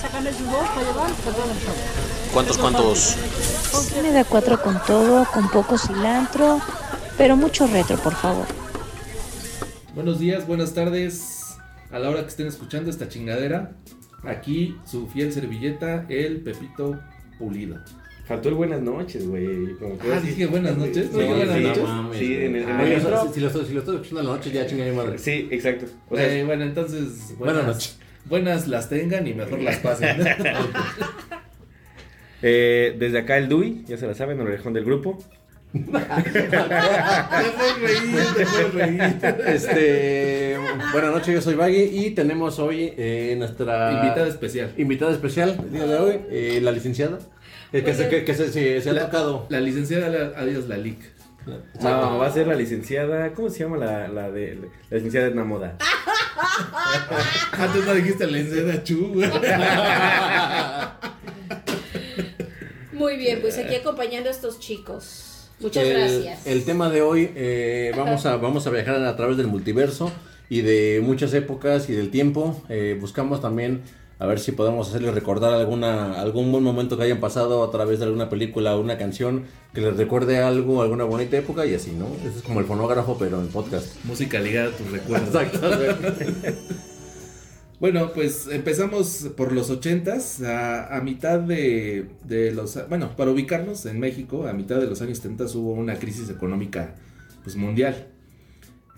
sacarle su voz para llevar para todo el show. ¿Cuántos, cuántos? Me da cuatro con todo, con poco cilantro, pero mucho retro, por favor. Buenos días, buenas tardes. A la hora que estén escuchando esta chingadera, aquí su fiel servilleta, el Pepito Pulido. Faltó el buenas noches, güey. Como que Ah, así- dije buenas noches. Sí, ¿no? sí, buenas sí. noches. mames, Sí, en el- en Ah, el eso- intro. si, si lo estoy, si lo estoy escuchando en la noche, ya chinga mi madre. Sí, exacto. O sea, Eh, bueno, entonces. Buenas noches. Buenas las tengan y mejor las pasen. eh, desde acá el Dui, ya se la saben, el orejón del grupo. Te puedes reír, te puedes reír. Este, buenas noches, yo soy Baggy y tenemos hoy eh, nuestra Invitada especial. invitada especial el día de hoy, eh, la licenciada, eh, que, se, que, que se, se- se ha La- tocado. La licenciada, la- adiós, la LIC. No, va a ser la licenciada. ¿Cómo se llama la, la de la licenciada Edna Moda? Antes no dijiste la licenciada Chu, güey. Muy bien, Eh, pues aquí acompañando a estos chicos. Muchas el, gracias. El tema de hoy, eh, vamos, a, vamos a viajar a través del multiverso y de muchas épocas y del tiempo. Eh, buscamos también a ver si podemos hacerles recordar alguna, algún buen momento que hayan pasado a través de alguna película o una canción que les recuerde algo, alguna bonita época y así, ¿no? Eso es como el fonógrafo, pero en podcast. Este, Música ligada a tus recuerdos. Bueno, pues empezamos por los ochentas, a, a mitad de, de los... Bueno, para ubicarnos en México, a mitad de los años 70 hubo una crisis económica pues mundial.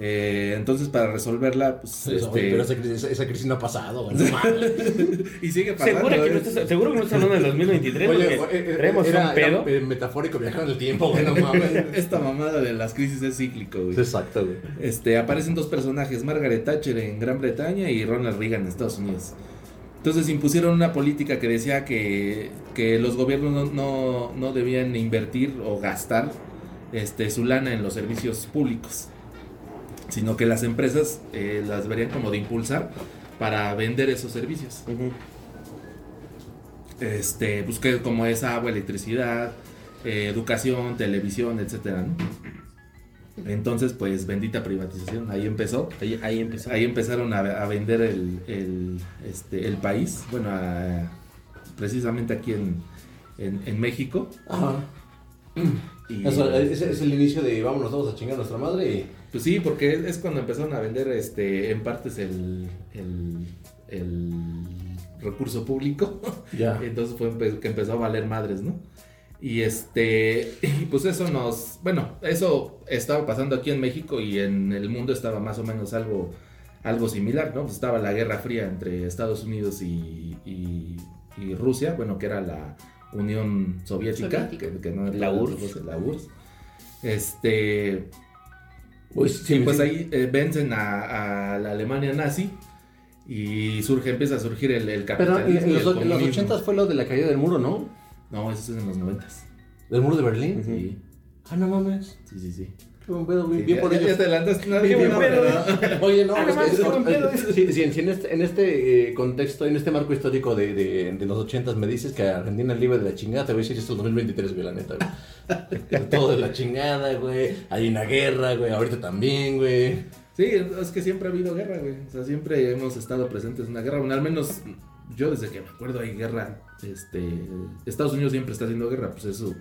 Eh, entonces para resolverla, pues... Oye, este, pero esa, crisis- esa crisis no ha pasado, güey, no mames. y sigue pasando. ¿Seguro que, no es- estás, seguro que no estás hablando del 2023 Oye, porque eh, eh, traemos era- un era, pedo. eh, metafórico viajar en el tiempo, güey, no mames. Esta mamada de las crisis es cíclico, güey. Exacto, güey. Este, aparecen dos personajes, Margaret Thatcher en Gran Bretaña y Ronald Reagan en Estados Unidos. Entonces impusieron una política que decía que, que los gobiernos no, no- no debían invertir o gastar este, su lana en los servicios públicos, sino que las empresas eh, las verían como de impulsar para vender esos servicios. Ujú. Este, pues que como es agua, electricidad, eh, educación, televisión, etcétera, ¿no? Entonces, pues bendita privatización, ahí empezó. Ahí, ahí empezó. Ahí empezaron a, a vender el, el, este, el país, bueno, a- precisamente aquí en, en, en México. Ajá. Y, Eso, ese es el inicio de vámonos, vamos a chingar a nuestra madre y Pues sí, porque es, es cuando empezaron a vender este, en partes el, el, el recurso público. ya. Entonces fue empe- que empezó a valer madres, ¿no? Y este, y pues eso nos, bueno, eso estaba pasando aquí en México y en el mundo estaba más o menos algo, algo similar, ¿no? Pues estaba la Guerra Fría entre Estados Unidos y, y- y Rusia, bueno, que era la Unión Soviética, Soviética. que- que no era La URSS. entonces la URSS. Este, Pues, y pues ahí eh, vencen a, a la Alemania nazi y surge, empieza a surgir el, el Pero en, capitalismo. en y los, el en los comunismo. 80 fue lo de la caída del muro, ¿no? No, eso es en los noventas. Del muro de Berlín. Sí, Ah, no mames. sí, sí, sí. Qué buen pedo, güey. Sí, Bien ya- por ya ellos. te adelantaste, no, Bien bien por por ellos. nada. Oye, no, Ah, no es que- mames, es- qué buen pedo. si- si- si en este, en este eh, contexto, en este marco histórico de, de, de los 80 me dices que Argentina es libre de la chingada, te voy a decir esto es 2023, güey, la neta, güey. Todo de la chingada, güey. Hay una guerra, güey. Ahorita también, güey. Sí, es que siempre ha habido guerra, güey. O sea, siempre hemos estado presentes en una guerra. Bueno, al menos yo desde que me acuerdo hay guerra. Este, Estados Unidos siempre está haciendo guerra, pues eso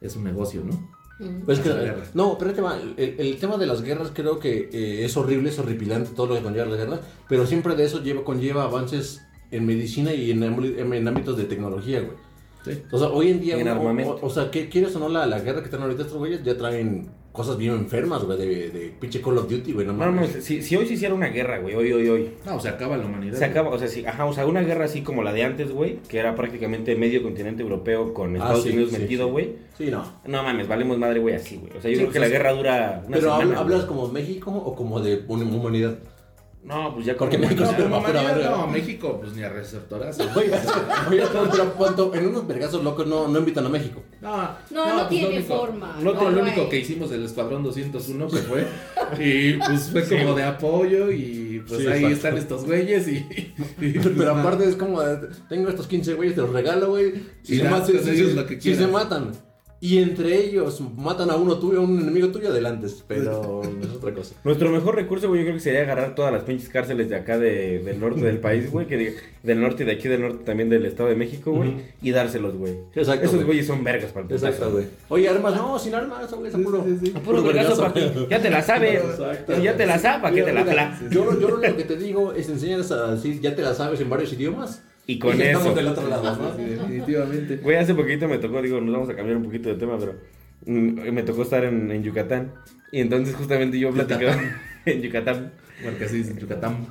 es un negocio, ¿no? Mm. Pues que- Las guerras. no, pero el tema, el, el tema de las guerras creo que eh, es horrible, es horripilante todo lo que conlleva las guerras, pero siempre de eso lleva, conlleva avances en medicina y en, ámbul- en- en ámbitos de tecnología, güey. Sí. O sea, hoy en día... Y en uno- armamento. o, o sea, que quieres o no, la, la guerra que están ahorita estos güeyes ya traen cosas bien enfermas, güey, de, de pinche Call of Duty, güey, no Vamos, mames. si, si hoy se hiciera una guerra, güey, hoy, hoy, hoy. No, se acaba la humanidad. Se güey. acaba, o sea, sí, ajá, o sea, una guerra así como la de antes, güey, que era prácticamente medio continente europeo con Ah, Estados sí, Unidos sí, metido, sí. güey. Sí, no. No mames, valemos madre, güey, así, güey. O sea, Sí, yo creo que pues, la es- guerra dura una Pero semana. habl- hablas güey. como México o como de hum- humanidad. No, pues ya Porque como- México No, se pero va fuera humanidad, verga. no, México, pues ni a receptoras. Oye, oye, pero, pero cuánto- en unos vergazos locos no, no invitan a México. No, pues, No, no tiene forma, Lo, no lo lo único es. que hicimos el Escuadrón 201 que fue. Y pues fue como de apoyo y pues Sí, ahí exacto. están estos güeyes y... y, pues, Pero nada. aparte es como, de, tengo estos 15 güeyes, te los regalo, güey. Y Si, se, ya, ma- si- con si- ellos lo que si se quieras. matan. Y entre ellos matan a uno tuyo, a un enemigo tuyo, adelante. Pero es otra cosa. Nuestro mejor recurso, güey, yo creo que sería agarrar todas las pinches cárceles de acá de- del norte del país, güey, que de- del norte y de aquí del norte también del Estado de México, güey, Ujú. y dárselos, güey. Exacto, Esos güey. güeyes son vergas para el putazo. Exacto, güey. Oye, armas, no, sin armas, güey, es puro. A puro vergazo, papi. Ya te la sabes. Exacto. Si ya te la sabes, ¿para qué te la pla? Yo, lo- yo lo único que te digo es enseñas a decir, ya te la sabes en varios idiomas. Y con ya eso. Estamos del otro lado, ¿no? Sí, definitivamente. Güey, hace poquito me tocó, digo, nos vamos a cambiar un poquito de tema, pero mm, me tocó estar en, en Yucatán. Y entonces justamente yo platicaba en Yucatán. Porque así es Yucatán.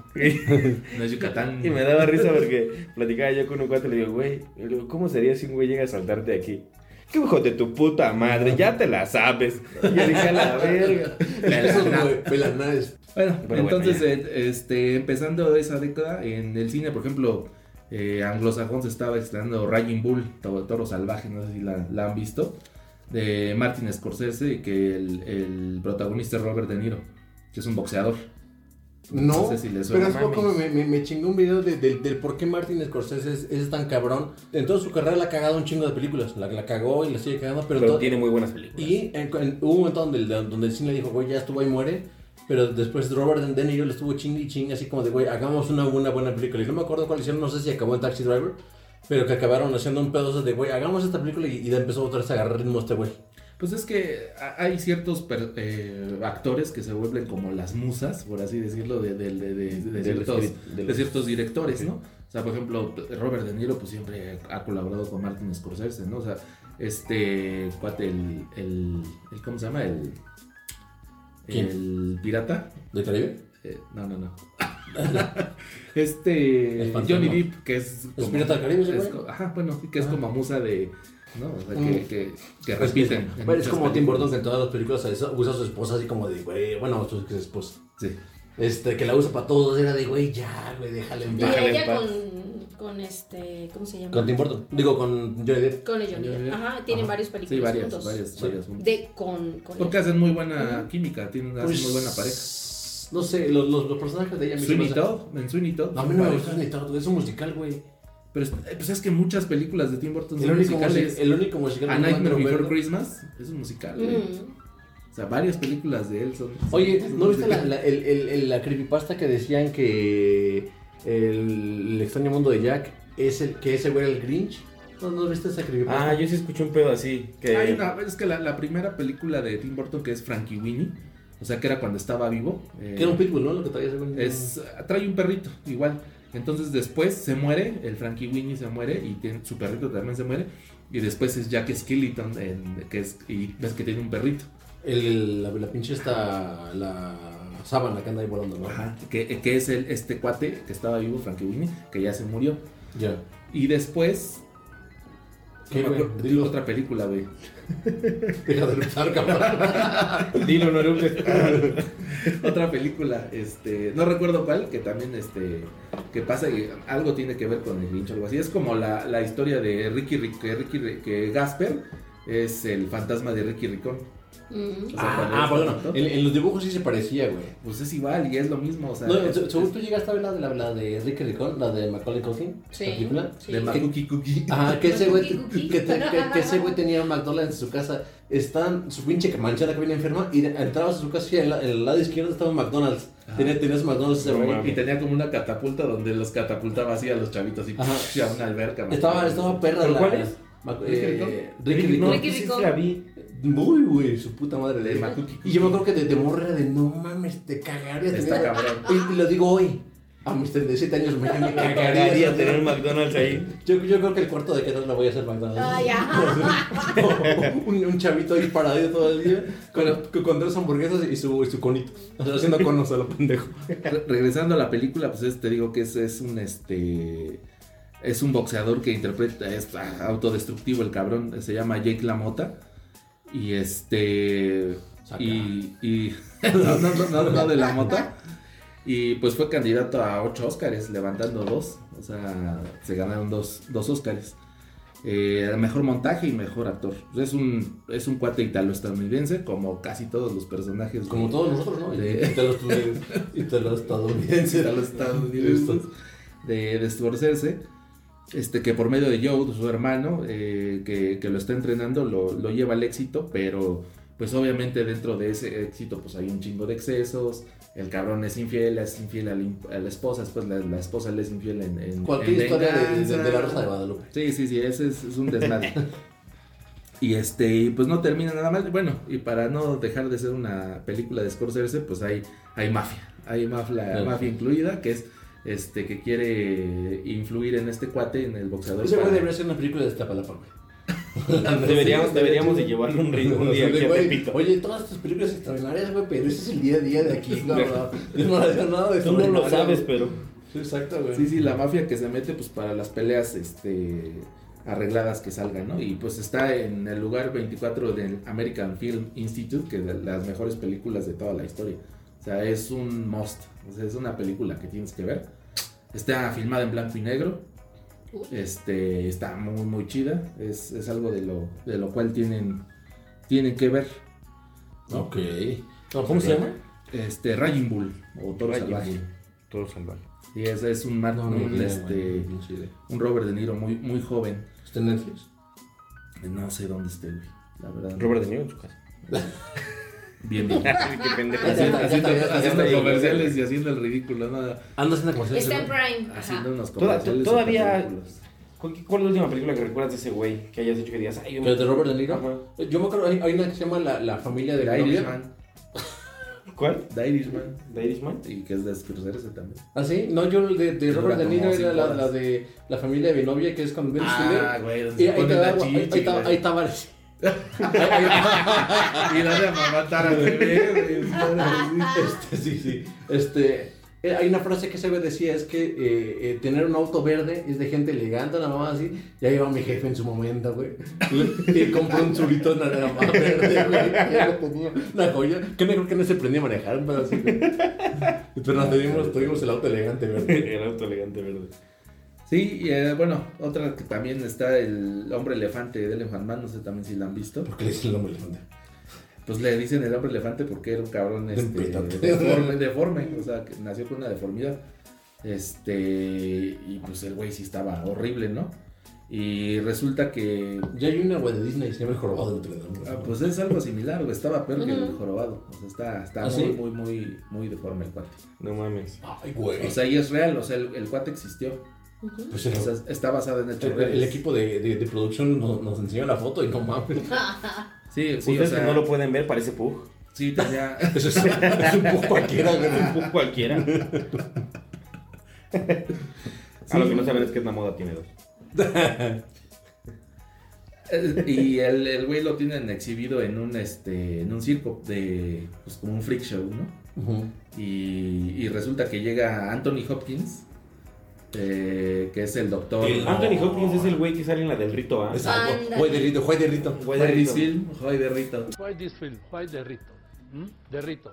No es Yucatán. Y me daba risa porque platicaba yo con un cuate y le digo, güey, le digo, ¿cómo sería si un güey llega a saltarte aquí? ¿Qué hijo de tu puta madre? Ya te la sabes. Y yo dije, a la verga. Eso, güey, pelana es- Bueno, Pero bueno, entonces, ya. eh, este, empezando esa década, en el cine, por ejemplo, eh, anglosajón se estaba estrenando Raging Bull, to- Toro Salvaje, no sé si la, la han visto, de Martin Scorsese, que el, el protagonista es Robert De Niro, que es un boxeador. No, No sé si le suena, pero hace poco mames. me, me, me chingó un video de- del- del por qué Martin Scorsese es, es tan cabrón. En toda su carrera la ha cagado un chingo de películas. La, la cagó y la sigue cagando, pero, Pero, todo- tiene muy buenas películas. Y en- en- hubo un momento donde el, donde el cine le dijo, güey, ya estuvo ahí muere. Pero después Robert De Niro le estuvo chingue y chingue, así como de, güey, hagamos una buena, buena película. Y no me acuerdo cuál hicieron, no sé si acabó en Taxi Driver. Pero que acabaron haciendo un pedazo de, güey, hagamos esta película. Y, y de empezó otra vez a agarrar ritmo este güey. Pues es que ha- hay ciertos per- eh, actores que se vuelven como las musas, por así decirlo, de, de- de- de- de Del ciertos, escri- del- de ciertos directores, ¿no? O sea, por ejemplo, Robert De Niro pues siempre ha colaborado con Martin Scorsese, ¿no? O sea, este cuate, el, el, el- ¿cómo se llama? El, ¿Quién? el pirata. ¿De Caribe? Eh, no, no, no. este El fantasma. Johnny Depp, que es... como- pirata del Caribe, es ese güey? co- Ajá, bueno, que es Ah. como musa de... ¿no? O sea, que, Mm. que, que repiten. en Bueno, es muchas como Tim películas. Burton que en todas las películas usa- usa a su esposa así como de, güey, bueno, su su esposa. Sí. Este, que la usa para todos, era de, güey, ya, güey, déjale en Y paz. Déjale en ella paz. con, con este, ¿cómo se llama? Con Tim Burton. Digo, con Johnny Depp. Con el Johnny Depp. Ajá, tienen Ajá. varias Sí, películas varias, juntos. varias, Sí. varias juntas. De con, con Porque él. hacen muy buena química, tienen hacen Pues, muy buena pareja. No sé, los, los, los personajes de ella me Sweeney hicieron- Todd, en Sweeney Todd. No, a mí son no me pareja. gusta Sweeney Todd, es un musical, güey. Pero es, eh, pues es que muchas películas de Tim Burton El son único, musicales. music- el único musical A que Nightmare encuentro Before bueno- Christmas es un musical. güey. Mm. O sea, varias películas de él son. son- Oye, son ¿no viste la, musicales. la- el, el- el- la creepypasta que decían que el, el extraño mundo de Jack es el que ese güey era el Grinch? ¿No, no viste esa creepypasta? Ah, yo sí escuché un pedo así. Que... Hay una- es que la, la primera película de Tim Burton que es Frankie Winnie, o sea, que era cuando estaba vivo. eh, Que era un pitbull, ¿no? Lo que traía ese güey. es trae un perrito igual entonces después se muere el Frankie Winnie se muere y tiene, su perrito también se muere y después es Jack Skeleton en- que es y ves que tiene un perrito El, la, la pinche esta. La sábana que anda ahí volando, ¿no? que, que es el este cuate que estaba vivo Frankie Winnie que ya se murió Ya. y después ¿Qué, no me güey? acuerdo, Dilo. otra película güey Deja de luchar, cabrón. Dilo, no eructes. otra película este no recuerdo cuál que también este que pasa y algo tiene que ver con el Grinch o algo así es como la, la historia de Ricky Ric- que Ricky que Gasper es el fantasma de Ricky Ricón Mm. O sea, Ah, cuando ah, es bueno, adulto, en, en los dibujos sí se parecía, güey. Pues es igual y es lo mismo, o sea, No, es- se- según es tú llegaste a ver la de, la, la de Ricky Ricón, la de Macaulay Culkin, Sí. la película. Sí. de Makuki Kuki. Ajá, que ese güey, Cookie, cookie. que, te- que- que ese güey tenía un McDonald's en su casa. Están su pinche manchada que viene enferma y de- entrabas a su casa y en, la- en el lado izquierdo estaba un McDonald's. Ajá. Tenía, tenía su McDonald's ese No güey. mames. Y tenía como una catapulta donde los catapultaba así a los chavitos y Ajá. a una alberca. ¿no? Estaba, estaba perra ¿Pero la. cuál es? Mac- ¿Ricky Ricón? eh, Ricky no, Ricón. Ricky sí, sí Ricón. la vi. Muy, güey, su puta madre De de Makuki Y yo me acuerdo que de, de morra era de no mames, te cagarías. Está tenía- cabrón. Y, y lo digo hoy. A mis 37 años me, me Cagaría cagaría. tener un McDonald's ahí. Yo, yo creo que el cuarto de que no lo voy a hacer McDonald's. Ay, ajá. un, un chavito ahí parado todo el día con, con- con dos hamburguesas y su, y su conito. O sea, haciendo conos a lo pendejo. Re- Regresando a la película, pues es- te digo que es, es un este es un boxeador que interpreta es ah, autodestructivo el cabrón, se llama Jake LaMotta y este Saca. y, y- no, no, no, no, no de la mota. Y pues fue candidato a ocho Óscares, levantando dos. O sea, se ganaron dos, dos Óscares. Eh, mejor montaje y mejor actor. Pues Es un, es un cuate italo-estadounidense, como casi todos los personajes. de- Como todos nosotros, ¿no? Y, Sí. y te los y te los estadounidenses. de los estadounidenses de, de Scorsese. este, que por medio de Joe, su hermano, eh, que, que lo está entrenando, lo, lo lleva al éxito, pero pues obviamente dentro de ese éxito pues hay un chingo de excesos, el cabrón es infiel, es infiel a la, imp- a la esposa, después la, la esposa le es infiel en... en Cualquier en historia de, venganza. de- de la Rosa de Guadalupe. Sí, sí, sí, ese es, es un desmadre. y este, y pues no termina nada mal. Bueno, y para no dejar de ser una película de Scorsese, pues hay, hay mafia. Hay mafla- Claro. mafia incluida, que es este que quiere influir en este cuate, en el boxeador. Ese güey para- debería ser una película de Iztapalapa, güey. Deberíamos, deberíamos de llevarlo un, ri- un día O sea, aquí a güey, Tepito. Oye, todas tus películas extraordinarias, güey, pero ese es el día a día de aquí. No, no, yo no hago nada de Tú no lo extraordinario, sabes, güey. pero. Sí, exacto, güey. Sí, sí, la mafia que se mete pues para las peleas este arregladas que salgan, ¿no? Y pues está en el lugar 24 del American Film Institute, que es de las mejores películas de toda la historia. O sea, es un must. O sea, es una película que tienes que ver. Está filmada en blanco y negro. Este, está muy, muy chida. Es, es algo de lo, de lo cual tienen, tienen que ver. Ok. ¿Cómo se llama? Este, Raging Bull o Toro Raging Salvaje. Bull. Todo salvado. Y ese es un, mar- No, un, no, no, este, güey, no sé. un Robert De Niro muy, muy joven. ¿Está en Netflix? No sé dónde esté, güey. La verdad. Robert De Niro en su casa. Bien, bien. Qué pendejo. Ya Haciendo, está, ya está, ya está, ya haciendo está. comerciales y haciendo el ridículo, nada. Anda haciendo comerciales. Está en güey. Prime. Haciendo Ajá. unos Toda- comerciales. todavía- ridículos. ¿Cuál, cuál es la última película que recuerdas de ese güey que hayas hecho que digas? Ay, yo me- ¿Pero de Robert De Niro? Ajá. Yo me acuerdo, hay, hay una que se llama La, la familia de The Claudia. Irishman. ¿Cuál? The Irishman. ¿The Irishman? Y que es de Scorsese también. ¿Ah, sí? No, yo de, de Dura Robert De como Niro era cinco la, horas. la de la familia de Benovia, que es con Ben Ah, Stiller. güey. Y se ahí te ponen va, la ahí, chichi, está, ahí güey. está Vares. Ahí- ahí- Y dale a matar al bebé, güey. Madre, este, sí, sí. Este, eh, hay una frase que se me decía, es que eh, eh, tener un auto verde es de gente elegante, nada más así. Ya iba mi jefe en su momento, güey. Y compró un surito nada más verde, güey. Ya lo tenía. Una joya. Que mejor que no se prendía a manejar, un pedazo, güey. Pero nos tuvimos, tuvimos el auto elegante verde. El auto elegante verde. sí. Sí, y eh, bueno, otra que también está el hombre elefante de Elephant Man, no sé también si la han visto. ¿Por qué le dicen el nombre elefante? Pues le dicen el hombre elefante porque era un cabrón este, petate. deforme, deforme, o sea, que nació con una deformidad. Este, y pues el güey sí estaba horrible, ¿no? Y resulta que, Ya hay una, güey, de Disney, se llama El Jorobado de Notre Dame, güey. ah, pues es algo similar, güey, estaba peor que el jorobado, o sea, está, está ¿Ah, muy, sí? muy, muy, muy deforme el cuate. No mames. Ay, güey. O sea, y es real, o sea, el, el cuate existió, Ujú. Pues o el, sea, está basado en hechos el- el reales. equipo de, de- de producción nos, nos enseñó la foto y no mames. Sí, sí, o Ustedes sea, que no lo pueden ver, parece Pug. sí, tenía... Eso es, es un poco cualquiera, güey. Pug cualquiera. A lo que no saben es que es una moda tiene dos. Eh, y el, el güey lo tienen exhibido en un, este, en un circo de, pues como un freak show, ¿no? Ujú. Y, y resulta que llega Anthony Hopkins, eh, que es el doctor El- ¿no? Anthony Hopkins es el güey que sale en la del rito, ¿ah? Es Ándale. algo. Güey de rito, güey de rito. Güey del Juan rito. Rizil, Joy de Rito. Why this film? Why Derrito? Hmm? Derrito.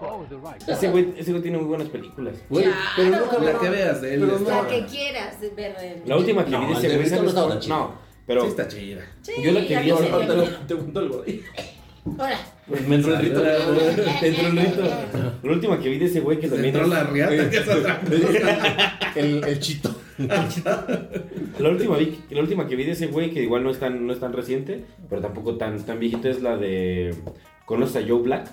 Oh, the right. Ese güey, ese güey tiene muy buenas películas. Güey, pero Claro. nunca La que veas de él Pero está- La que quieras de ver de él. La última que No, vi de el ese del güey rito no ¿sabes? estaba tan chido. No, pero Sí, está chida. Sí, yo la que ya vi- lo sé, no, ya no, lo no. sé. Te junto el gordo. Ahora, Pues Me entró el rito. Te entró el rito. La última que vi de ese güey que Se también. entró es- la riata que es otra. eh, El, el chito. La última, vi- la última que vi de ese güey, que igual no es tan, no es tan reciente, pero tampoco tan, tan viejita, es la de. ¿Conoces a Joe Black?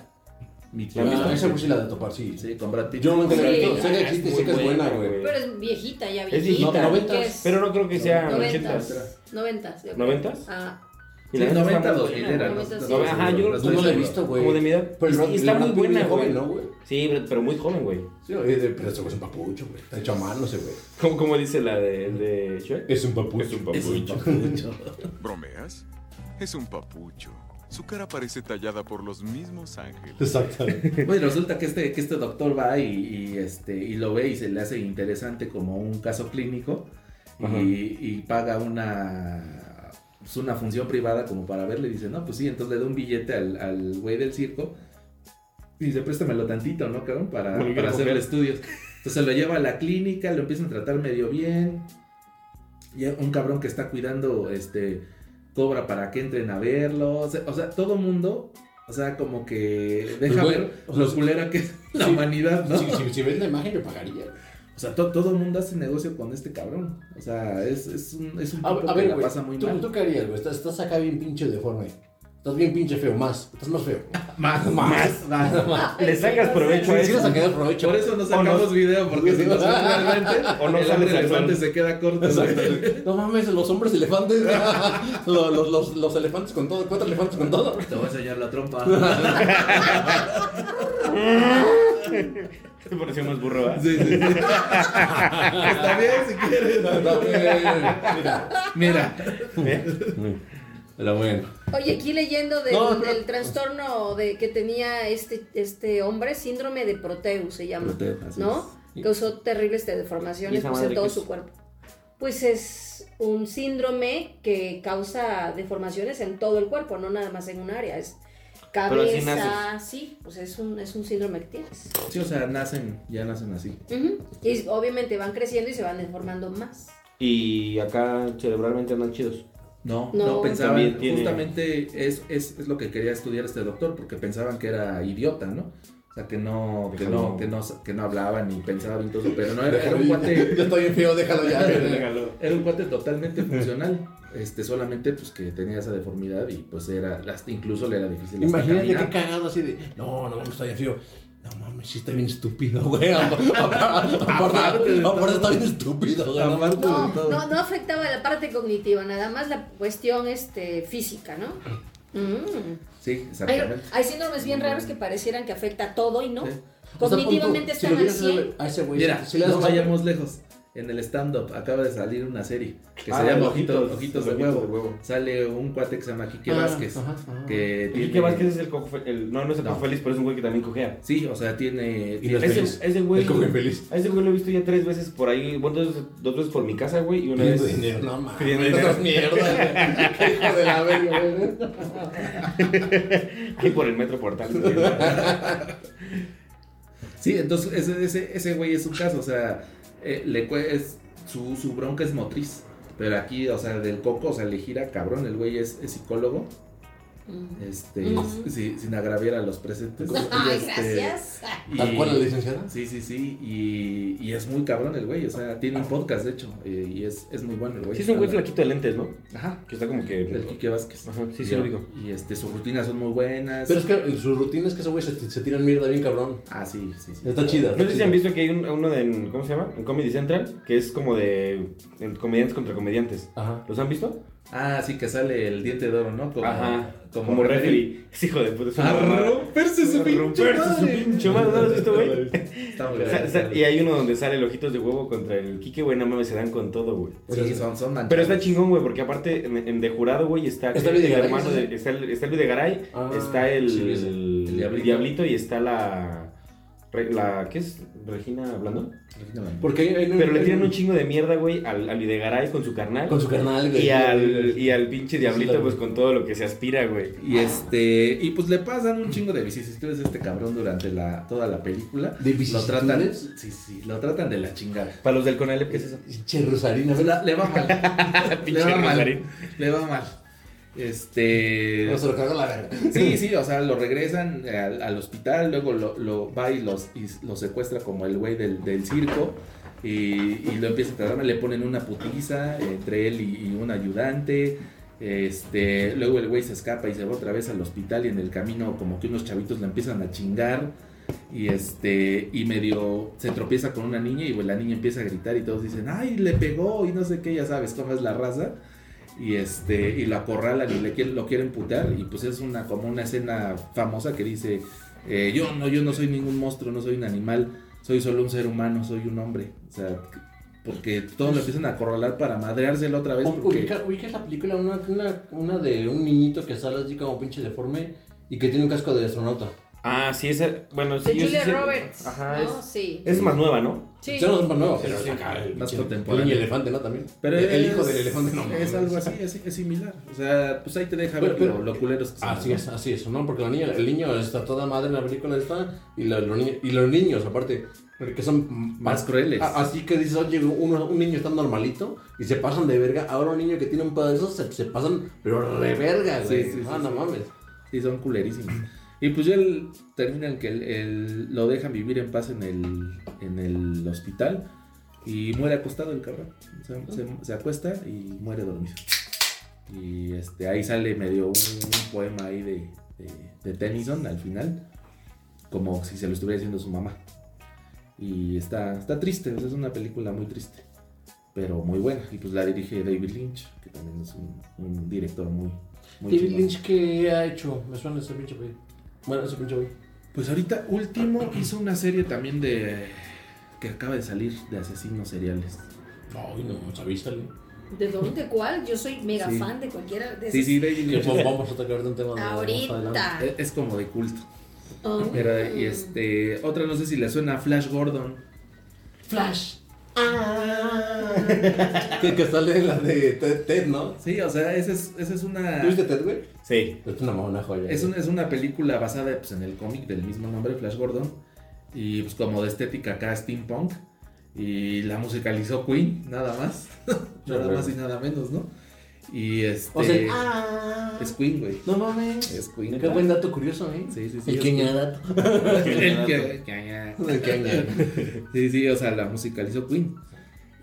Mi tío. ¿La han visto? Ah, esa güey sí la de topar, sí. Sí, con Brad Pitt. Yo nunca la he Sí, visto. Sé que existe, es sé que es muy buena, buena, güey. Pero es viejita, ya viejita. Es viejita. ¿Qué Noventas, es? Pero no creo que sea Noventas. 80. Noventas. de acuerdo. ¿Noventas? Ah, Sí, Y la neta está 90 muy 2000 buena. era. ¿no? Noventas, No, ajá, yo creo que Yo no la he visto, güey. Como de mi edad. Pero el Y- Brad- y está el muy Brad Pitt buena, es güey. joven, ¿no, güey? Sí, pero- pero muy joven, güey. Sí, oye, de- pero ese güey es un papucho, güey. Está hecho a mano ese güey. ¿Cómo, cómo dice la de, el de Shrek? Es un papucho. Es un papucho. ¿Bromeas? Es un papucho. Su cara parece tallada por los mismos ángeles. Exacto. Bueno, resulta que este, que este doctor va y, y, este, y lo ve y se le hace interesante como un caso clínico y, Ajá. y paga una, pues, una función privada como para verle y dice, no, pues sí, entonces le da un billete al, al güey del circo y dice, préstamelo tantito, ¿no, cabrón? Para, Me lo quiero para hacerle coger. estudios. Entonces lo lleva a la clínica, lo empiezan a tratar medio bien. Y un cabrón que está cuidando, este, cobra para que entren a verlo. O sea, o sea, todo mundo, o sea, como que deja Pues, güey, ver o sea, lo sí. culera que es la Sí. humanidad, ¿no? Si, si, si ves la imagen, yo pagaría. O sea, to- todo el mundo hace negocio con este cabrón. O sea, es, es un, es un A, tipo a que ver, la güey, pasa muy ¿tú, mal. ¿tú qué harías, güey? Estás, estás acá bien pinche deforme. Estás bien pinche feo, más. Estás más feo. Más, más, más. Ah, Le sacas provecho a Ni siquiera eso. sacar provecho. Por eso no sacamos video, porque si no sale realmente, O no el sale hombre sexual. elefante se queda corto. güey. Exacto. No mames, los hombres elefantes. los, los, los, los elefantes con todo, cuatro elefantes con todo. Te voy a enseñar la trompa. Te pareció más burro, ¿ah? Sí, sí, sí. Está bien si quieres. Mira, Pero bueno. Oye, aquí leyendo del, No, no. del trastorno de que tenía este, este hombre, síndrome de Proteus se llama. Proteus, así ¿No? es. Causó terribles te- ¿Y deformaciones esa pues, madre en todo qué es? su cuerpo. Pues es un síndrome que causa deformaciones en todo el cuerpo, no nada más en un área. Es Pero así cabeza, naces. sí, pues es un, es un síndrome que tienes. sí, o sea, nacen, ya nacen así. Ujú. Y obviamente van creciendo y se van deformando más. Y acá cerebralmente andan chidos. No, no, No. pensaban, También tiene- justamente es, es, es lo que quería estudiar este doctor, porque pensaban que era idiota, ¿no? O sea, que no, que no, que no, que no hablaba ni pensaba bien todo, pero no, era, era un cuate... Yo estoy bien feo, déjalo ya. Era un cuate totalmente funcional. Este, solamente pues que tenía esa deformidad y pues era, hasta incluso le era difícil. hasta Imagínate qué caminar. cagado así de. No, no mames, está bien feo. No mames, sí está bien estúpido, güey. Aparte, aparte está bien estúpido, güey. Aparte de No, todo. no, no afectaba la parte cognitiva, nada más la cuestión este, física, ¿no? Mm. Sí, Hay, exactamente. hay síndromes bien raros que parecieran que afecta a todo y no. Sí. Cognitivamente están al 100. A ese güey. Mira, Pues, si si le das no vayamos lejos. En el stand-up acaba de salir una serie que Ah, se llama de Ojitos, Ojitos- Ojitos de de, Ojitos huevo. de Huevo. Sale un cuate que se llama Quique Ah, Vázquez. ajá, ajá. Que Y tiene, Quique Vázquez es el cojo fe- el- No, no es el No. cojo feliz, pero es un güey que también cojea. Sí, o sea, tiene. Y los tiene- Ese, feliz. ese güey. El cojo infeliz. A ese güey lo he visto ya tres veces por ahí. Bueno, dos, dos veces por mi casa, güey. Y una vez. Pidiendo dinero, no mames. Pidiendo Estas dinero. mierdas, güey. Qué hijo de la verga, güey. Ahí por el metro portal. güey. Sí, entonces ese, ese, ese güey es un caso, o sea, eh, le cue- es, su, su bronca es motriz. Pero aquí, o sea, del coco, o sea, le gira cabrón. El güey es, es psicólogo, Mm. este, Ujú. sí, sin agraviar a los presentes. Y, Ay, este, gracias. y- ¿Tal cual la licenciada? Sí, sí, sí. Y, y es muy cabrón el güey, o sea, tiene un podcast, de hecho, eh, y es, es muy bueno el güey. Sí, es un güey flaquito de lentes, ¿no? Ajá, Que está como el que. Quique Vázquez. Ajá, sí, sí, lo digo. Y este, sus rutinas son muy buenas. Pero es que en sus rutinas es que ese güey se, se tiran mierda bien cabrón. Ah, sí, sí, sí. Está chida. No sé si han visto que hay un- uno de. ¿Cómo se llama? En Comedy Central. Que es como de. en comediantes contra comediantes. Ajá. ¿Los han visto? Ah, sí, que sale el diente de oro, ¿no? Como, Ajá. como, Como referee. Ah, referee. Es hijo de puta. es una A mamada. romperse su pinche Romperse su madre. pinche madre, ¿no lo has visto, güey? Está muy Sa- grande. sa- Y hay uno donde sale el ojitos de huevo contra el Kike, güey, no mames, se dan con todo, güey. Sí, son, son manchados. Pero está chingón, güey, porque aparte en, en de jurado, güey, está, ¿Está el, Luis de el Garay, hermano sí? de, está el, está Luis de Garay, Ah, está el, sí, Luis, el el diablito. Diablito. y está la, re- la ¿qué es? Regina hablando. Porque hay- hay un- Pero le tiran hay un chingo de mierda, güey, al, al Luis de Garay con su carnal. Con su carnal, güey. y al, y al pinche diablito, Sí, la- pues con todo lo que se aspira, güey. Y este, y pues le pasan un chingo de vicisitudes a este cabrón durante la, toda la película. ¿De Lo tratan, vicisitudes? sí, sí, lo tratan de la chingada. Para los del Conalep, ¿qué es eso? Che, Rosarina, Pues ¿verdad? la- le va mal. le Pinche va mal. Rosarín. Le va mal. Este. No se lo cargó la verga. Sí, sí, o sea, lo regresan al, al hospital, luego lo, lo va y los, y lo secuestra como el güey del, del circo y, y lo empieza a tratar, le ponen una putiza entre él y, y un ayudante. Este, luego el güey se escapa y se va otra vez al hospital y en el camino como que unos chavitos le empiezan a chingar y este y medio se tropieza con una niña y pues, la niña empieza a gritar y todos dicen, "Ay, le pegó" y no sé qué, ya sabes cómo es la raza y este y lo acorralan y le quieren- lo quieren putear y pues es una como una escena famosa que dice eh, yo no yo no soy ningún monstruo no soy un animal soy solo un ser humano soy un hombre o sea que- porque todos lo empiezan a acorralar para madreárselo otra vez U- porque Ubica, ubica la película, una, una, una de un niñito que sale así como pinche deforme y que tiene un casco de astronauta. Ah, sí, esa, bueno, sí. De yo sí Julia sé- Roberts. Ajá, ¿no? es, Sí. es más nueva, ¿no? Sí. Ya no son más nuevos, Sí, pero sí. acá el Más pinche- contemporáneo. El niño elefante, ¿no? También. pero el, el es- hijo del elefante, no. es mames. algo así es, es similar o sea pues ahí te deja Pero- ver pero- lo, lo culeros que son, Así ¿no? es, así es, ¿no? Porque la niña, el niño está toda madre en la película esta y, la- los niños- y los niños, aparte, que son más crueles A- Así que dices, oye, uno- un niño está normalito y se pasan de verga. Ahora un niño que tiene un pedo de esos se, se pasan, pero re verga, güey. Sí, sí, sí, ah, no sí. mames. Sí, son culerísimos. Y pues ya el- terminan que el- el- lo dejan vivir en paz en el, en el hospital. Y muere acostado el cabrón. O sea, se, se acuesta y muere dormido. Y este, ahí sale medio un, un poema ahí de, de, de Tennyson al final. Como si se lo estuviera diciendo su mamá. Y está, está triste, o sea, es una película muy triste. Pero muy buena. Y pues la dirige David Lynch, que también es un, un director muy, muy David chingón. Lynch, ¿qué ha hecho? Me suena ese pinche güey. Bueno, ese pinche güey. Pues ahorita último hizo una serie también de que acaba de salir de asesinos seriales. Ay, no, avísale. ¿De dónde? ¿Cuál? Yo soy mega Sí. fan de cualquiera de Sí, esas. sí, David Que Lynch. va- vamos a tocar de un tema de Ahorita. Es- Es como de culto. Oh. Pero y este, otra no sé si le suena a Flash Gordon. Flash. Que, que sale la de Ted, Ted, ¿no? Sí, o sea, esa es, esa es una ¿Tú viste Ted, güey? Sí. Es una mamona joya. ¿eh? es, güey. una, es una película basada pues, en el cómic del mismo nombre, Flash Gordon. Y pues como de estética acá, steampunk. Y la musicalizó Queen, nada más. nada bueno. más y nada menos, ¿no? Y este. O sea, ah, es Queen, güey. no mames. Es Queen. Qué buen dato curioso, ¿eh? Sí, sí, sí. El es- queñadato. El que- El queñadato. Sí, sí, o sea, la musicalizó Queen.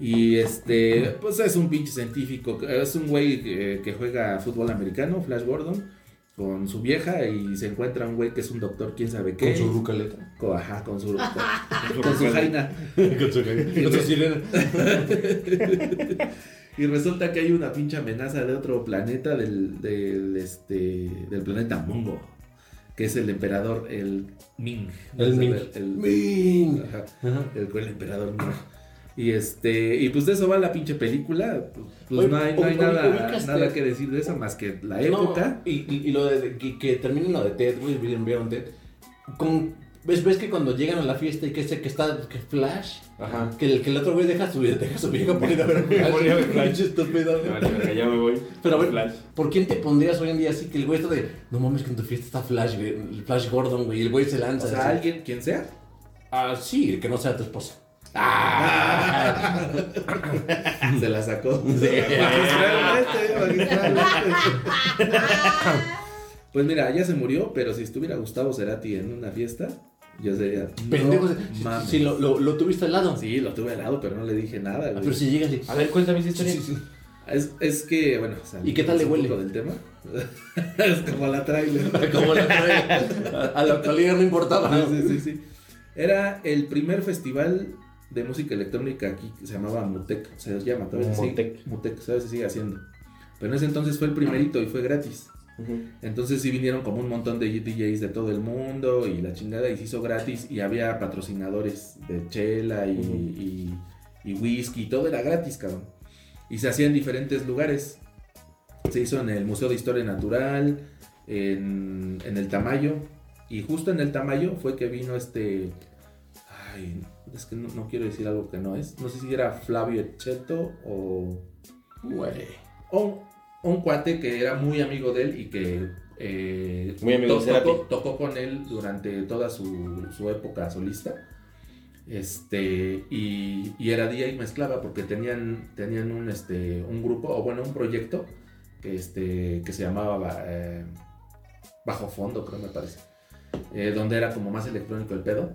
Y este, pues es un pinche científico, es un güey eh, que, que juega fútbol americano, Flash Gordon, con su vieja y se encuentra un güey que es un doctor, quién sabe qué. Con su rucaleta. Con- ajá, con su, con, con su jaina. Con su Con su sirena. Y resulta que hay una pinche amenaza de otro planeta, del, del, este, del planeta Mongo, que es el emperador, el Ming. El Ming. El, Ming. ajá. Ajá. El, el emperador no. Y este, y pues de eso va la pinche película. Pues Oye, no hay, no hay ubi- nada, ubicaste- nada que decir de esa más que la No, época. y, y- y lo de que, que terminen lo de Ted, güey, vieron vieron Ted. Con, ¿ves, ves que cuando llegan a la fiesta y que este que está que Flash, Ajá. que el, que el otro güey deja su, deja su vieja por ir a ver a Flash. Por ir a ver Flash. Pinche estúpido, güey. Vale, verga, ya me voy. Pero a ver, Flash. ¿por quién te pondrías hoy en día así que el güey está de, no mames que en tu fiesta está Flash, güey, el Flash Gordon, güey, y el güey se O lanza? sea, así? alguien, quien sea. Ah, sí, que no sea tu esposa. Ah, Se la sacó. Magistralmente, magistralmente. Pues mira, ya se murió, pero si estuviera Gustavo Cerati en una fiesta, yo sería. "No pendejo, si- mames". si, lo, lo, lo tuviste al lado. Sí, lo tuve al lado, Ah, pero no le dije nada. güey. Pero si llegas y... A ver, cuéntame esa historia. Es, es que, bueno, salí- ¿Y qué tal le un huele? Ah, poco del tema. es como la trailer. Como la trae. A, a la actualidad no importaba. Sí, sí, sí, sí. Era el primer festival de música electrónica aquí que se llamaba Mutec. Se llama todavía. se sigue- Mutec. Mutec, ¿sabes? Se sigue haciendo. Pero en ese entonces fue el primerito y fue gratis. Entonces sí vinieron como un montón de DJs de todo el mundo y la chingada y se hizo gratis y había patrocinadores de chela y, y- y whisky, todo era gratis, cabrón. Y se hacía en diferentes lugares. Se hizo en el Museo de Historia Natural, en, en el Tamayo. Y justo en el Tamayo fue que vino este... Ay, es que no, no quiero decir algo que no es. No sé si era Flavio Cheto o Güey. o un, un cuate que era muy amigo de él y que eh, Muy amigo de Cerati. tocó, tocó con él durante toda su, su época solista. Este, y, y era día y mezclaba porque tenían, tenían un, este, un grupo, o bueno, un proyecto que, este, que se llamaba eh, Bajo Fondo, creo me parece, eh, donde era como más electrónico el pedo.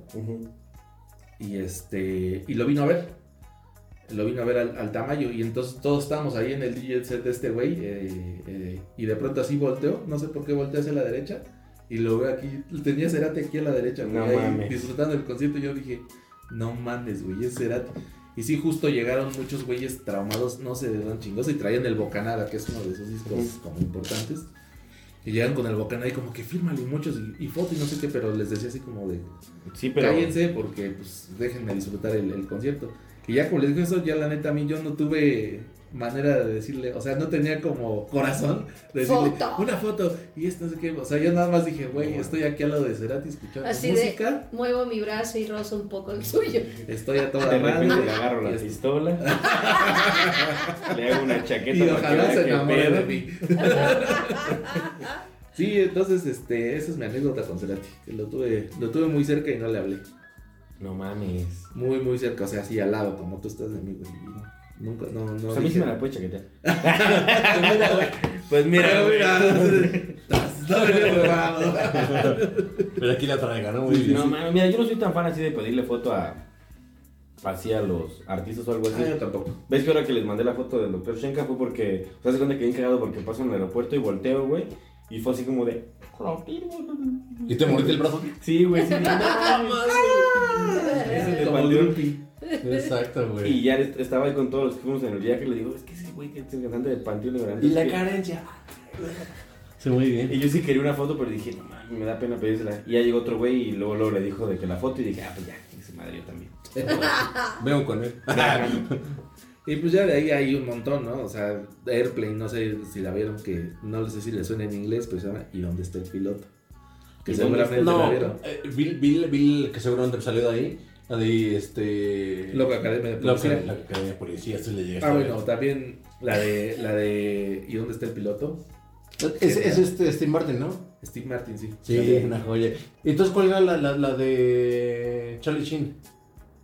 Y este. Y lo vino a ver. Lo vino a ver al, al Tamayo. Y entonces todos estábamos ahí en el DJ set de este güey. eh, eh, y de pronto así volteó. No sé por qué volteó hacia la derecha. Y lo veo aquí. Tenía Cerati aquí a la derecha, güey. No ahí mames. Disfrutando el concierto. Y yo dije, no mames, güey, es Cerati. Y sí, justo llegaron muchos güeyes traumados, no sé de dónde chingos, y traían el Bocanada, que es uno de esos discos como importantes. Y llegan con el Bocanada y como que fírmale y muchos y, y foto y no sé qué, pero les decía así como de, Sí, pero. cállense porque pues déjenme disfrutar el, el concierto. Y ya como les digo eso, ya la neta a mí yo no tuve manera de decirle, o sea, no tenía como corazón de decirle Foto. una foto y esto no sé qué, o sea, yo nada más dije, güey, estoy aquí al lado de Cerati escuchando Así música, de muevo mi brazo y rozo un poco el suyo. estoy a toda De repente madre le agarro la y, pistola. le hago una chaqueta. y para que ojalá vea se que enamore pedo. de mí. sí, entonces este, esa es mi anécdota con Cerati, que lo tuve lo tuve muy cerca y no le hablé. No mames. Muy muy cerca, o sea, así al lado como tú estás de mí, güey. y no, Nunca no no Pues a mí sí dije- me la puede chaquetear. pues mira, Pero güey. mira, está bien huevado. Pero aquí la traiga, ¿no? Muy bien. No mames, mira, yo no soy tan fan así de pedirle foto a. hacía los artistas o algo así. Ah, yo tampoco. ¿Ves que ahora que les mandé la foto del doctor Shenka fue porque, o sea, se cuenta que bien cagado porque paso en el aeropuerto y volteo, güey, y fue así como de... ¿Y te mordiste el brazo? Sí, güey, sí, Ese le Como faltó. Drupi. Exacto, Y güey. ya est- estaba ahí con todos los que fuimos en el viaje y le digo, es que ese güey que es el cantante del Panteón Grande. es que- carencia. Sí, muy bien. Y yo sí quería una foto, pero dije, no mames, me da pena pedírsela. Y ya llegó otro güey y luego, luego le dijo de que la foto y dije, ah, pues ya, que se madre yo también. Veo con él. Ah, Y pues ya de ahí hay un montón, ¿no? O sea, Airplane, no sé si la vieron, que no sé si le suena en inglés, pero se llama ¿Y dónde está el piloto? Que ¿Y dónde seguramente la No, vieron. eh, Bill, Bill, Bill, que seguramente salió de ahí. La de este. Loca Academia de Loca- Policía. La Academia de Policía, esto le llega. Ah, bueno, también la de, la de ¿Y dónde está el piloto? Es, es este, este Martin, ¿no? Steve Martin, sí. Sí, una joya. Entonces, ¿cuál era la, la, la de Charlie Sheen?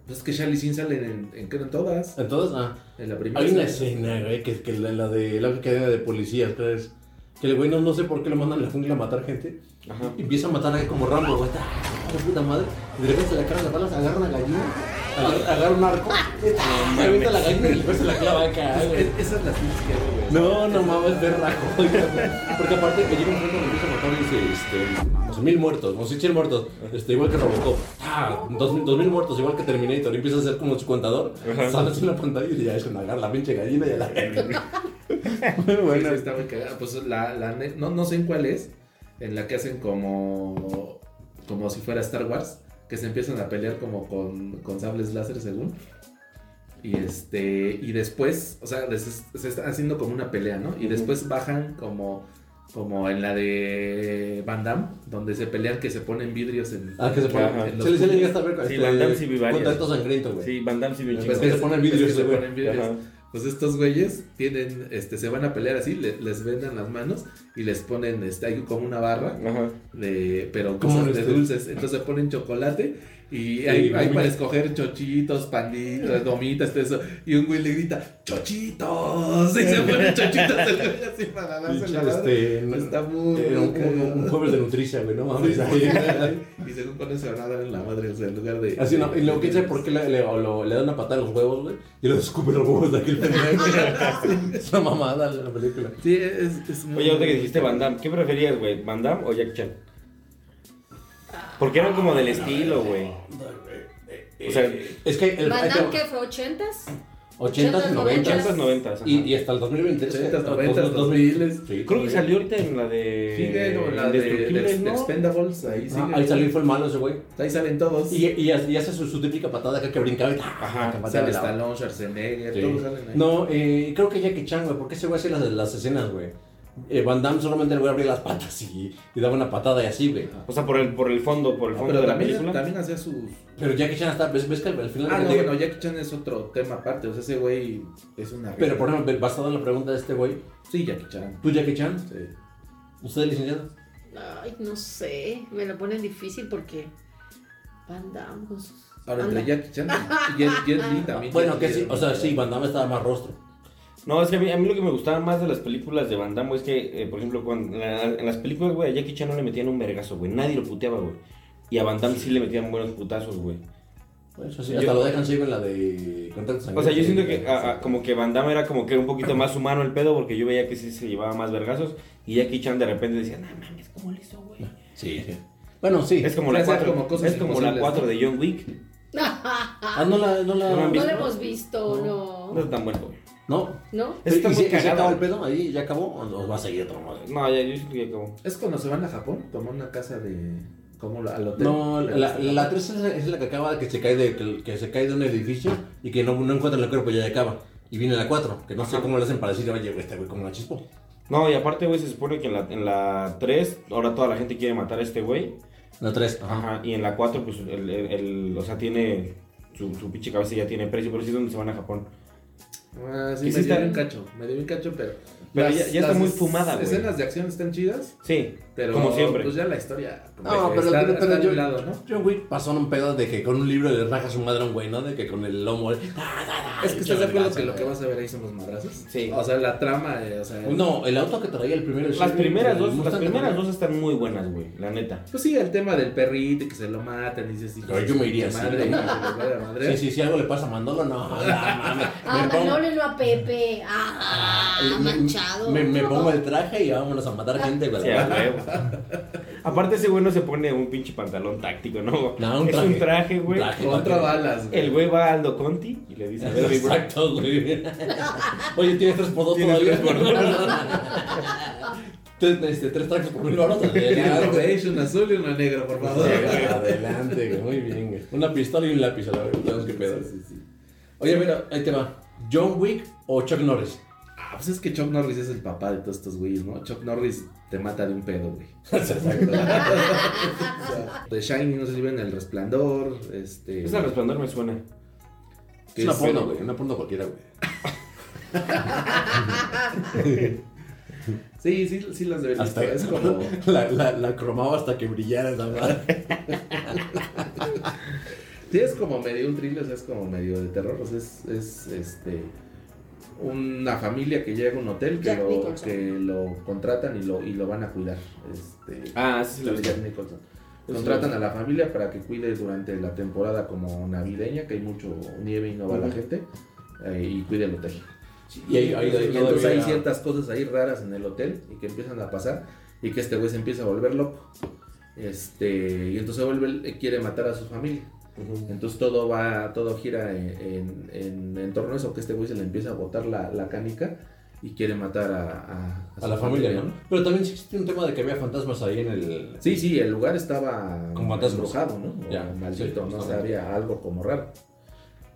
Pues es que Charlie Sheen sale en, en, creo en todas. Entonces, ah. En la primera. Hay una escena, güey, que, que la, la de la academia de policías, ¿sabes? Que el güey no, no sé por qué lo mandan a la jungla a matar gente. Ajá. Y empieza a matar a como Rambo, güey. Está, ¡ah, la puta madre. Y de repente le cargan las balas, agarra una gallina, agarra, agarra un arco, se avienta la gallina y después se la clava acá, güey. Es- Esas las tienes que ver, güey. No, no mames, berraco. Porque aparte que llega un momento donde empieza a matar y dice, este, no sé, mil muertos, no sé, cien muertos, este, igual que Robocop, ah, dos, dos mil muertos, igual que Terminator, y empieza a hacer como su contador, sales en la pantalla y ya es cuando agarra la pinche gallina y a la Muy Bueno, bueno. está muy cagada. Pues la, la ne- no, no sé en cuál es, en la que hacen como, como si fuera Star Wars, que se empiezan a pelear como con, con sables láser según. Y este, y después, o sea, des- se está haciendo como una pelea, ¿no? Y después bajan como, como en la de Van Damme, donde se pelean que se ponen vidrios en... Ah, que se pone. Ajá. Se le- se le llega hasta a ver Sí, Van Damme sí vi varias. contacto sangriento, güey. Sí, Van Damme sí me Pues chingó. que se ponen vidrios, que se güey. ponen vidrios. Ajá. Pues estos güeyes tienen, este, se van a pelear así, le- les vendan las manos y les ponen, este, hay como una barra Ajá. de pero ¿Cómo cosas ves de tú? dulces. Entonces ponen chocolate y hay, hay para escoger chochitos, panditas, gomitas, todo eso. Y un güey le grita, ¡chochitos! Y se ponen chochitos el güey así para darse la madre. Este, no- Está muy era un, un- un cagado. jueves de nutricia, güey, no mames. Y según ponen se van a dar en la madre, o sea, en lugar de. Así no, y luego quién sabe por qué le, le- o lo- le dan una patada a los huevos, güey, y lo escupe los huevos de aquel pendejo. es una mamada la película. Sí, es, es muy. Oye, ahorita que dijiste Van Damme, ¿qué preferías, güey? ¿Van Damme o Jack Chan? Porque eran como del estilo, güey. Ah, O sea, Es que el Van hay Damme, que- ¿qué fue? ¿80s? 80s, 80s, 90s 80s, y, 90s. y hasta el 2020. 80s, 90s, 90s, 2000. Sí, Creo que salió ahorita en la de. Sí, güey, no, la de, de- Indestructibles, de ¿no? Expendables, ahí sí. Ah, ahí salió y fue el malo ese güey. Ahí salen todos. Y, y, y hace su, su típica patada acá que brincaba y Ajá, que pateaba sale la- Stallone, Schwarzenegger, Sí. todos salen ahí. No, eh, creo que Jackie Chan, güey, porque ese güey hace las, las escenas, güey. Eh, Van Damme solamente le voy a abrir las patas y, y daba una patada y así, güey. O sea, por el, por el fondo, por el Ah, fondo pero de la también, película. también hacía sus. Pero Jackie Chan hasta, ves, ves que al al final... Ah, que no, te- bueno, Jackie Chan es otro tema aparte. O sea, ese güey es una. Pero por ejemplo, basado en la pregunta de este güey, Sí, Jackie Chan. ¿tú Jackie Chan? Sí. ¿Usted licenciado? Ay, no sé. Me lo ponen difícil porque. Van Damme con sus- Ahora, Anda. entre Jackie Chan y Jet, Jet Li también. bueno, Jet que Li sí, era o sea, muy- sí, Van Damme estaba más rostro. No, es que a mí, a mí lo que me gustaba más de las películas de Van Damme es que, eh, por ejemplo, cuando, en, la- en las películas, güey, a Jackie Chan no le metían un vergazo, güey. Nadie lo puteaba, güey. Y a Van Damme sí le metían buenos putazos, güey. Bueno, eso sí, Yo- hasta lo dejan ciego en la de Contacto Sanguíneo. O sea, yo siento que a- a- como que Van Damme era como que era un poquito más humano el pedo porque yo veía que sí se llevaba más vergazos y Jackie Chan de repente decía, no mames, ¿cómo le hizo, güey? Sí, sí. Bueno, sí. Es como O sea, la hacía 4 como cosas es como la imposibles, cuatro ¿no? de John Wick. Ah, no la... No, la... No la han No visto. lo hemos visto, Oh. no. No es tan bueno, güey. no. ¿No? Eso está ¿Y, muy se, y se cagado. acabó el pedo? ¿Ahí ya acabó? ¿O nos va a seguir otro modo? No, ya, yo siento que como... Es cuando se van a Japón, tomó una casa de. como la- al hotel. No, la, la 3 es, la- es la que acaba que se cae de, que, que se cae de un edificio y que no, no encuentran el cuerpo y ya acaba. Y viene la 4, que no sé Ajá. cómo lo hacen para decir, oye, güey, este güey como la chispo. No, y aparte, güey, se supone que en la, en la 3 ahora toda la gente quiere matar a este güey. La 3, ajá. Ajá, y en la 4, pues, el, el- el- o sea, tiene, su, su pinche cabeza ya tiene precio, pero sí es donde se van a Japón. Ah, sí, Y me sí dio está- un cacho, me dio un cacho, pero... Pero ya- ya está muy Las fumada, güey. escenas de acción están chidas, Sí, pero... como siempre. Pues ya la historia... como No, que pero, está, pero, está pero de yo, un lado, ¿no? John Wick pasó en un pedo de que con un libro le raja su madre a un güey, ¿no? De que con el lomo. Es que estás de acuerdo que lo que vas a ver ahí son los madrazos. Sí. O sea, la trama, eh, o sea... No, el auto que traía el primero. el Las Chevy, primeras dos, pues, el las Mustang, primeras también. dos están muy buenas, güey, la neta. Pues sí, el tema del perrito y que se lo matan y dices... hijo Pero de yo me su iría así, Madre, ¿no? hijo de su madre, madre. Sí, sí, si algo le pasa a Manolo, no, no mames. Ah, Me pongo- Manolo no a Pepe. Ah, me- manchado. Me, me pongo el traje y vámonos a matar gente, güey. Sí, a huevo. Aparte ese güey no se pone un pinche pantalón táctico, ¿no? No, un es un traje. traje, Un güey. traje, Contra güey. balas, güey. El güey va a Aldo Conti y le dice, a ver, mi bro, Exacto, güey. Oye, tienes tres por dos todavía. Tres, este, tres trajes por mil horas. Ya, Adelante, Ah, güey, es un azul y uno negro, por favor. güey. Adelante, güey. Muy bien, güey. Una pistola y un lápiz a la vez. Tenemos que pedo. Sí, sí, sí. Oye, mira, ahí te va. John Wick o Chuck Norris. Ah, pues es que Chuck Norris es el papá de todos estos güeyes, ¿no? Chuck Norris te mata de un pedo, güey. De Shiny no se viven El Resplandor, este... Pues esa resplandor me suena. Es una porno, güey. Una porno cualquiera, güey. Sí, sí, sí las debería Hasta Es como... la, la, la cromaba hasta que brillara la madre. Sí, es como medio un thriller, o sea, es como medio de terror, o sea, es, es este... Una familia que llega a un hotel que Jack lo, Nicholson. que lo contratan y lo, y lo van a cuidar. Este, Ah, sí, sí, lo de vi. Jack Nicholson. Contratan a la familia para que cuide durante la temporada como navideña, que hay mucho nieve y no va la Ujú. gente, eh, y cuide el hotel. Y ahí, ahí, Y entonces hay ciertas cosas ahí raras en el hotel y que empiezan a pasar y que este güey se empieza a volver loco. Este, y entonces vuelve, eh, quiere matar a su familia. Entonces todo va, todo gira en, en- en- en torno a eso, que este güey se le empieza a botar la, la canica y quiere matar a, a- A su la familia, ¿no? Pero también sí existe un tema de que había fantasmas ahí en el. Sí, sí, el lugar estaba Con fantasmas. embrujado, ¿no? O Ya, maldito, sí, no justamente. o sea, había algo como raro.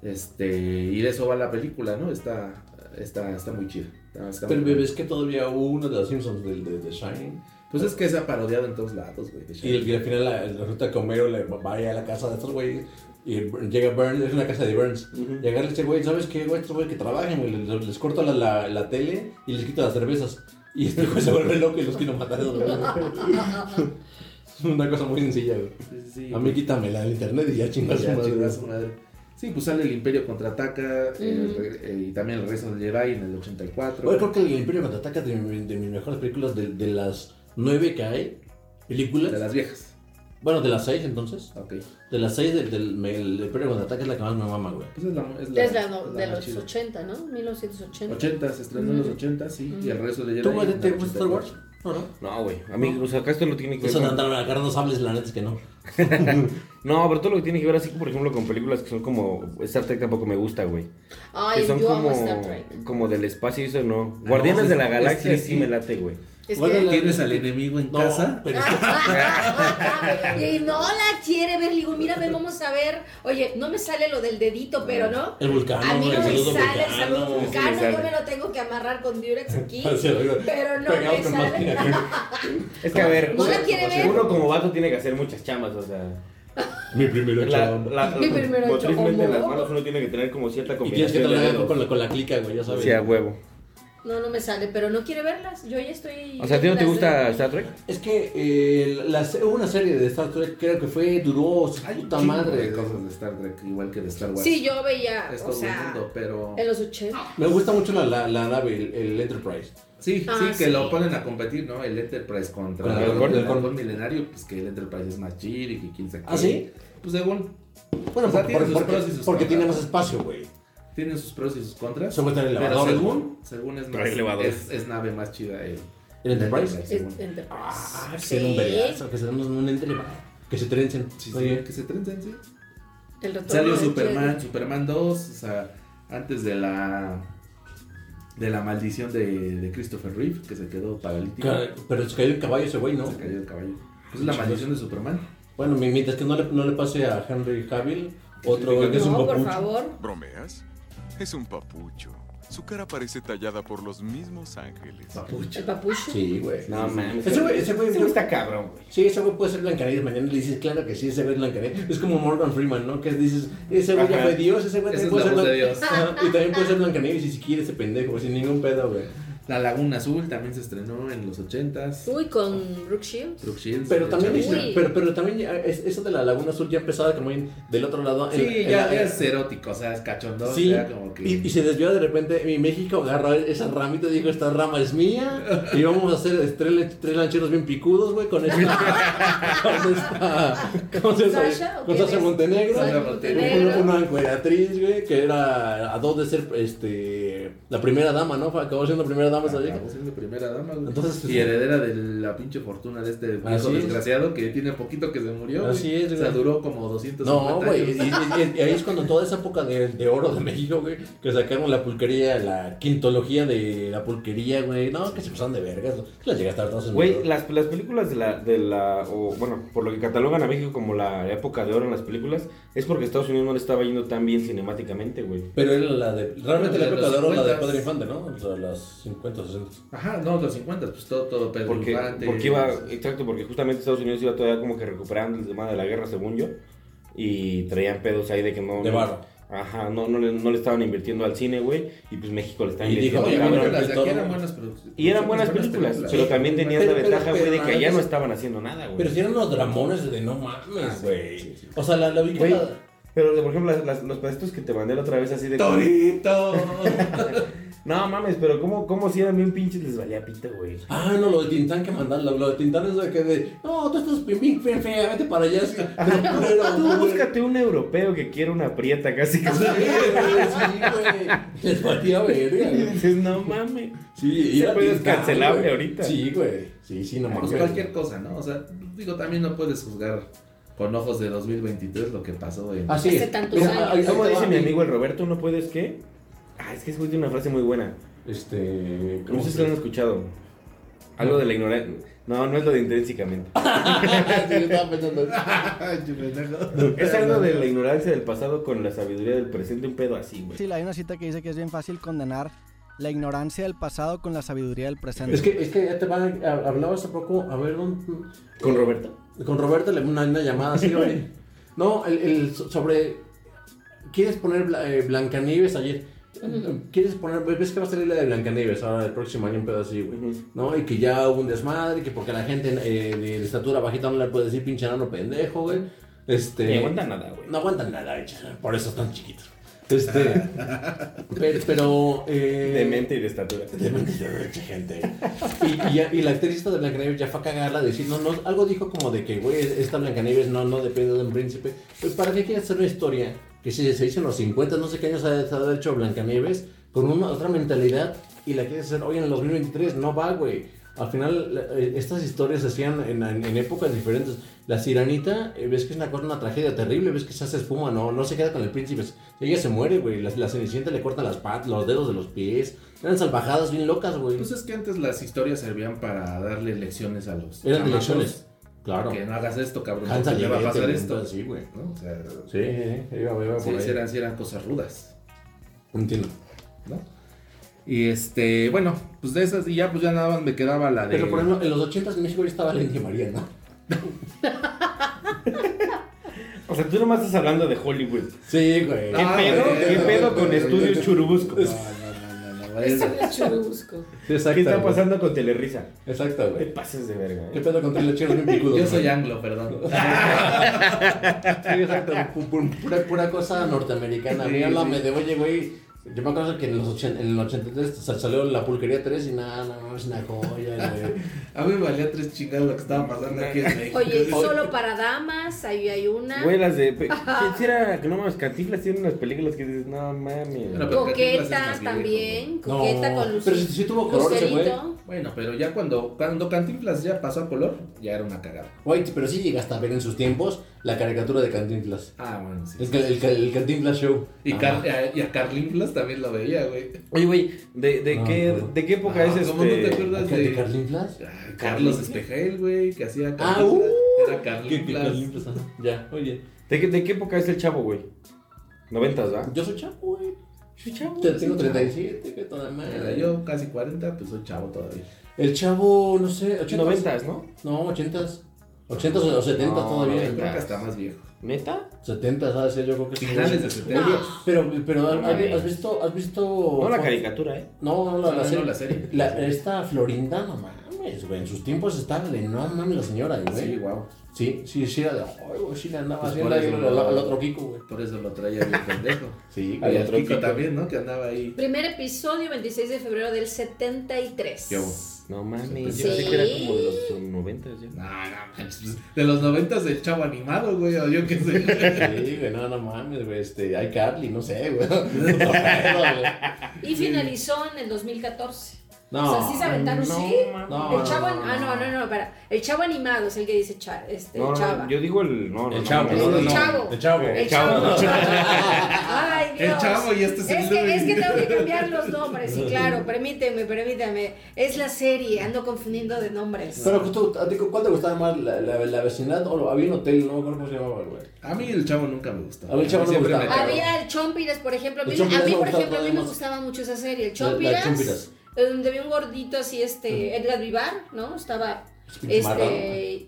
Este, y de eso va la película, ¿no? Está, está, está muy chida. Está- está Pero muy bebé, es que todavía hubo uno de los Simpsons del de, de Shining. Pues es que se ha parodiado en todos lados, güey. de Y el Shining. que al final la- resulta que Homero le va a la casa de estos güeyes. Y llega Burns, es una casa de Burns. Ujú. Y agarra este güey, ¿sabes qué, güey? Estos güeyes que trabajen, güey. Les, les corto la, la, la tele y les quito las cervezas. Y este güey se vuelve loco y los quiero matar. Es una cosa muy sencilla, güey. Sí, sí, sí. A mí quítame la del internet y ya chingas su Ya, madre. chinga su madre. Sí, pues sale el Imperio contraataca eh, Ujú. re- eh, y también el regreso del Jedi en el 84. Güey, creo que el Imperio Contraataca es de, mi- de mis mejores películas, de, de las nueve que hay, películas. de las viejas. Bueno, de las seis entonces. Ok. pues De las seis del, del, me- el Imperio Contraataca es la que más me mama, güey. Pues es la, es Es la es no- la de más los chida. 80, ¿no? 1980. 80, se estrenó en los 80, sí. Y el regreso del Jedi. ¿Tú, en güey, el te gusta Star 84. Wars? No, no. No, güey. A mí, o sea, acá esto lo tiene que ver. Eso de con- andar agarrando sables, la neta es que no. No, pero todo lo que tiene que ver así, por ejemplo, con películas que son como Star Trek tampoco me gusta, güey. Ay, Que son yo amo Star como Trek. como del espacio y eso no. Guardianes es- de la es Galaxia que sí sí. me late, güey. Es Bueno, que- la- Tienes al enemigo en No, casa. pero y no la quiere ver, le digo, mira, ven, vamos a ver. Oye, no me sale lo del dedito, pero no. el vulcano, A mí güey, no el me saludo sale el saludo vulcano. vulcano, sale. yo me lo tengo que amarrar con Durex aquí. Sí, güey. Pero no Pegado me con sale. máquina, güey. Es que a ver, No la uno- quiere ver. uno como vato tiene que hacer muchas chamas, o sea. Mi primero La, chavo. la, Mi primero motrizmente en las chomo. manos uno tiene que tener como cierta Y tienes que combinación de trabajar dedos. con la, con la clica, güey, ya sabes. Sí, a huevo. No, no me sale, pero no quiere verlas. Yo ya estoy. O sea, ¿a ti no te las- gusta Star Trek? Es que eh, la, se- hubo una serie de Star Trek, creo que fue, duró su Hay un puta chingo madre. de cosas de Star Trek, igual que de Star Wars. Sí, yo veía. Es o todo sea, el mundo, pero. en los 80. Me gusta mucho la, la, la nave, el, el Enterprise. Sí, Ah, sí, que sí. lo ponen a competir, ¿no? El Enterprise contra Con el el, Halcón. el Halcón milenario, pues que el Enterprise es más chido y que quién sabe ¿Ah, qué. sí? Pues según, Bueno, O sea, por- tiene por- sus porque, pros y sus porque tiene más contras. espacio, güey. tienen sus pros y sus contras. Se vuelve en Pero elevadores. güey. según, según es, más, Trae elevadores. es, es nave más chida el ¿El Enterprise? es- según. Enterprise. Ah, que Sí. se den un vergazo, que se den un- un elevador. Que se trencen. Sí, sí, Oye, que se trencen, sí. El retorno Salió de Superman, Jedi. Superman 2, o sea, antes de la de la maldición de, de Christopher Reeve, que se quedó paralítico. ca- Pero se cayó el caballo ese güey, ¿no? Se cayó el caballo. Pues es la maldición de Superman. Bueno, mi- mientras que no le, no le pase a Henry Cavill, otro Sí, güey que es un No, por papucho. favor. ¿Bromeas? Es un papucho. Su cara parece tallada por los mismos ángeles. El papucho. Sí, güey. No, mames. Ese güey, ese güey. Ese güey está cabrón, güey. Sí, ese güey puede ser Blancanieves mañana. Le dices, claro que sí, ese güey es Blancanieves. Es como Morgan Freeman, ¿no? Que dices, ese güey ya Ajá. fue Dios, ese güey Esa también es la puede ser voz de Blan- Dios. Ajá, Y también puede ser Blancanieves, y si quiere ese pendejo, sin ningún pedo, güey. La Laguna Azul también se estrenó en los 80s. Uy, con Brooke Shields. Brooke Shields, Pero eh, también, Chavita. Uy. pero, pero también ya es- eso de la Laguna Azul ya empezaba como en- del otro lado. en- Sí, en- ya, en- ya es erótico, o sea, es cachondo. Sí, o sea, como que... y, y se desvió de repente. Mi México agarró esa ramita y dijo: Esta rama es mía. Y vamos a hacer este, tres, tres lancheros bien picudos, güey, con esta. con esta. ¿Cómo se llama? ¿Sasha o Con quién Sasha es? Montenegro. Sasha Una, Montenegro. una encueratriz, güey, que era a dos de ser este, la primera dama, ¿no? Fue- Acabó siendo primera dama esa vieja. Acabó siendo primera dama, güey. Entonces, pues, y heredera de la pinche fortuna de este viejo Así es. desgraciado que tiene poquito que se murió. güey. Así es, O sea, güey. duró como 250 No, güey, y, años. y- y- y ahí es cuando toda esa época de, de oro de México, güey, que sacaron la pulquería, la quintología de la pulquería, güey, no, que se pasaron de vergas, ¿no? las llegaste a ver todas en Güey, video. las, las películas de la, de la, o bueno, por lo que catalogan a México como la época de oro en las películas, es porque Estados Unidos no le estaba yendo tan bien cinemáticamente, güey. Pero era la de, realmente la Pero de época los de oro, la de 50s. Padre Infante, ¿no? O sea, las 50, 60. Ajá, no, los 50, pues todo, todo Pedro Porque, Infante. porque iba, exacto, porque justamente Estados Unidos iba todavía como que recuperando el tema de la guerra, según yo, y traían pedos ahí de que no... De barro. Ajá, no, no, le, no le estaban invirtiendo al cine, güey, y pues México le estaba Y dijo, invirtiendo. Oye, cabrón. bueno, Cabrón, las de aquí todo. eran buenas producciones. y eran buenas películas, pero también tenían Pero- la pero- ventaja, güey, de pero- que allá no estaban haciendo nada, güey. Pero si eran los dramones de no mames, güey. O sea, la, la vi que Güey, la- pero por ejemplo, las- las- los pedacitos que te mandé la otra vez así de... ¡Torito! No mames, pero ¿cómo, cómo si eran bien pinches les valía pito, güey? Ah, no, lo de Tintán que mandan, lo, lo de Tintán es de que de, no, tú estás bien, bien fea, fea, vete para allá, es que, culero, Tú güey". Ah, búscate un europeo que quiera una prieta casi Sí, casi. güey, sí, güey. Les valía verga, Y güey. dices, no mames. Sí, Ese ir a pedo es Tintán, cancelable güey. ahorita. Sí, güey. Sí, sí, no mames. Pues cualquier cosa, ¿no? O sea, digo, también no puedes juzgar con ojos de 2023 lo que pasó en... Así es. Hace tantos Mira, años. ahí te ¿Cómo va, dice mi amigo el Roberto? ¿No puedes qué? Ah, es que es güey, tiene una frase muy buena. Este. No ¿cómo sé si se- lo han escuchado. Algo de la ignorancia. No, no es lo de intrínsecamente. Sí, yo estaba pensando. Es algo de la ignorancia del pasado con la sabiduría del presente, un pedo así, güey. Sí, hay una cita que dice que es bien fácil condenar la ignorancia del pasado con la sabiduría del presente. Es que, es que ya te van. a- Hablabas a poco, a ver, un- ¿Con Roberto? con Roberto le una, una llamada así, güey. No, el, el so- sobre. ¿Quieres poner Bla- eh, Blancanieves ayer? ¿Quieres poner.? ¿Ves que va a salir la de Blancanieves ahora el próximo año, un pedo así, güey? Ujú. ¿No? Y que ya hubo un desmadre, que porque la gente eh, de estatura bajita no le puede decir pinche nano pendejo, güey. Este. Ni aguanta nada, güey. No aguantan nada, güey, por eso están chiquitos. Este. pero. pero eh, De mente y de estatura. de mucha gente. Y, y ya- y la actriz esta de Blancanieves ya fue a cagarla, decir, no, no, algo dijo como de que, güey, esta Blancanieves no, no depende de un príncipe. Pues, ¿para qué quieres hacer una historia que se, se hizo en los 50, no sé qué años ha, se ha hecho Blancanieves, con una otra mentalidad y la quieres hacer hoy en el 2023? No va, güey. Al final, la- eh, estas historias se hacían en, en- en épocas diferentes. La sirenita, eh, ves que es una cosa, una tragedia terrible, ves que se hace espuma, no, no se queda con el príncipe. Ella se muere, güey. La, la cenicienta le corta las patas, los dedos de los pies. Eran salvajadas bien locas, güey. Pues es que antes las historias servían para darle lecciones a los... Eran chamacos. elecciones. Claro. Que no hagas esto, cabrón. Hansa porque te va a Levante, pasar güey, esto. entonces, pues Sí, güey. ¿no? O sea, Sí, sí, sí, iba- iba por sí, ahí. sí eran, sí eran cosas rudas, Entiendo. ¿no? Y este, bueno, pues de esas, y ya pues ya nada más me quedaba la de. Pero por ejemplo, en los 80 en México ya estaba la India María, ¿no? O sea, tú nomás estás hablando de Hollywood. Sí, güey. ¿Qué pedo? Ah, güey, ¿Qué no, pedo güey, con güey, Estudios güey. Churubusco? No, no, no, no, no, es- Es churubusco. ¿Qué está pasando con Telerisa? Exacto, No te güey. pases de verga, ¿Qué eh. pedo con tres lecheros bien picudos? Yo güey? soy anglo, perdón. Sí, exacto. pu- pu- Pura, pura cosa norteamericana. A mí Sí, háblame sí. de, oye, güey. Yo me acuerdo que en, los 80, en el 83 sal- salió la pulquería 3 y nada, no, no, es una joya, güey. A mí me valía tres chingados lo que estaba pasando aquí en México. Oye, solo para damas, ahí hay una. Güey, las de. pe- ¿Quién será? Que no mames, Cantinflas tiene unas películas que dices, no mames. Bueno, pero- Coqueta también, No, coqueta con Luci- pero sí- sí tuvo color ese güey. Lucerito. Bueno, pero ya cuando, cuando Cantinflas ya pasó a color, ya era una cagada. Güey, pero sí llegaste a ver en sus tiempos la caricatura de Cantinflas. Ah, bueno, sí. El, ca- el, ca- el Cantinflas Show. Y, Ah, Car- a- y a Carlinflas también lo veía, güey. Oye, güey, ¿de, de, No, qué, no. ¿de qué época Ah, es este? ¿cómo no te acuerdas? ¿El de Cantinflas? Ay, Carlos Espejel, güey, que hacía ¿eh? Ah, Carlinflas. uh, era Carlinflas. Ya, oye. ¿De qué, de qué época es el chavo, güey? Noventas, ¿va? Yo soy chapo, güey. Yo tengo 37, que toda madre. Yo casi 40, pues soy chavo todavía. El chavo, no sé, 80. Noventas, ¿no? No, 80. 80 o 70 No, todavía. Yo creo que hasta más viejo. ¿eh? ¿Neta? 70, ¿sabes? Yo creo que sí. Finales de 70. Pero, pero ¿has, No, has visto, has visto. No la caricatura, ¿eh? No, no, la, No, la no, serie. la serie. La- esta Florinda, no mames, güey. En sus tiempos estaba de no mames la señora, güey. Sí, guau. Sí, sí, sí, era de. Ay, güey, sí, le andaba Pues haciendo por ahí eso al no- al otro Kiko, güey. Por eso lo traía bien pendejo. Sí, Al güey. otro Kiko también, ¿no? Que andaba ahí. Primer episodio, 26 de febrero del 73. ¿Qué hubo? No mames, Sí. yo pensé que era como de los noventas ya. No, no, pues, de los noventas el chavo animado, güey, o yo qué sé. Sí, güey, no, no mames, güey. Este, hay Carly, no sé, güey. Otro pedo, güey. Y finalizó en el 2014. No. o sea, sí se aventaron, no, sí. no, el chavo, no, ah, no, no, no, para. El chavo animado es el que dice cha- este, No, chava. no, yo digo el. No, no, El no, chavo, no, no, no, el no. chavo. El chavo. El El chavo. chavo. Ay, Dios. El chavo y este es es que, el es que, Luis. tengo que cambiar los nombres, sí, claro, permíteme, permítame. Es la serie, ando confundiendo de nombres. Pero pues, justo, ¿a ti cu- ¿cuál te gustaba más? ¿La, la, la vecindad o lo- había un hotel? No me acuerdo cómo se llamaba, güey. A mí el chavo nunca me gustó. A mí el chavo no me Siempre gustaba. cagaba. Había el Chompiras, por ejemplo. A El mí, Chompiras a mí, me por gustaba ejemplo, a mí me más. gustaba mucho esa serie. El La- la Chompiras. Chompiras. eh, Donde había un gordito así, este, Edgar Vivar, ¿no? Estaba, pinche marrano. este,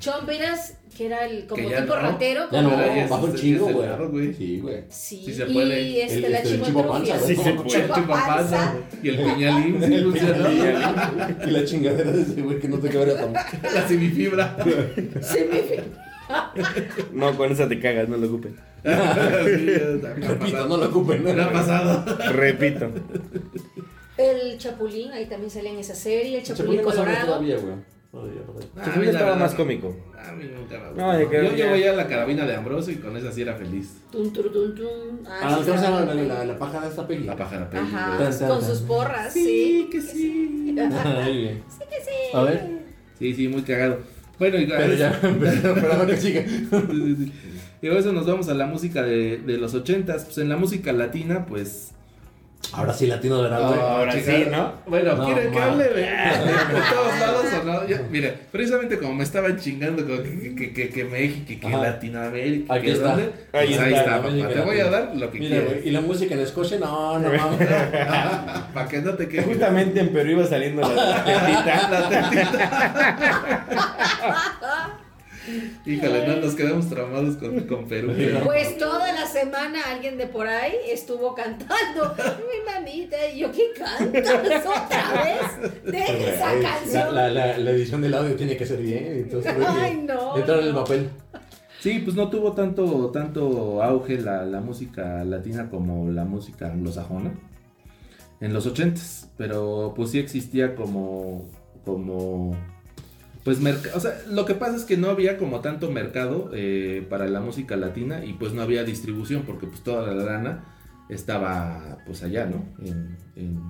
Chompiras, que era el como Que ya tipo no. ratero. Ya no, como- Ahora ya es- bajo un es- chingo, es delgado, güey. güey. Sí, güey. Sí, Sí se puede. y este, El- la este, el chipotrufia. chipapanza, Sí se Como puede. chupapanza, güey, y el puñalín, sí, Y funcionó. la- y la chingadera de ese güey que no te cabría tomar. la semifibra. No, con esa te cagas, no lo ocupes. Repito, no lo ocupen. No ha pasado. Repito. El Chapulín, ahí también salía en esa serie. El Se Chapulín pasa más Colorado. todavía, güey. Todavía, todavía. A Chapulín mí, la estaba verdad, más no. cómico. A mí nunca me No, ya gustó. que- Yo ya- yo veía la carabina de Ambrosio y con esa sí era feliz. Tun, tur, tun, tun. Ah, Ah, sí, ¿cómo se llama estaba- la, la, la paja de esta peli? La pájara peli. güey. Ajá, Tan, con tan, sus tan. porras, Sí, sí. que sí. Ahí, güey. A ver. Sí, sí, muy cagado. Bueno, y Pero ya, pero esperaba que siga. Sí, sí, sí. Y a eso nos vamos a la música de, de los ochentas. Pues en la música latina, pues. Ah, Ahora sí, latino de verdad, güey. ahora chica, sí, ¿no? Bueno, No, ¿quieren que ma. hable de, de- de todos lados o no? Yo- mira, precisamente como me estaban chingando con que, que, que, que México, que, que Ajá. Latinoamérica, Aquí que está. dónde, Ahí pues ahí está, está, la papá. música Te voy a latina. dar lo que Mira, güey, quieras. ¿y la música en Escocia? No, Ah, no mames. Para que no te Que quejes. justamente en Perú iba saliendo la tetita. La tetita. Híjole, no, nos quedamos traumados con, con Perú. Pues toda la semana alguien de por ahí estuvo cantando. Mi mamita, y yo qué cantas otra vez de esa Pues La, canción. la, la, la edición del audio tiene que ser bien. Entonces, creo que Ay, no, Entrar en el no. papel. Sí, pues no tuvo tanto, tanto auge la, la música latina como la música anglosajona en los ochentas, pero pues sí existía como, como, pues mercado, o sea, lo que pasa es que no había como tanto mercado eh, para la música latina y pues no había distribución porque pues toda la lana estaba pues allá, ¿no? En, en,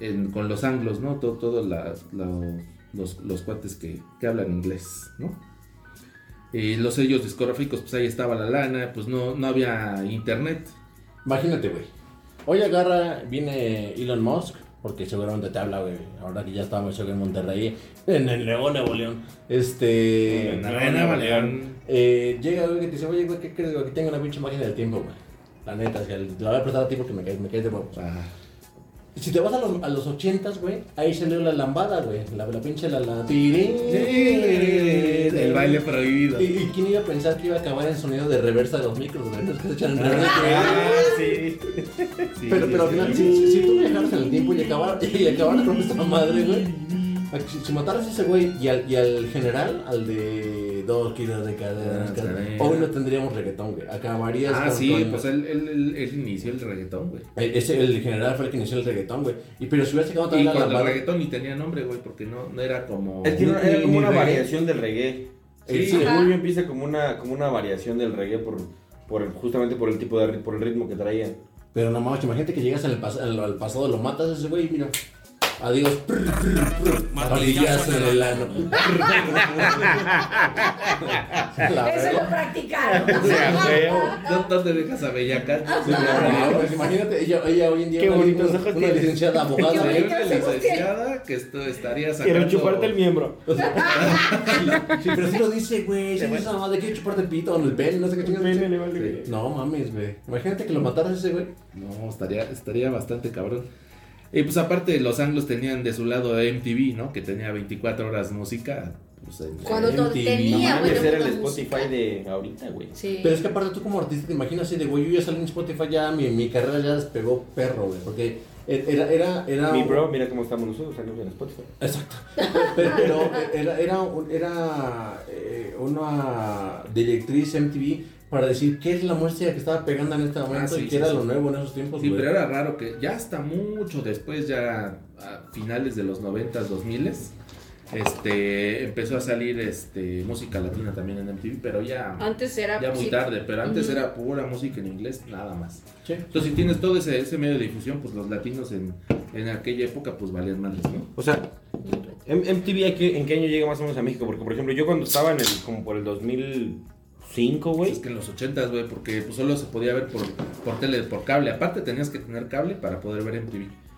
en- con los anglos, ¿no? To- Todos las- los, los, los cuates que, que hablan inglés, ¿no? Eh, los sellos discográficos, pues ahí estaba la lana, pues no, no había internet. Imagínate, güey. Hoy agarra, viene Elon Musk, porque seguramente te habla, güey. Ahora que ya estamos yo creo, en Monterrey, en el Nuevo Nuevo León. Este. Eh, En la arena, León. Eh, llega, güey, que te dice, oye, güey, ¿qué crees, güey? Aquí tengo una pinche máquina del tiempo, güey. La neta, o sea, la voy a prestar a ti porque me caes, me caes de huevos. Ah, Si te vas a los, a los 80, güey, ahí salió la lambada, güey. La, la pinche la, la... el baile prohibido. ¿Y, y quién iba a pensar que iba a acabar el sonido de reversa de los micros, güey? Entonces, que se echan en reversa. Ah, Sí, sí. Pero, sí, pero al sí. final, si, si- si tú viajaras en el tiempo y acabaras, y acabaras con esta madre, güey. Si, si mataras a ese güey y al, y al general, al de dos kilos de cadenas, Ah, cadenas, cadena. hoy no tendríamos reggaetón, güey. Acabarías Ah, con- sí, con- pues él, él, él- él inició el reggaetón, güey. Eh, Ese, el general fue el que inició el reggaetón, güey. Y pero si hubieras sacado Y también la cuando el lambada. reggaetón ni tenía nombre, güey, porque no, no era como... Es que no- era como una Ni reggae. variación del reggae. Sí, El sí, ajá. Julio empieza como una, como una variación del reggae por, por justamente por el tipo de ri- por el ritmo que traía. Pero no mames, imagínate que llegas al, pas- al- al pasado, lo matas a ese güey y mira. Adiós. Prr, prr, prr. Martillazo en el ano. La ¿eh? Eso verdad. lo practicaron. No, no te dejas a Bellacat. Sí, claro, pues imagínate, ella, ella hoy en día Qué una- bonitos una, ojos una tienes. licenciada abogada. Yo ¿eh? creo que licenciada que esto estaría sacando... Quiero chuparte el miembro. Sí, pero sí lo dice, güey. Sí, dice, no, de quiero chuparte el pito o el pene, no sé qué chingas. Sí. No mames, güey. Imagínate que lo mataras ese güey. No, estaría, estaría bastante cabrón. Y pues aparte los anglos tenían de su lado MTV, ¿no? Que tenía 24 horas música. Pues, en- Cuando no MTV. tenía, No güey, mames, de era el puta Spotify de ahorita, güey. Sí. Pero es que aparte tú como artista te imaginas así de, güey, yo ya salí en Spotify, ya mi, mi carrera ya despegó perro, güey. Porque er, era, era, era... Mi bro, mira cómo estamos nosotros, salimos en Spotify. Exacto. Pero, pero era, era, un- era eh, una directriz MTV para decir qué es la música que estaba pegando en este momento Ah, sí, y qué sí, era sí. lo nuevo en esos tiempos. Sí, güey. pero era raro que ya hasta mucho después, ya a finales de los 90s, 2000 este empezó a salir este música latina también en MTV, pero ya Antes era. ya muy sí. tarde, pero antes Ujú. era pura música en inglés, nada más. Sí. Entonces, si tienes todo ese, ese medio de difusión, pues los latinos en, en aquella época, pues valían madres, ¿no? O sea, M- MTV ¿a qué- en qué año llega más o menos a México? Porque, por ejemplo, yo cuando estaba en el, como por el 2005, güey. Pues Es que en los 80s, güey, porque pues, solo se podía ver por, por tele, por cable. Aparte, tenías que tener cable para poder ver MTV.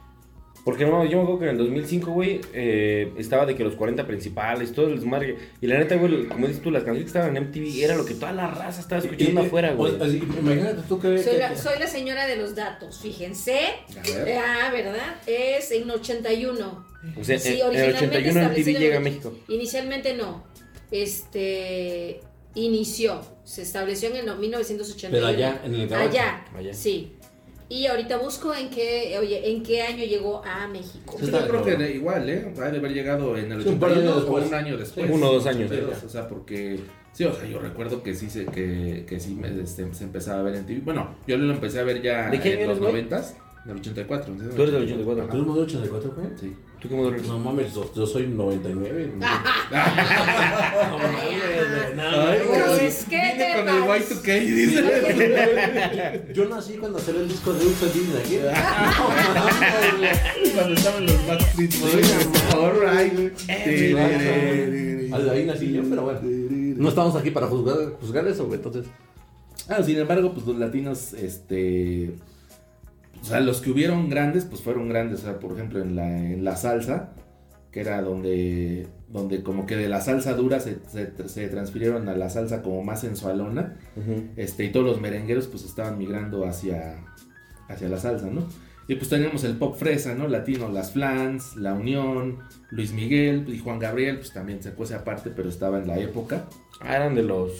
Porque no, yo me acuerdo que en el 2005, güey, eh, estaba de que los 40 principales, todo el desmadre. Y la neta, güey, como dices tú, las canciones que estaban en MTV era lo que toda la raza estaba escuchando Y- afuera, güey. o- así, imagínate tú que... Soy que- la, soy la señora de los datos, fíjense. A ver. Ah, ¿verdad? Es en 81. O sea, Sí, en- en el originalmente 81 MTV establecido en llega a el- México. Inicialmente no. Este. Inició. Se estableció en el no- 1981. Pero allá, en el gabacho. Allá, Allá. Sí. Y ahorita busco en qué, oye, en qué año llegó a México. Pues yo creo que de- igual, ¿eh? Ha de haber llegado en el Sí, un par de 81 años o después. un año después. Sí, uno o dos años, Pero, ya. o sea, porque... Sí, o sea, yo recuerdo que sí se, que, que sí me, este, se empezaba a ver en TV. Bueno, yo lo empecé a ver ya ¿De qué año en los eres, güey? 90s. Del 84. ¿no? Tú eres del 84. ¿Tú eres modelo 84, güey? Sí. ¿Tú cómo duermes? No mames, yo, yo soy 99. güey. Ay, Pues, güey, ¿qué vine te con el parece? Y2K, dice. Yo nací cuando salió el disco de Ufa Disney. ¿qué? Cuando estaban los Backstreet Boys. All right, güey. Eh, Sí, sí, sí. Ahí nací yo, pero bueno. No estamos aquí para juzgar, juzgar eso, güey. Entonces, Ah, sin embargo, pues los latinos, este. O sea, los que hubieron grandes, pues fueron grandes. O sea, por ejemplo, en la, en la salsa, que era donde, donde como que de la salsa dura se, se- se transfirieron a la salsa como más sensualona. Este, y todos los merengueros, pues estaban migrando hacia, hacia la salsa, ¿no? Y pues teníamos el pop fresa, ¿no? Latino, las Flans, La Unión, Luis Miguel y Juan Gabriel, pues también se cuece aparte, pero estaba en la época. Ah, eran de los.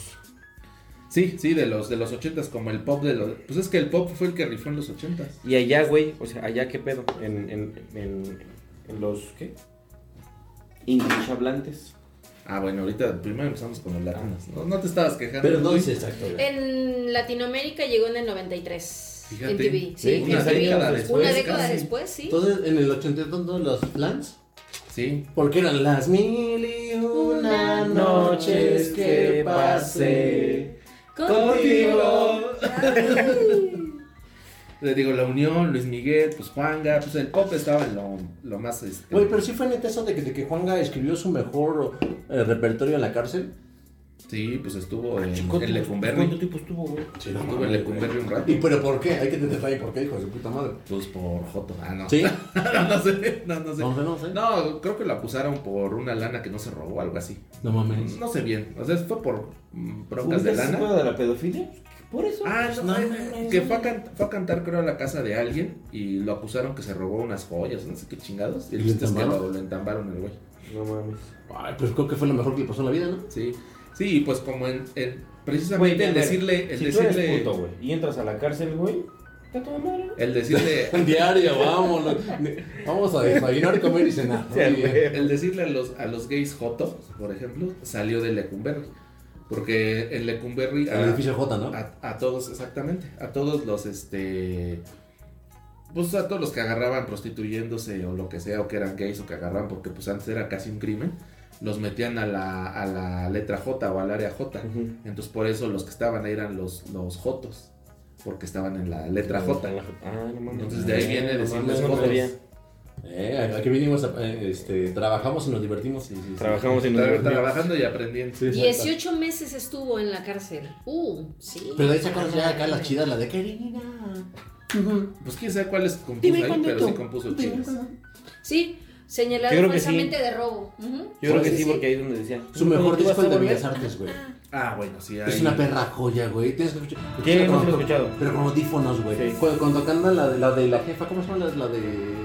Sí, sí, de los de los ochentas, como el pop de los. Pues es que el pop fue el que rifó en los ochentas. Y allá, güey, o sea, allá qué pedo. En, en, en, en los. ¿Qué? English hablantes. Ah, bueno, ahorita primero empezamos con los latinos. No, no te estabas quejando. pero no güey. dice exacto, Eh, güey. En Latinoamérica llegó en el 93. Fíjate. en TV. Sí, Sí, una en TV. década Una después, década casi. después, sí. Entonces, en el 82, los plans. Sí. Porque eran las mil y una noches que pasé. Contigo. Le digo, La Unión, Luis Miguel, pues Juanga, pues el pop estaba en lo, lo más. Este, Güey, pero sí fue neta eso de que, de que Juanga escribió su mejor eh, repertorio en la cárcel. Sí, pues estuvo en, Chico, en ¿Cuánto Lecumberri. tiempo estuvo, güey? Sí, Estuvo en Lecumberri un rato. ¿Y pero por qué? Hay que tener ahí por qué, hijo de su puta madre. Pues por Joto. Ah, no. ¿Sí? no, no sé. No, no sé. No sé, no sé. No, creo que lo acusaron por una lana que no se robó, algo así. No mames. No sé bien. O sea, fue por mm, broncas ¿Ubicas de ese lana. pedo de la pedofilia? Por eso. Pues Ah, no, No, eh, no, no, que no. fue a, can- fue a cantar, creo, a la casa de alguien y lo acusaron que se robó unas joyas, no sé qué chingados. Y el ¿Y lo chiste es que entambaron? lo, lo entambaron el güey. No mames. Ay, pues creo que fue lo mejor que le pasó en la vida, ¿no? Sí, sí, y pues como en, en- precisamente el decirle, el si tú decirle, eres puto, güey, y entras a la cárcel, güey, está toda madre. ¿no? el decirle, Diario, vámonos. Vamos a desayunar, comer y eh, cenar. Muy bien. el decirle a los, a los gays jotos, por ejemplo, salió de Lecumberri. Porque en Lecumberri El edificio J, ¿no? a, a todos, exactamente, a todos los, este, pues a todos los que agarraban prostituyéndose o lo que sea, o que eran gays o que agarraban, porque pues antes era casi un crimen, los metían a la, a la letra J o al área J. Ujú. Entonces por eso los que estaban ahí eran los, los Jotos, porque estaban en la letra J. Ah, no mames. Entonces de ahí viene No decirles mames, no jotos. sabía. Eh, aquí vinimos, a- eh, este, trabajamos y nos divertimos. Sí, sí, sí. Trabajamos y nos Tra- divertimos. Trabajando y aprendiendo. Sí, exacto. 18 meses estuvo en la cárcel. Uh, sí. Pero de ahí sacamos ya acá las chidas, la de Karina. Pues quién sabe cuáles compuso Dime ahí, cuándo pero tú. sí compuso Dime chidas. Sí, señalado Yo creo que falsamente de robo. Ujú. Yo creo que sí, porque ahí es donde decía. Su mejor ¿Tú vas disco a es de volver? Bellas Artes, güey. Ah, bueno, sí. Es ahí- una perra joya, güey. Tienes que escuchar. ¿Qué? escucharla No con- se lo he escuchado. Pero con audífonos, güey. Cuando, cuando cantan la, de- la de la jefa, ¿cómo se llama la, la de.?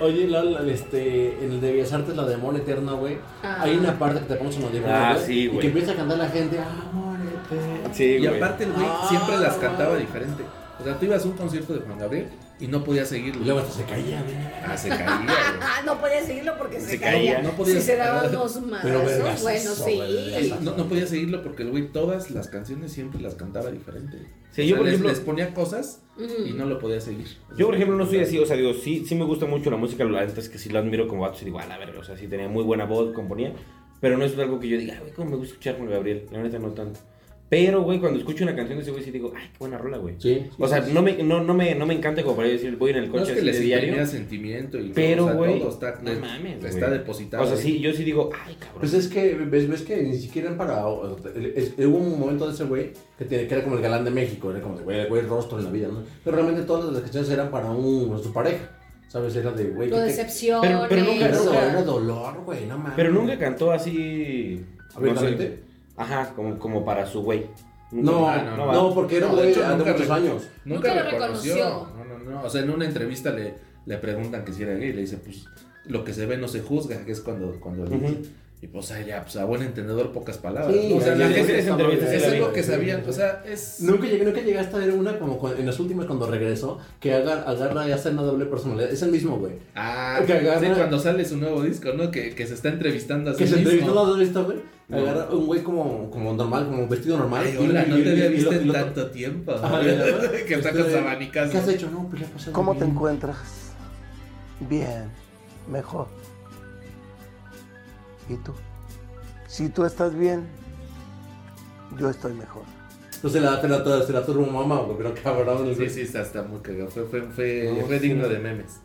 Oye, la, la- este, en el de Bellas Artes, la de Amor Eterno, güey. Ah. Hay una parte que te pones un audífono. Ah, sí, Y güey. que empieza a cantar la gente. Amor Eterno. Sí, Y güey. aparte el güey Ah, siempre las wow. cantaba diferente. O sea, tú ibas a un concierto de Juan Gabriel y no podías seguirlo. Y luego hasta se caía, güey. Ah, se caía. güey. Ah, no podía seguirlo porque se, Se caía. caía, no podía- si se daba unos madrazos, vergasazo, bueno, sí. vergasazo. Eh, No, no podías seguirlo porque el güey todas las canciones siempre las cantaba diferente. Sí, O yo, sea, por les, ejemplo- les ponía cosas y Ujú. no lo podía seguir. Yo, por ejemplo, no soy así, o sea, digo, sí, sí me gusta mucho la música, la neta es que sí la admiro como vato, y digo, a la verga, o sea, sí tenía muy buena voz, componía, pero no es algo que yo diga, "Ay, güey, cómo me gusta escuchar Juan Gabriel, la neta no tanto. Pero, güey, cuando escucho una canción de ese güey, sí digo, ay, qué buena rola, güey. Sí, sí, O sea, sí, no me, no, no me, no me encanta como para yo decir, voy en el No coche es que así les de diario. tenía sentimiento y todo, o Pero, sea, güey, todo está, no mames, está güey. depositado. O sea, ahí. sí, yo sí digo, ay, cabrón. Pues es que, ves, ves que ni siquiera para. o- es- Hubo un momento de ese güey que, tiene- que era como el galán de México, era como de, güey, el güey rostro en la vida, ¿no? Pero realmente todas las canciones eran para un, pues, su pareja, ¿sabes? Era de, güey, Lo que- decepciones. Pero- pero que- era, nunca- dolor, era dolor, güey, no mames. pero nunca cantó así. no ¿Abiertamente? Ajá, como, como para su güey. Nunca- No, ah, no, va. porque era No, un de güey hecho, de nunca muchos recono- años. Nunca, Nunca lo lo reconoció. reconoció. No, no, no. O sea, en una entrevista le, le preguntan que si era gay y le dice, pues lo que se ve no se juzga, que es cuando, cuando le Ujú. dice. Y pues ah, ya, pues a buen entendedor, pocas palabras. Sí, ¿no? O sea, ya, la ya, gente- ya, esa entrevista sí es la vi. algo que sabían. O sea, es. Nunca, llegué, nunca llegaste a ver una como cu- en las últimas cuando regresó, que agar- agarra y hace una doble personalidad. Es el mismo, güey. Ah, Que agarra- sí, cuando sale su nuevo disco, ¿no? Que, que se está entrevistando a sí Que se mismo. entrevistó la doble esta, güey. No. Agarra un güey como, como normal, como vestido normal. Ay, y- hola, y- no y- te había y- y visto lo- y en lo- tanto tiempo. Ajá, ¿verdad? que está con Este, su abanicazo. ¿Qué has hecho? No, pues la he pasado ¿Cómo te bien. encuentras? Bien, mejor. ¿Y tú? Si tú estás bien, yo estoy mejor. Entonces Pues la, te la, te la, te la turbo mamá, güey, pero cabrón. el Sí, güey. sí, está, está muy cagado. Fue, fue, fue, No, fue sí. digno de memes.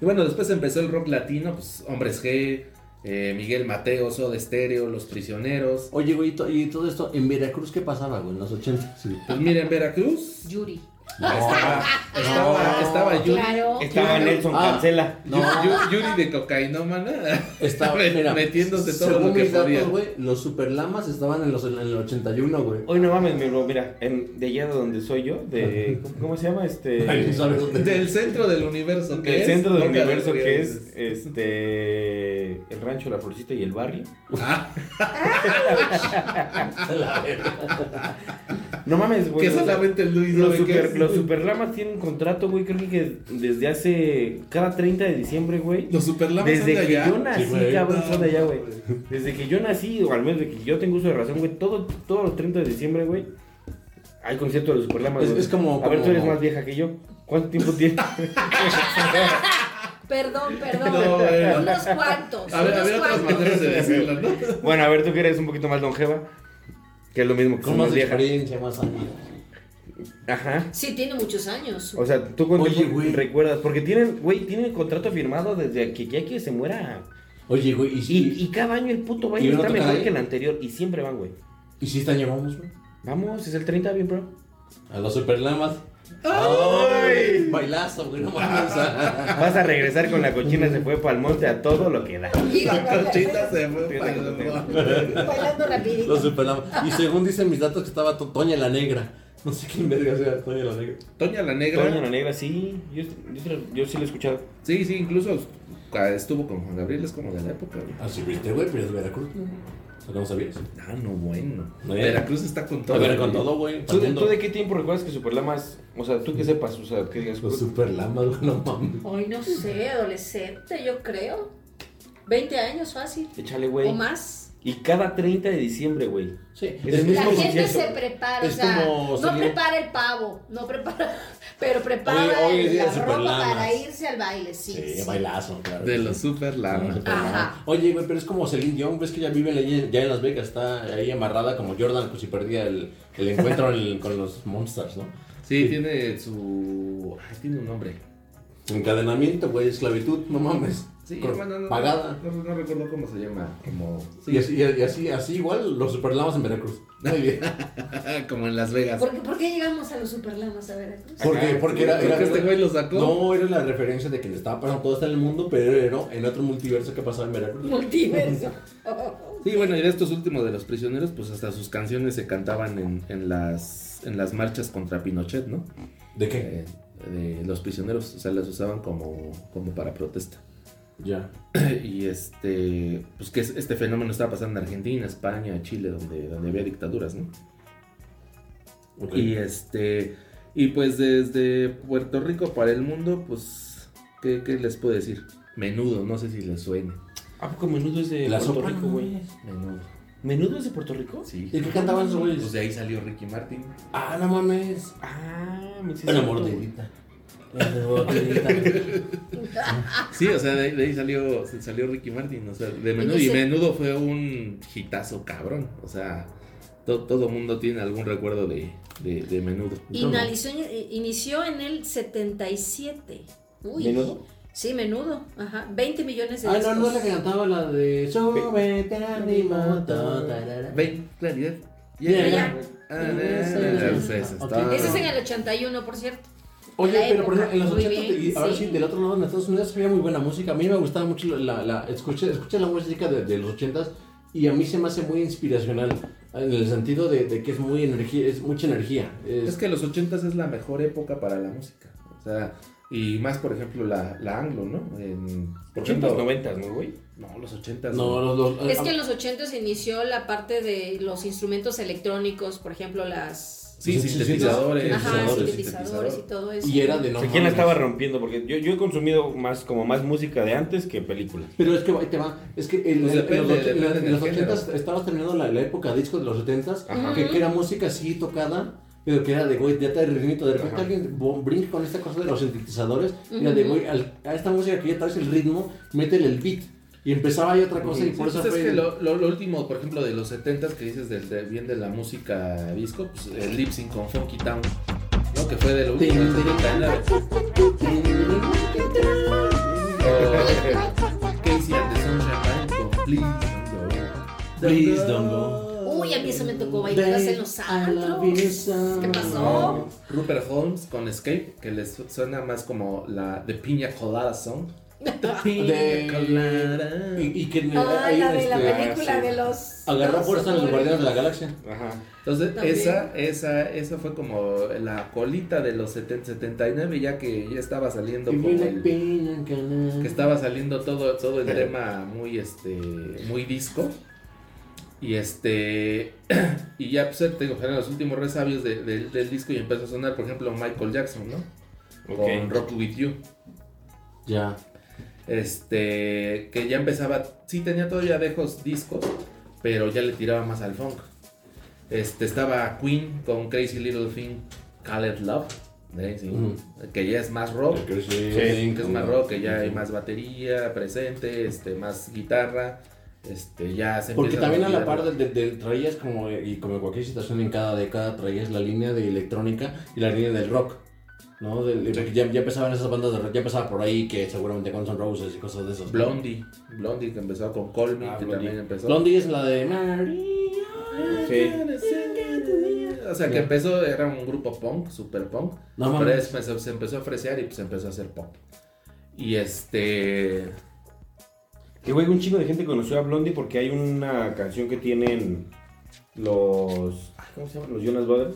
Y bueno, después empezó el rock latino, pues Hombres G, eh, Miguel Mateo, Soda Stereo, Los Prisioneros. Oye, güey, y to- y todo esto, ¿en Veracruz qué pasaba, güey? En los 80? Sí. Pues mira, en Veracruz Yuri. Ah, estaba, estaba Yuri, Claro. Estaba Nelson Ah. Cancela. No. Yu- Yu- Yuri de cocainómana. Estaba Me- mira, metiéndose todo según lo que mis datos, podía. güey, los superlamas estaban en, los, en el 81, güey. Hoy no mames, mi bro, mira, en- de allá de donde soy yo, de. ¿Cómo, cómo se llama? Este. Ay, ¿sabes dónde? Del centro del universo que del es. centro del Roca de universo Río. que es este el rancho La Florcita y el barrio. Ah, Ah. No mames, güey. que o sea, solamente el Luis los, sabe qué super, es. los superlamas tienen un contrato, güey, creo que desde hace cada 30 de diciembre, güey. Los superlamas son Desde de que allá. yo nací, Sí, güey. Ah, cabrón, son de allá, güey. Desde que yo nací, o al menos de que yo tengo uso de razón, güey, todo, todos los 30 de diciembre, güey, hay concierto de los superlamas, Es- güey. es como- A ver, tú como- eres más vieja que yo. ¿Cuánto tiempo tienes? Perdón, perdón. No, bueno. Unos cuantos. A ver, unos había otras cuantos. maneras de decirlo, ¿no? bueno, a ver, tú que eres un poquito más longeva, que es lo mismo que Con son más más vieja. experiencia, más años. Ajá. Sí, tiene muchos años. O sea, tú con Oye, tú güey. recuerdas, porque tienen, güey, tienen el contrato firmado desde que ya que se muera. Oye, güey, ¿y Y, si, y cada año el puto ¿Y baile no está tocan mejor ahí? que el anterior y siempre van, güey. y si este año vamos, güey? Vamos, es el 30, bien, bro. A los superlamas. ¡Ay! Bailazo, güey, no mames. Ah. Vas a regresar con la cochina, se fue pa'l monte a todo lo que da. Conchita se fue para el- Bailando rapidito. Los superlamas. Y según dicen mis datos que estaba To- Toña la Negra. No sé quién verga sea Toña la Negra. Toña la Negra. Toña la negra, sí. Yo, yo- yo sí lo he escuchado. Sí, sí, incluso ah, estuvo con Juan Gabriel, es como de la época. güey. Así Ah, viste, güey, pero es de Veracruz. ¿no? O sea, ¿Cómo sabías? Ah, no, bueno. Bueno. Veracruz está con todo. A ver, con güey. todo, güey. ¿Tú pa'l de, mundo. tú de qué tiempo recuerdas que Superlamas, o sea, tú que sepas, o sea, que digas, Los superlamas, güey, no mames. Hoy no sé, adolescente, yo creo. 20 años fácil. échale, güey. O más. Y cada 30 de diciembre, güey. Sí, Es es el La mismo como- gente concierto. se prepara, o Es sea, como no salir- prepara el pavo, no prepara, pero prepara Hoy- hoy es día la de ropa superlamas. para irse al baile, sí. Sí, sí. bailazo, claro. De los super No, lana. se puede, Ajá. no. Oye, güey, pero es como Celine Dion, ves que ya vive ahí- ya en Las Vegas, está ahí amarrada como Jordan, pues si perdía el, el encuentro en el- con los Monsters, ¿no? Sí, tiene su. ah, tiene un nombre. Encadenamiento, güey, esclavitud, no mames. Sí, Con- bueno, no, pagada. No, no recuerdo cómo se llama. Como. Y, así, y así, así igual los superlamas en Veracruz. Muy bien. como en Las Vegas. ¿Por qué, por qué llegamos a los superlamas a Veracruz? Porque, Ajá, porque era, porque era- este güey lo sacó. No, era la referencia de que le estaba pasando todo esto en el mundo, pero era en otro multiverso que pasaba en Veracruz. Multiverso. Sí, bueno, y de estos últimos de los prisioneros, pues hasta sus canciones se cantaban en, en las, en las marchas contra Pinochet, ¿no? ¿De qué? Eh, de los prisioneros, o sea, las usaban como, como para protesta. Ya. Y este, pues que es- este fenómeno estaba pasando en Argentina, España, Chile, donde, donde había dictaduras, ¿no? Ok. Y este, y pues desde Puerto Rico para el mundo, pues, ¿qué, qué les puedo decir? Menudo, no sé si les suene. ¿A Ah, poco menudo es de La Puerto sopa, Rico, no güey? Menudo. ¿Menudo es de Puerto Rico? Sí. ¿Y qué cantaban esos güeyes? Pues de ahí salió Ricky Martin. Ah, no mames. Ah, me hiciste Una cierto, mordidita. Una mordidita. Sí, o sea, de, de ahí salió, se- salió Ricky Martin, o sea, de menudo. no Y sé- menudo fue un hitazo cabrón. O sea, to- todo mundo tiene algún recuerdo de, de, de menudo. Inalizó- eh, inició en el 77. Uy. ¿Menudo? Sí, menudo. Ajá. 20 millones de Ah, no, discos. no es la que cantaba la de Súbete a mi moto. tarara. Ven, claridad. Ya, ya. Ah, pues eso está. Ese es en el 81, por cierto. Oye, La pero por época. ejemplo, en los Muy 80 bien, y ahora sí. sí. del otro lado en Estados Unidos había muy buena música. A mí me gustaba mucho la, la escucha, escucha la música de, de los 80 y a mí se me hace muy inspiracional en el sentido de, de que es muy energía, es mucha energía. Es- Es que los ochentas es la mejor época para la música. O sea, y más, por ejemplo, la, la anglo, ¿no? En, por 80s, ejemplo, 90s, ¿no, güey? no, los ochentas. no, los, los- Es ah, que en los 80 se inició la parte de los instrumentos electrónicos, por ejemplo, las. Sí, Sí, sí, sí, sintetizadores. Ajá, sintetizadores, sintetizadores y todo eso. y era de no O sea, ¿quién la mames. estaba rompiendo? Porque yo, yo he consumido más, como más música de antes que películas. Pero es que ahí te va, es que en, Pues en- depende, en los, och- depende en del los género. 80s estabas terminando la, la época disco de los 70s, Ajá. que, que era música así tocada, pero que era de güey, ya trae ritmito, de repente alguien bo- brinca con esta cosa de los sintetizadores, y era de güey, al- a esta música que ya traes el ritmo, métele el beat, y empezaba ahí otra cosa, y por eso Pues fue... es que lo, lo- lo último, por ejemplo, de los 70s que dices del, de- bien de la música disco, pues el lip sync con Funky Town, ¿no? Que fue de lo Tin, último. tin, de los 70s. O Casey and the Sunshine Band con Please Don't Go. Please don't go. Uy, a mí eso me tocó bailarlas en los I love antros. you ¿Qué so pasó? much. Rupert Holmes con Escape, que les suena más como la de Piña Colada Song. De- Y, y que en el- Ah, ahí, la de la este, película de los. agarró los fuerza en los Guardianes superhéroes. de la Galaxia. Ajá. Entonces, También. esa, esa, esa fue como la colita de los 70, 79, ya que ya estaba saliendo como el- que estaba saliendo todo, todo el tema muy este muy disco y este y ya pues te digo, eran los últimos resabios de- del- del disco y empezó a sonar por ejemplo Michael Jackson no con Ok. Rock with You Ya. este que ya empezaba sí tenía todavía dejos discos pero ya le tiraba más al funk este estaba Queen con Crazy Little Thing Call It Love ¿eh? Sí, Ujú. que ya es más rock Sí, que es más rock, que ya hay más batería presente, este, más guitarra, este, ya se Porque empieza también a la olvidar- par del del- traías como, y como en cualquier situación en cada década, traías la línea de electrónica y la línea del rock. ¿no? Del- de- porque ya, ya empezaban esas bandas de rock, ya empezaba por ahí que seguramente Guns N' Roses y cosas de esos. Blondie, Blondie que empezó con Call Me, Ah, que Blondie. también empezó. Blondie es la de María. Sí. O sea, que empezó, era un grupo punk, super punk, No pero mames. después se- se empezó a ofrecer y pues empezó a hacer pop. Y este, Que güey, un chico de gente conoció a Blondie porque hay una canción que tienen los. ay, ¿Cómo se llaman? Los Jonas Brothers.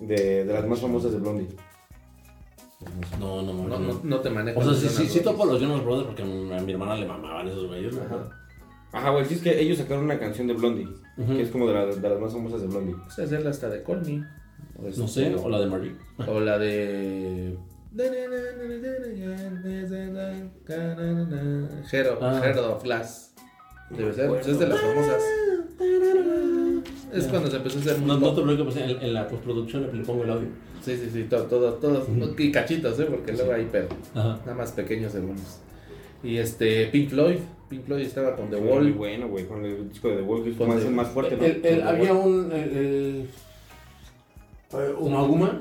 De, de las más famosas de Blondie. No, no, no, no. no, no te manejas. O sea, sí, Jonas sí, sí Brothers. topo a los Jonas Brothers porque a mi, a mi hermana le mamaban esos güeyes. ¿no? Ajá, güey, sí es que ellos sacaron una canción de Blondie. Ujú. Que es como de, la- de las más famosas de Blondie. Pues hacerla hasta de Call Me. o No sé, este, o la de Marie. O la de. Hero, Ah. Hero of Glass. Debe ser. pues es de las famosas. Es cuando se empezó a hacer No, muy no te pop. preocupes, en, en la postproducción le pongo el audio. Sí, sí, sí, todo, todo, todo. Y cachitos, ¿eh? Porque luego hay pero. Ajá. Nada más pequeños segundos. Y este, Pink Floyd. Pink Floyd estaba con The Muy Wall. bueno, güey, con el disco de The Wall, que es Con más, The- más fuerte, ¿no? El- el- Con The había Wall. un. El, el, eh, un Aguma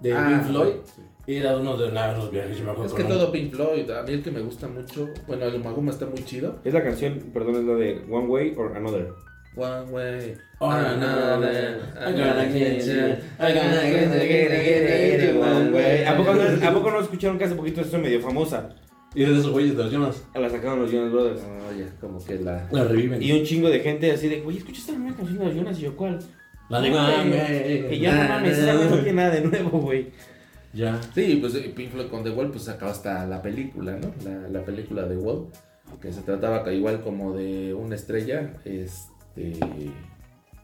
de Ah, Pink Floyd. sí. Ir a uno de una- unos viajes, yo me acuerdo Es que con un- todo Pink Floyd, a mí el que me gusta mucho, bueno, el Maguma está muy chido. Es la canción, perdón, es la de One Way or Another. One way or Ah, another, I'm gonna get you, I'm gonna get you, get you, Eh, get you, one way. ¿A poco, no, ¿A poco no escucharon que hace poquito esto es medio famosa? Ah, Y de esos güeyes de los Jonas. La sacaron los Jonas Brothers. Oye, como que la... La reviven. Y un chingo de gente así de, oye, ¿escuchaste la nueva canción de los Jonas? Y yo, ¿cuál? Ah, La de One Way. Que ya no mames, esa güey no tiene nada de nuevo, güey. Ya. Sí, pues eh, Pink Floyd con The Wall, pues sacaba hasta la película, ¿no? La, la película The Wall, que se trataba ca- igual como de una estrella este,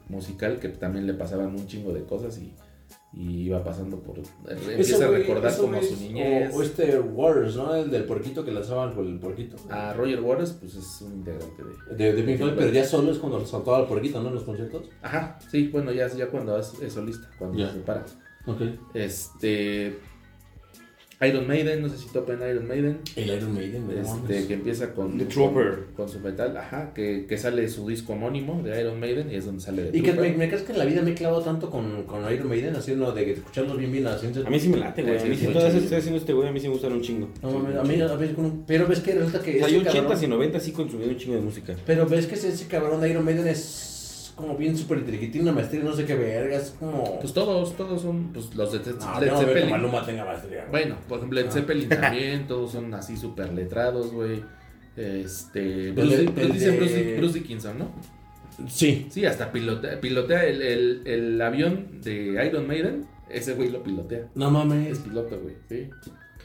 musical que también le pasaban un chingo de cosas y, y iba pasando por. eh, Empieza a güey- recordar ese como güey su es- niñez. O, o este Waters, ¿no? El del porquito que lanzaban con el porquito. A Roger Waters, pues es un integrante de. De, de Pink Floyd, pero ya solo es cuando resaltaba al porquito, ¿no? En los conciertos. Ajá, sí, bueno, ya, ya cuando es, es solista, cuando Ya. se separa. Ok. Este. Iron Maiden, no sé si topen Iron Maiden. El Iron Maiden, no mames. Este, que empieza con. The Trooper. Con, con su metal, ajá, que, que sale su disco homónimo de Iron Maiden y es donde sale. The Y que me, Trooper. me crees que en la vida me he clavado tanto con, con Iron Maiden, así no, de que escucharlos bien, bien, así. A mí sí me late, güey. A mí sí, todas esas que estoy haciendo este güey, a mí sí me gustan un chingo. No, mames, a mí, a mí, con un- pero ves que resulta que. O sea, ese yo cabrón- 80 y 90 sí consumí un chingo de música. Pero ves que ese, ese cabrón de Iron Maiden es como bien súper triquitín, una maestría, no sé qué verga, es como. Pues todos, todos son pues, los de Led No, Led yo no veo que Zeppelin. Maluma tenga maestría, güey. Bueno, por ejemplo, Led Ah. Zeppelin también, todos son así súper letrados, güey. Este. El Bruce, de- Bruce- el dice de- Bruce, Di- Bruce Dickinson, ¿no? Sí. Sí, hasta pilotea, pilotea el, el- el avión de Iron Maiden. Ese güey lo pilotea. No mames. Es piloto, güey, sí.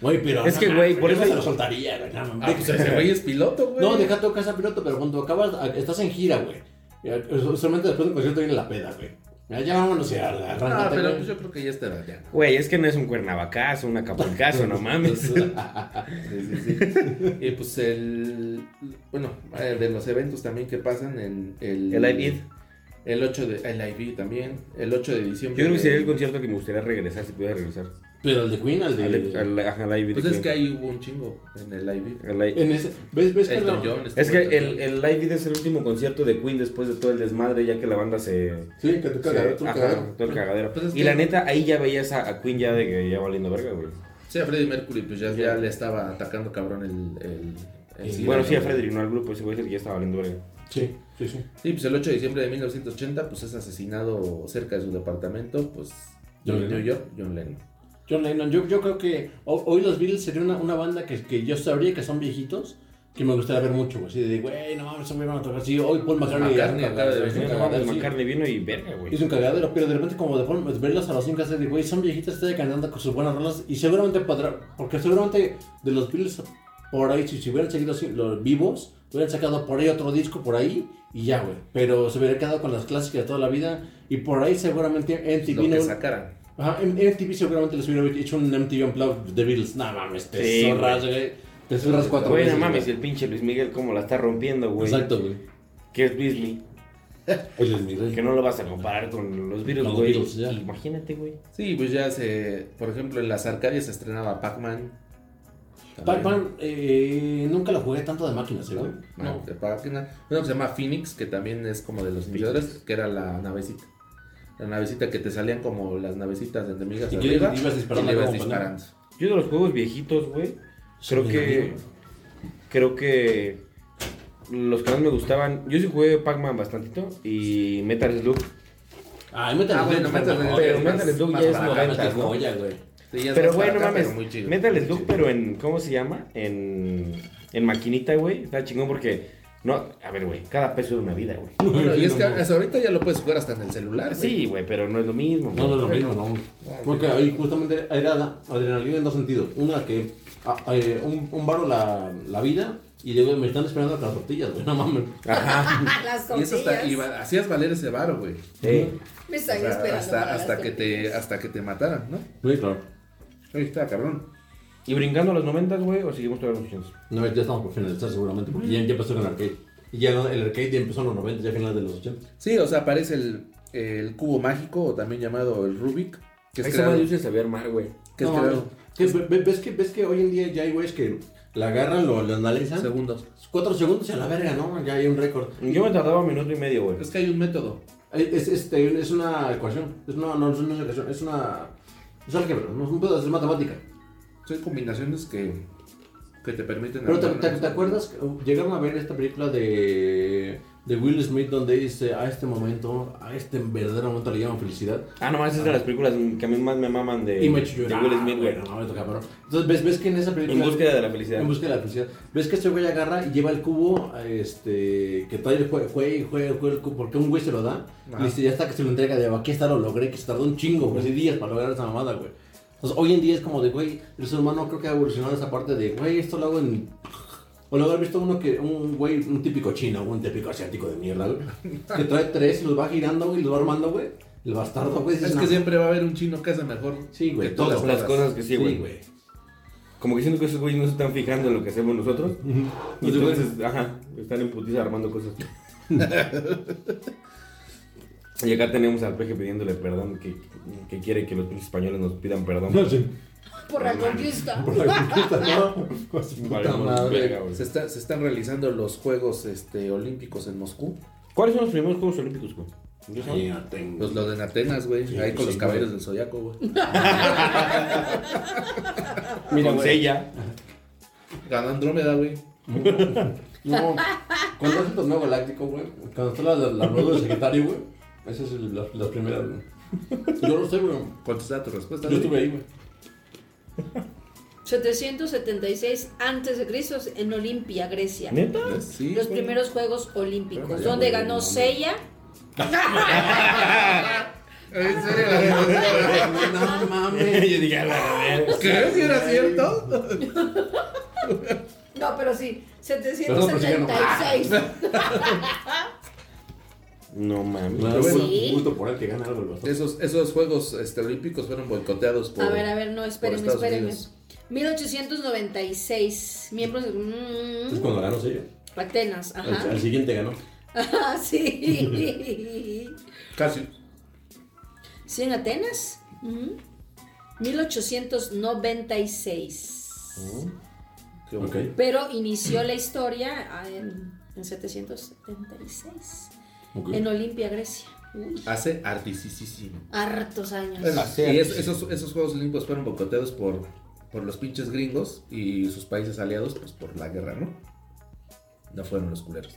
Güey, pero. Es no que, güey, mames, por yo eso- no se lo soltaría, güey. No, Ah, pues ese güey es piloto, güey. No, deja tu casa piloto, pero cuando acabas, a- estás en gira, güey. Ya, so- Solamente después del concierto viene la peda, güey. Ya, ya vámonos, ya, Ah, arráncate, pero güey. pues, yo creo que ya está edad ya. Güey, es que no es un cuernavacazo, un acapulcazo, no mames. Sí, sí, sí. y pues el. Bueno, eh, de los eventos también que pasan en el. El Live Aid. El 8 de. El IB también. El 8 de Yo diciembre. creo que sería el concierto que me gustaría regresar si pudiera regresar. Pero el de Queen, el Al, de. al, ajá, al Ivy de Pues es Queen. que ahí hubo un chingo en el IB. Al Ivy. En ese, ¿Ves, ves que Elton lo, John. estuvo Es que Elton el, John. el Live Aid es el último concierto de Queen después de todo el desmadre, ya que la banda se. Sí, que tú cagadero, tú ajá, cagadero. todo el cagadero. Pues es y que- la neta, ahí ya veías a, a Queen ya de que ya valiendo verga, güey. Sí, a Freddie Mercury, pues ya, ya le estaba atacando cabrón el. el, el SIDA, bueno, sí, a ¿no? Frederick, no al grupo, ese güey es el que ya estaba valiendo verga. Sí, sí, sí. Sí, pues el 8 de diciembre de 1980, pues es asesinado cerca de su departamento, pues. John en New Lennon. York, John Lennon. John Lennon, yo, yo creo que ho- hoy los Beatles sería una, una banda que, que yo sabría que son viejitos, que me gustaría ver mucho, güey. Así de, güey, no mames, esos güeyes van a tocar. Sí, hoy Paul Ah, McCartney. McCartney es un acaba de cagadero, venir, es un No cagadero, mames, sí. McCartney vino y verga, güey. Es un cagadero, pero de repente como de forma, pues, verlos a los cinco así de, güey, son viejitas, están cantando con sus buenas rolas y seguramente podrá, porque seguramente de los Beatles por ahí, si, si hubieran seguido así, los vivos, hubieran sacado por ahí otro disco por ahí y ya, güey. Pero se hubiera quedado con las clásicas de toda la vida y por ahí seguramente Lo MTV que no- sacaran. Ajá, en MTV seguramente les hubiera hecho un MTV Unplugged de Beatles. No mames, te Sí, zorras, güey. Te zorras cuatro Güey, no veces, mames, güey. el pinche Luis Miguel, cómo la está rompiendo, güey. Exacto, güey. Que es Beasley. Oye, es mi rey. Que no lo vas a comparar con los virus, Con los güey. Beatles, ya. Imagínate, güey. Sí, pues ya se. Por ejemplo, en las Arcadias se estrenaba Pac-Man. Pac-Man, eh, nunca lo jugué tanto de máquinas, ¿eh, güey. También, No. Pac- Ah, de Pac-Man. Uno que se llama Phoenix, que también es como de los iniciadores, que era la navecita. La navecita que te salían como las navecitas de enemigas Y que arriba. ibas disparando y le ibas como disparando. Yo de los juegos viejitos, güey. Creo Sí, que. amigo. Creo que. Los que más me gustaban. Yo sí jugué Pac-Man bastantito. Y Metal Slug. Ah, Metal Ah, Slug bueno, es Metal mejor. Slug Pero es Metal más- Slug más ya es barato, Ah, es 90, que ¿no? joya, güey. Sí, ya es Pero más güey, no barata, mames. pero muy chido. Metal Muy Slug, chido. pero en. ¿Cómo se llama? En. En maquinita, güey. Está chingón porque. No, a ver, güey. Cada peso es una vida, güey. Bueno, y es que hasta ahorita ya lo puedes jugar hasta en el celular. güey. Sí, güey, pero no es lo mismo. No, no es güey. lo mismo, no. Porque ahí justamente era la adrenalina en dos sentidos. Una que ah, eh, un, un varo la, la vida y digo, me están esperando con las tortillas, güey. No mames. Las Y eso hasta, y tortillas. va- hacías valer ese varo, güey. Sí. Me O sea, están esperando. hasta, para las hasta que te, tortillas. hasta que te mataran, ¿no? Sí, claro. Ahí está, cabrón. ¿Y brincando a los 90, güey? ¿O seguimos todavía en los 80? No, ya estamos por finalizar seguramente, porque ya, ya empezó con el arcade. Y ya no- el arcade ya empezó en los 90, ya finales de los 80. Sí, o sea, aparece el, el cubo mágico, o también llamado el Rubik. Que es Ese creado- güey se sabía armar, güey. que es No, creado- mames. Que ve- ve- ves, que, ves que hoy en día ya hay güeyes que la agarran, lo, lo analizan. Segundos. Cuatro segundos y a la verga, ¿no? Ya hay un récord. Yo me tardaba un minuto y medio, güey. Es que hay un método. Es, este, es una ecuación. Es una, no, no es una ecuación. Es una. Es álgebra. No es un pedo, es matemática. Son combinaciones que, que te permiten... Pero te, armar te- una- ¿te acuerdas? que uh, Llegaron a ver esta película de, de Will Smith donde dice, a este momento, a este verdadero momento le llaman felicidad. Ah, no, esa es de las películas que a mí más me maman de, Y me hecho Eh, de llorar, Will Smith, güey. güey, no, me toca, cabrón. Entonces ves, ves que en esa película... En búsqueda de la felicidad. En búsqueda de la felicidad. Ves que este güey agarra y lleva el cubo, este, que trae el jue- jue- jue- jue- el cubo, porque un güey se lo da, Ajá. y dice, ya está que se lo entrega, de aquí está, lo logré, que se tardó un chingo, güey, así días para lograr esa mamada, güey. Entonces hoy en día es como de, güey, el ser humano creo que ha evolucionado esa parte de, güey, esto lo hago en... O lo haber visto uno que, un güey, un típico chino, un típico asiático de mierda, güey, que trae tres y los va girando, güey, y los va armando, güey. El bastardo, güey. Es que siempre va a haber un chino que hace mejor. Sí, güey, que Todas otras. las cosas que sí, güey. Como que siento que esos güeyes no se están fijando en lo que hacemos nosotros. Y entonces, ajá, están en putiza armando cosas. y acá tenemos al peje pidiéndole perdón, que, que quiere que los pinches españoles nos pidan perdón. No, sí. Por la conquista. Por la conquista, no. Con su puta Vale, madre. verga, güey. Se, está- se están realizando los Juegos este, Olímpicos en Moscú. ¿Cuáles son los primeros Juegos Olímpicos, güey? ¿Yo sé? Ahí la tengo. Pues lo de en Atenas, güey. Sí, ahí con sí, los caballeros güey. del Zodiaco, güey. Mira, Con güey. sella. Ganó Andrómeda, güey. No, cuando es el torneo galáctico, güey, cuando está la, la, la rueda del secretario, güey, esa es el- la, la primera, güey. Yo lo sé, güey. Contesta tu respuesta. Yo güey. estuve ahí, güey. 776 antes de Cristo en Olimpia, Grecia. ¿Neta? Sí, Los güey. primeros Juegos Olímpicos, Vaya, donde güey, no ganó mames. Seiya. ¿En serio? No mames. Yo dije, a la verga. ¿Qué? ¿Si era cierto? No, pero sí, Perdón, pero sí ganó. 776. Ah, No mames. Claro, güey, Sí. un gusto por él que gana algo, güey. Esos, esos Juegos este, Olímpicos fueron boicoteados por. A ver, a ver, no, por espérenme, Estados espérenme. Unidos. 1896, miembros de... Pues mm, Entonces cuando ganó sello, Atenas, al, ajá. al siguiente ganó. Ah, sí. Casi. Sí, en Atenas. Mm. Ujú. 1896. Oh. Qué Ok. bueno. Pero inició la historia ah, en, en 776, Ok. en Olimpia, Grecia. Uy, Hace artisísimo. hartos años. Eso, Así y es- es. esos, esos Juegos Olímpicos fueron boicoteados por, por los pinches gringos y sus países aliados, pues por la guerra, ¿no? No fueron los culeros.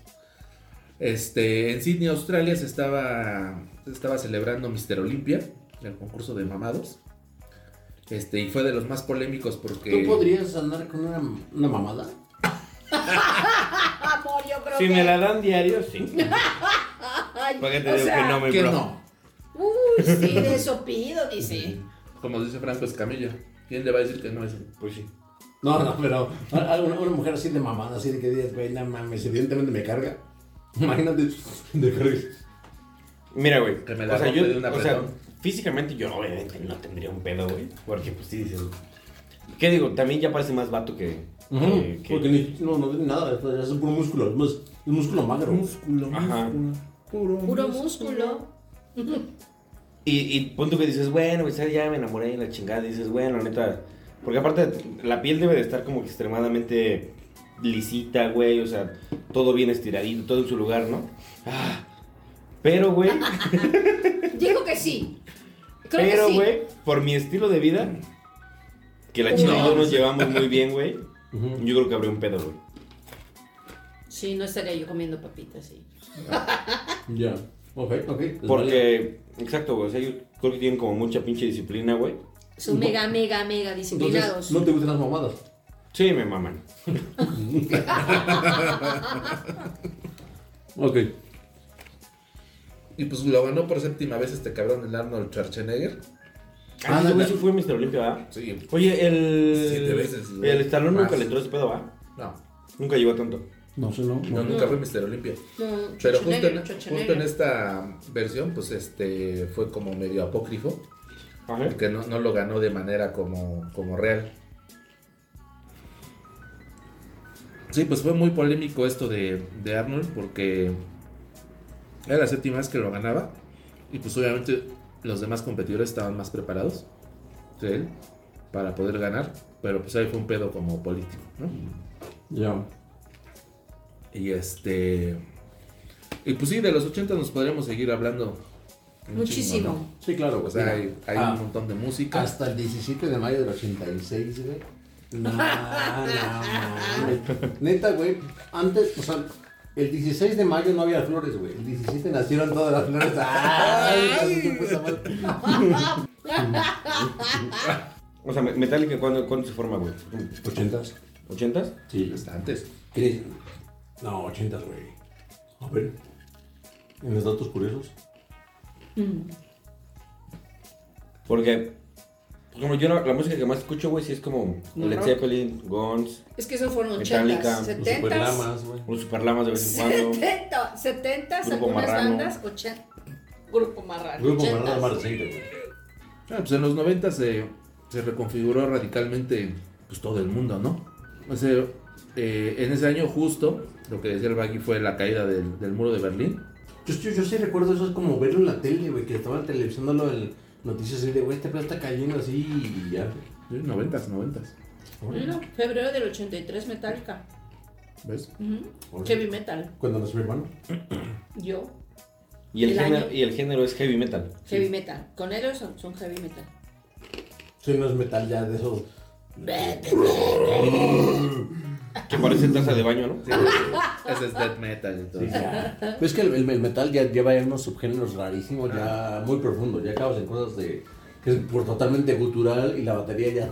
Este, en Sydney, Australia, se estaba, se estaba celebrando Mister Olimpia, el concurso de mamados. Este, y fue de los más polémicos porque. ¿Tú podrías andar con una, una mamada? Amor, Ah, yo creo Si que... me la dan diario, sí. ¿Para Ay, qué te o digo sea, que no, mi ¿Qué bro? no? Uy, sí, de eso pido, dice. Como dice Franco Escamilla. ¿Quién le va a decir que no es? Pues sí. No, no, pero a- a una, una mujer así de mamada, así de que digas, güey, no mames, evidentemente me carga. Imagínate, de carga. Mira, güey. Que me la o sea, rompe yo, de una o sea, apretón. físicamente yo obviamente no tendría un pedo, güey. Porque, pues sí, dices. ¿Qué digo? También ya parece más vato que. que- que- Porque ni- no, no tiene nada, es puro músculo, es más, es músculo magro. Músculo, Ajá. Puro, Puro músculo. Y, y punto que dices, bueno, güey, ¿sabes? ya me enamoré y la chingada. Y dices, bueno, neta. Porque aparte, la piel debe de estar como que extremadamente lisita, güey. O sea, todo bien estiradito, todo en su lugar, ¿no? Ah, pero, güey. Digo que sí. Creo Pero, que sí. güey, por mi estilo de vida, que la chingada no nos llevamos muy bien, güey. Yo creo que habría un pedo, güey. Sí, no estaría yo comiendo papitas, sí. Ya, ok, ok. es válido. Porque, exacto, güey. O sea, yo creo que tienen como mucha pinche disciplina, güey. Son No. mega, mega, mega disciplinados. Entonces, no te gustan las mamadas. Sí, me maman. Ok. Y pues lo ganó por séptima vez este cabrón, el Arnold Schwarzenegger. Ah, ese no, güey sí no. fue Mr. Olimpia, ¿verdad? Sí. Oye, el. Siete veces, güey. El estalón nunca Más. le entró ese pedo, ¿va? No, Nunca llegó a tanto. No sé, no. no, nunca fue Mister Olimpia. No, Pero justo Schwarzenegger, en, este Schwarzenegger. justo en esta versión, pues este fue como medio apócrifo, Ajá. porque no, no lo ganó de manera como, como real. Sí, pues fue muy polémico esto de, de Arnold, porque era la séptima vez que lo ganaba, y pues obviamente los demás competidores estaban más preparados que él para poder ganar, pero pues ahí fue un pedo como político, ¿no? Ya. Y este. Y pues sí, de los 80 nos podríamos seguir hablando. un Muchísimo. chingo, Sí, claro, ¿no? O güey. sea, Mira, hay, hay ah, un montón de música. Hasta el 17 de mayo del 86, güey, No, no, mames. Neta, güey, antes, o sea, el 16 de mayo no había flores, güey. El 17 nacieron todas las flores. ¡Ay! qué puta madre. O sea, Me- Metallica, ¿cuándo, cuándo se forma, güey? ¿Ochentas? ¿Ochentas? Sí, hasta antes. ¿Crees? No, 80, güey. A ver. En los datos curiosos. Porque, por ejemplo, yo la, la música que más escucho, güey, sí es como ¿No Led rock? Zeppelin, Guns. Es que eso fueron Metallica, 80s, los 70s. Superlamas, güey. Los Superlamas de Pues, vez en cuando. 70, 70 Grupo algunas Marrano. bandas, 80. Grupo Marrano. Grupo 80s. Marrano más reciente, Ah, pues en los 90 se, se reconfiguró radicalmente pues todo el mundo, ¿no? O sea, eh, en ese año justo, lo que decía el Baggy fue la caída del, del muro de Berlín. Yo, yo, yo sí recuerdo eso, es como verlo en la tele, güey, que estaban televisándolo en noticias así de, güey, este pedo está cayendo así y ya. Noventas, noventas. Mira, febrero del 83, Metallica. ¿Ves? Ujú. Heavy metal. Cuando nació mi hermano. Yo, Y el, El género, año. y el género es heavy metal. heavy metal. Con ellos son, son heavy metal. Sí, no es metal ya de esos. Que parece taza de baño, ¿no? Ese es death metal. Sí, ya. Pero es que el, el- el metal ya lleva ya unos subgéneros rarísimos, Ah. ya muy profundos, ya acabas en cosas de. que es por totalmente cultural y la batería ya.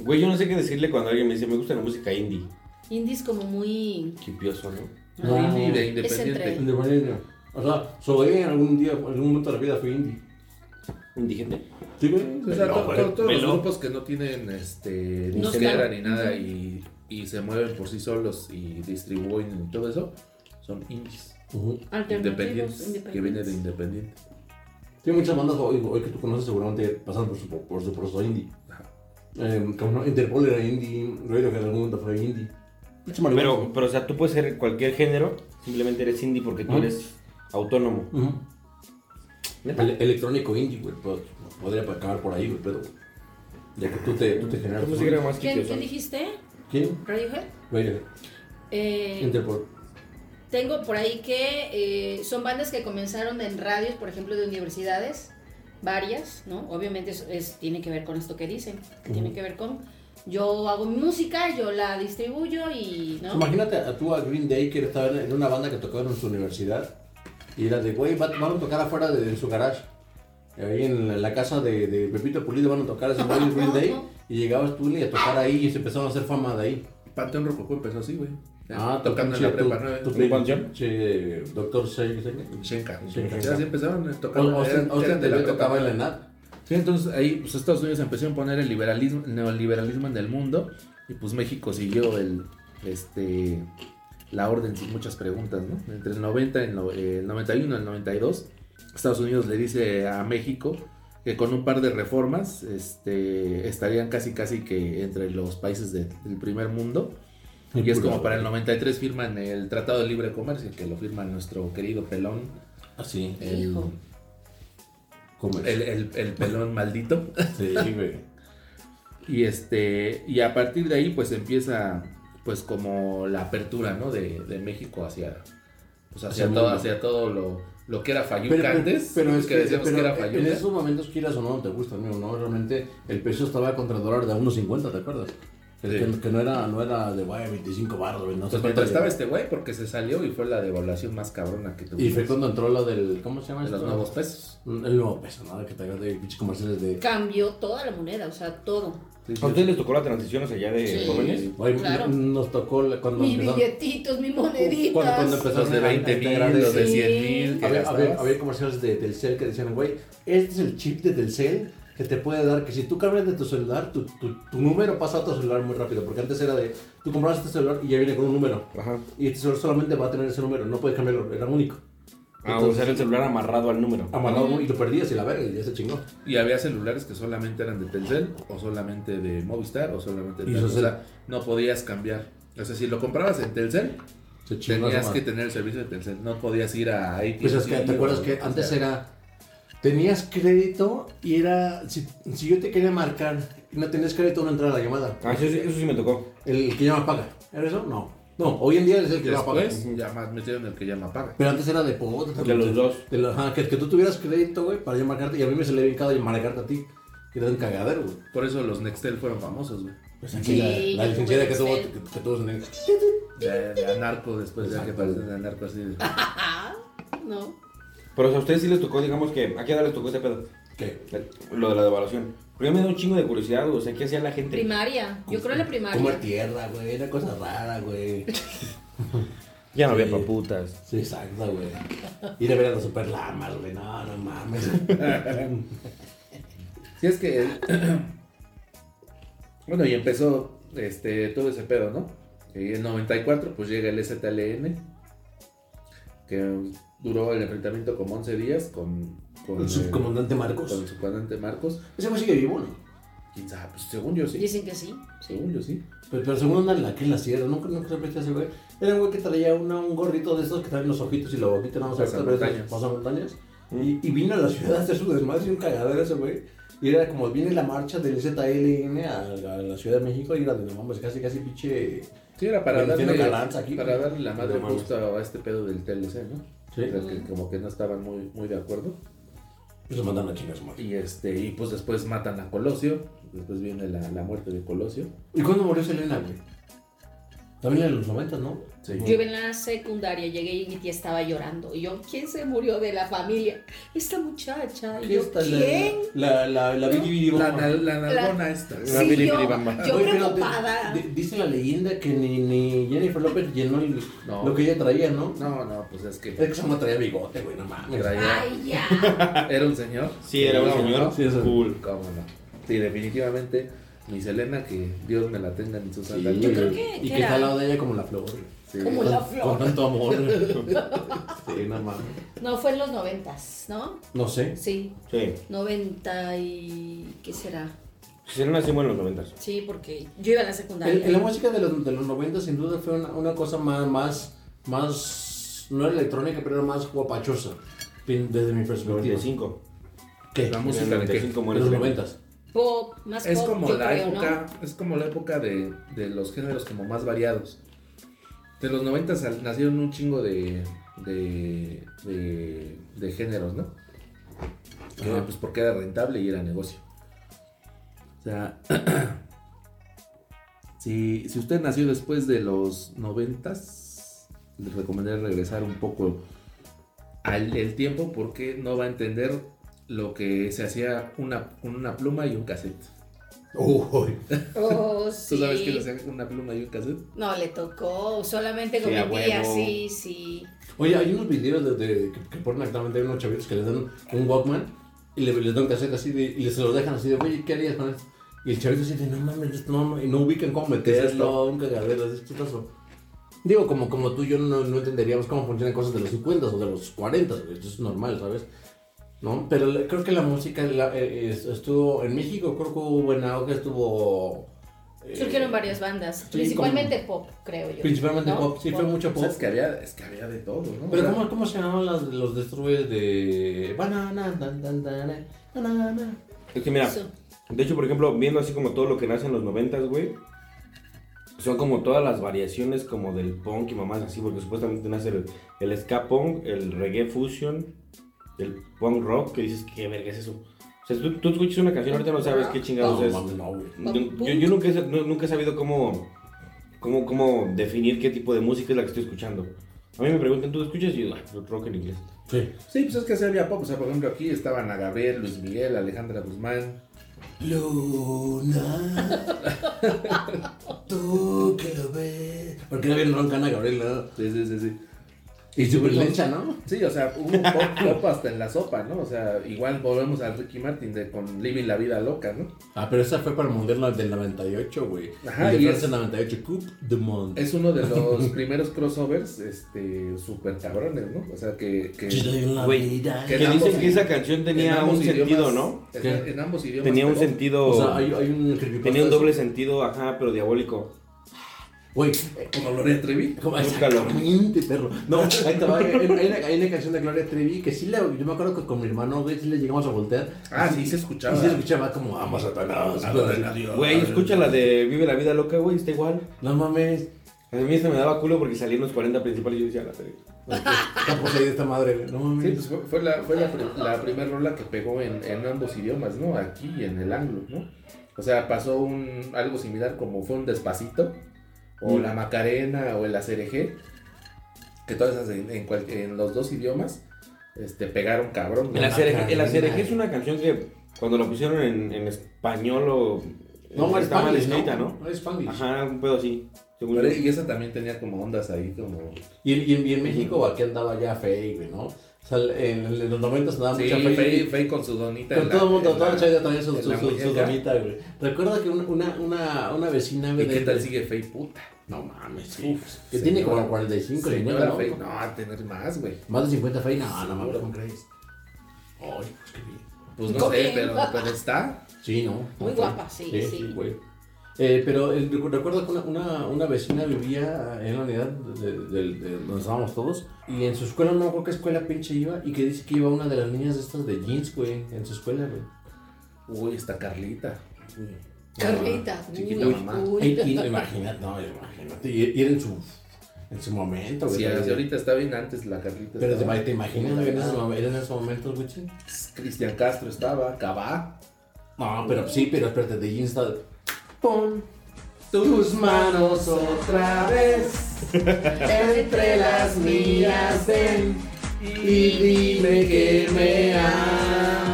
Güey, yo no sé qué decirle cuando alguien me dice, me gusta la música indie. Indies como muy. Quipioso, ¿no? No, Ah, indie de es independiente. entre- Independiente. O sea, Zoé en algún día, en algún momento de la vida fue indie. ¿Indigente? Sí, güey. O sea, No, to- pues. güey. to- todos Pelón. los grupos que no tienen este, ni No disquera están. ni nada y, y se mueven por sí solos y distribuyen y todo eso, son indies. Alternativos, Independientes. Que viene de independiente. Tiene muchas bandas hoy, hoy que tú conoces seguramente pasan por su, por su proceso indie. Eh, como no, Interpol era indie, Radiohead en algún momento fue indie. Pinche marihuana, Pero, pero, o sea, tú puedes ser cualquier género, simplemente eres indie porque tú Ujú. eres autónomo. Ujú. El- electrónico indie, güey. pod- Podría acabar por ahí, güey, pero. Ya que tú te, tú te generas. Pues ¿Qué música era más ¿Qué, qué dijiste? ¿Quién? Radiohead. Radiohead. Eh, Interpol. Tengo por ahí que eh, son bandas que comenzaron en radios, por ejemplo, de universidades, varias, ¿no? Obviamente es, es- tiene que ver con esto que dicen, que tiene que ver con yo hago mi música, yo la distribuyo y, ¿no? Imagínate a tú a Green Day que estaba en una banda que tocaba en su universidad y era de, güey, va- van a tocar afuera de, de su garage. Ahí en la, la casa de, de Pepito Pulido van a tocar ese güey de Green Day y llegabas tú y a tocar ahí y se empezaron a hacer fama de ahí. Panteón Rococó empezó así, güey. Ah, Tocando en la prepa nueve. ¿Tu, ¿Un tu, panteón? che, Doctor Shenka. Shenka. Ya se empezaron a tocar. Austin, eran- Austin eran de la TV prepa. tocaba en la NAT. Sí, entonces ahí pues Estados Unidos empezó a imponer el liberalismo, el neoliberalismo en el mundo y pues México siguió el este la orden sin muchas preguntas, ¿no? Entre el 90 y el no- el 91 y el 92 Estados Unidos le dice a México que con un par de reformas este, estarían casi casi que entre los países de- del primer mundo. Y Y es puro- como para el 93 firman el Tratado de Libre Comercio, que lo firma nuestro querido pelón. Así. El, Hijo. Ah, ¿Cómo es? el, el- el pelón maldito. Sí, güey. Y este. Y a partir de ahí, pues empieza. Pues como la apertura, ¿no? De, de México hacia. Pues Hacia hacia el todo, mundo. hacia todo lo, lo que era Fayuca Pero, pero- antes. pero es que, que, decíamos pero que era ¿eh? en Fayuca. esos momentos quieras o no, te gusta, amigo, ¿no? Realmente el peso estaba contra el dólar de a 1.50, ¿te acuerdas? Que, que- que no era, no era de guay 25 barros, güey, no sé Pues cuánto mientras estaba era. este güey, porque se salió y fue la devaluación más cabrona que tuvo. Y fue cuando entró la del, ¿cómo se llama De los esto? Mm, nuevos pesos. El nuevo peso, nada que te hagas de pinches comerciales de... Cambió toda la moneda, o sea, todo. ¿A ustedes les tocó la transición hacia allá de Sí. jóvenes? Güey, Claro. Nos tocó la- cuando Mis empezaron- billetitos, mis moneditas. Cuando, cuando empezaron Los de a- a 20,000, integrar los de ese- 100,000 que Había, gastabas. había- había comerciales de Telcel que decían, güey, este es el chip de Telcel que te puede dar que si tú cambias de tu celular, tu, tu, tu número pasa a tu celular muy rápido. Porque antes era de, tú comprabas este celular y ya viene con un número. Y este celular solamente va a tener ese número, no puedes cambiarlo, era único. Ah, usar el celular amarrado al número. Amarrado y lo perdías y la verga, y ya se chingó. Y había celulares que solamente eran de Telcel, o solamente de Movistar, o solamente de Y tal. O Telcel. sea, no podías cambiar. O sea, si lo comprabas en Telcel, chingó tenías esa que madre. tener el servicio de Telcel. No podías ir a AT&T. Pues es que te o- acuerdas que antes era. Tenías crédito y era. Si, si yo te quería marcar y no tenías crédito, no entraba la llamada. Ah, eso sí- eso sí me tocó. El que llama paga. ¿Era eso? No. No, hoy en día es el que llama paga. Después, ya más metieron el que llama paga. Pero antes era de pobre. De los dos. De los- ajá, que, que tú tuvieras crédito, güey, para yo marcarte. Y a mí me se le había encado marcarte a ti. Que era un cagadero, güey. Por eso los Nextel fueron famosos, güey. Pues aquí la, la licenciada que tuvo, que, que tuvo su nena. De, de anarco después, ya que parece de anarco así. de- No. Pero o sea, a ustedes sí les tocó, digamos que. ¿A qué edad les tocó este pedo? ¿Qué? Lo de la devaluación. Porque a mí me da un chingo de curiosidad, güey, O sea, ¿qué hacía la gente? Primaria. Yo creo en la primaria. Comer tierra, güey. Era cosa rara, güey. Ya no había Sí. paputas. Sí, exacto, güey. Ir a ver a los super lamas, güey. No, no mames. Si es que. bueno, y empezó este, todo ese pedo, ¿no? Y en 94, pues llega el STLN, que duró el enfrentamiento como 11 días con. con El subcomandante Marcos. Con el subcomandante Marcos. Ese güey sigue vivo, ¿no? Quién sabe, pues según yo sí. Dicen que sí. Según yo sí. Pero, pero según una la que la sierra, nunca nunca se aprecia ese güey. Era un güey que traía una- un gorrito de esos que traen los ojitos y la boquita, nada más abierta, pero es de Pasamontañas. pasamontañas. Mm. Y, y vino a la ciudad a hacer su desmadre y un cagadero ese güey. Y era como viene la marcha del ZLN a, la- a la Ciudad de México y era de no mames, casi, casi pinche. Sí, era para Venustiano darle, Carranza aquí, para güey. darle la madre No mames. justo a este pedo del TLC, ¿no? Sí. O sea, que como que no estaban muy, muy de acuerdo. Y los mandan a chingar a su madre. Y este, y pues después matan a Colosio. Después viene la, la muerte de Colosio. ¿Y cuándo murió Selena, güey? También en los 90, ¿no? Sí. Yo iba en la secundaria, llegué y mi tía estaba llorando. Y yo, ¿quién se murió de la familia? Esta muchacha. Y yo, Esta, la- ¿quién? La, la, la, Bidi Bidi La, Bomba. na- la nalgona esta. Sí, Bidi yo, Bidi Bamba. yo Oye, pero preocupada. di- di- dice la leyenda que ni, ni Jennifer López llenó el- No. lo que ella traía, ¿no? No, no, pues es que Es que se me traía bigote, güey, no mames. traía- Ay, ya. era un señor. Sí, era un ¿Cómo señor. no? Sí, eso. Cool. Cómo no. Sí, definitivamente, mi Selena, que Dios me la tenga en sus Sí, sandalias. Yo creo que- Y que que era- está al lado de ella como la flor. güey. Sí. Como la flor. Con tanto amor. sí, no mames. No, fue en los noventas, ¿no? No sé. Sí. Sí. Noventa y... ¿qué será? Si no nacimos en los noventas. Sí, porque yo iba a la El- secundaria. el- la música de los, de los 90 sin duda fue una, una cosa más, más, más, no era electrónica, pero era más guapachosa, pin- desde mi perspectiva. 95. ¿Qué? La música de que. 95 De muere los Selena. 90. Pop, más Es pop, como yo la creo, época, es como la época de, de los géneros como más variados. De los 90 sal- nacieron un chingo de, de, de, de géneros, ¿no? Que, Ajá. pues porque era rentable y era negocio. O sea, si, si usted nació después de los 90, les recomendaría regresar un poco al el tiempo porque no va a entender lo que se hacía una, con una pluma y un cassette. Uy, ¿no? Oh, sí. ¿Tú sabes que le hacían una pluma y un cassette? No, le tocó. Solamente Sí, con a mi tía, huevo. sí, sí. Oye, hay unos videos de, de- que, que ponen actualmente hay unos chavitos que les dan un Walkman y le, les dan cassette así de, y les lo dejan así de, oye, ¿qué harías con esto? Y el chavito así de, no mames, no, no", y no ubican cómo meterlo, un cagadero, es chistoso. Digo, como, como tú y yo no, no entenderíamos cómo funcionan cosas de los 50 o de los 40, güey, eso es normal, ¿sabes? ¿No? Pero la- creo que la música la- eh, es- estuvo en México, creo que hubo en auge, estuvo... eh, Surgieron varias bandas. como- Principalmente pop, creo yo. Principalmente ¿No? pop, sí, fue mucho O pop. sea, Pues es que había, es que había de todo, ¿no? O Pero sea, ¿cómo, cómo se llamaban las- los destruyes de... Banana, dan, dan, dan, eh? banana. Es que mira, Eso. de hecho, por ejemplo, viendo así como todo lo que nace en los noventas, güey. Son como todas las variaciones como del punk y mamás así, porque supuestamente nace el, el ska punk, el reggae fusion, el punk rock, que dices, ¿qué verga es eso? O sea, tú, tú escuchas una canción, ahorita no sabes qué chingados No, es. mames, no, güey. Yo, yo- yo nunca, he, sa- nu- nunca he sabido cómo, cómo, cómo definir qué tipo de música es la que estoy escuchando. A mí me preguntan, ¿tú escuchas? Y yo, "Ah, rock en inglés. Sí. Sí, pues es que así había pop. O sea, por ejemplo, aquí estaban a Gabriel, Luis Miguel, Alejandra Guzmán. Luna, tú que lo ves... Porque era bien roncana Gabriela. Sí, sí, sí, sí. Y súper lecha, ¿no? Sí, o sea, hubo pop, pop hasta en la sopa, ¿no? O sea, igual volvemos a Ricky Martin de, con Living la Vida Loca, ¿no? Ah, pero esa fue para el mundial del 98, güey. Ajá, y de y Francia es- 98, Coupe du Monde. Es uno de los primeros crossovers, este, súper cabrones, ¿no? O sea, que... que Yo doy una Güey, vida. que Que en ambos- dicen que esa canción en tenía ambos un sentido, idiomas- ¿no? En, en ambos idiomas. Tenía un pegó. sentido. O sea, hay, hay un creepypasta tenía un de eso. doble sentido, ajá, pero diabólico. Güey, Como Gloria Trevi. Eh, Como- Búscalo. Exactamente, perro. No, ahí te va. Hay, hay una, hay una canción de Gloria Trevi que sí la, yo me acuerdo que con mi hermano, güey, sí le llegamos a voltear. Ah, Y sí, se escuchaba. Y se escuchaba como, vamos a Satanás. Güey, escucha la de Vive la Vida Loca, güey, está igual. No mames. A mí se me daba culo porque salía en los 40 principales y yo decía, la verga. Está poseída esta madre, güey. No mames. Sí, pues fue, fue la, fue la, primera rola que pegó en, en ambos idiomas, ¿no? Aquí y en el anglo, ¿no? O sea, pasó un, algo similar como fue un Despacito, o Mm. la Macarena, o el ACRG, que todas esas en, en cual- en los dos idiomas este, pegaron cabrón. El La Acerejé, el Macarena. Acerejé es una canción que cuando la pusieron en, en español o. No, está mal Spanglish, ¿no? escrita, ¿no? No, Spanglish. Ajá, un pedo así. según Pero- yo. y esa también tenía como ondas ahí, como... Y, y- y en México aquí andaba ya Fey, güey, ¿no? O sea, en, en los 90 andaba Sí, mucha Fey. Fey- Fey con su donita Con en la- todo el mundo, en toda la- la chaira también su, en su, la su- su muñeca. donita, güey. Recuerdo que una, una, una, una vecina, güey. ¿Y qué de- tal sigue Fey puta? No mames, sí. que tiene como 45, 50, señora ¿no? Fey. No, a tener más, güey. Más de 50 Fey, no, no mames, Seguro. ¿cómo crees? Ay, pues qué bien. Pues no sé, pero, pero está. Sí, ¿no? Muy Ok. guapa, sí, sí. güey. Eh, pero eh, recu- recuerdo que una, una, una vecina vivía en la unidad de, de- de donde estábamos todos y en su escuela, no me acuerdo qué escuela pinche iba, y que dice que iba una de las niñas de estas de jeans, güey, en su escuela, güey. Uy, está Carlita. Carlita, Ah, Chiquita uy, mamá. uy. Y, y imagínate, no, imagínate. Y, y era en su, en su momento, güey. Si ahorita está bien antes la Carlita. Pero te, estaba- te imaginas, güey, en esos mom- en esos momentos, güey. ching. Cristian Castro estaba, Cabá. No, pero sí, pero espérate, de jeans está... Pon tus manos otra vez entre las mías ven y dime que me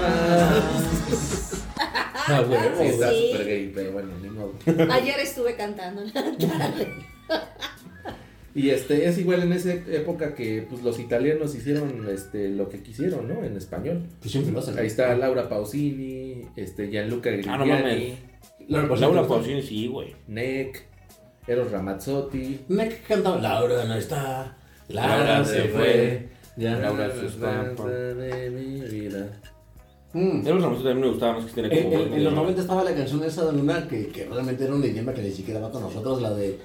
amas. Ah, huevo, Sí, está Sí. súper gay, pero bueno, ni modo. Ayer estuve cantando en la tarde. Y este, es igual en esa época que pues, los italianos hicieron este, lo que quisieron, ¿no? En español. Pues siempre lo hacen. Ahí está Laura Pausini, este, Gianluca Ah, no Grignani, mames. Pues Laura Laura Pausini, ¿te gusta? Pausini, sí, güey. Nick, Eros Ramazzotti. Me que cantaba Laura no está, Laura se fue. Ya. Laura se fue. Mm. El otro Ramazzotti también me gustaba más que tiene Eh, En, como. Eh, en- en los 90 estaba la canción esa de Luna que, que realmente era un idioma que ni siquiera va con nosotros, la de.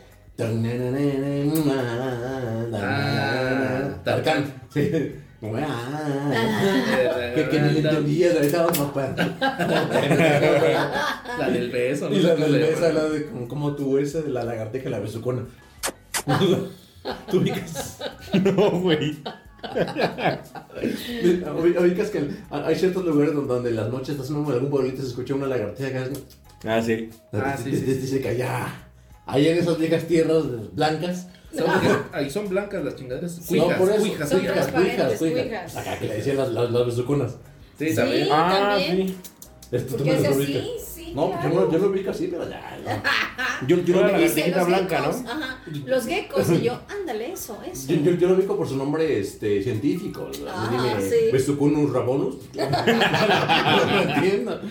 Ah, Tarkan. Sí. "Ah, Que, que ni le entendías, ahí estábamos papá. La del beso, no Y sé la cómo del le beso, llaman. la de como, como tú, esa de la lagarteja, la besucona. ¿Tú ubicas? No, güey. ubicas que hay ciertos lugares donde, donde en las noches estás en algún pueblito y se escucha una lagarteja que hace- Ah, sí. Ah, sí, sí, Dice que allá, allá en esas viejas tierras blancas. Son- Ahí son blancas las chingaderas. Cuijas, por eso. cuijas, Son cuijas. Cuijas, transparentes, cuijas. cuijas. Acá que le decían las, las, las besuconas. Sí, Sí, también. también. Esto tú Porque me es lo así, ubicas. sí, No, pues claro. yo, no- yo lo ubico así, pero ya. no. Yo, yo era la Dice, lagartijita los blanca, geckos, ¿no? Ajá, los geckos, y yo, ándale, eso, eso. Yo, yo, yo lo ubico por su nombre este, científico. así Ah, dime, sí. Besuconus rabonus. no lo entiendo.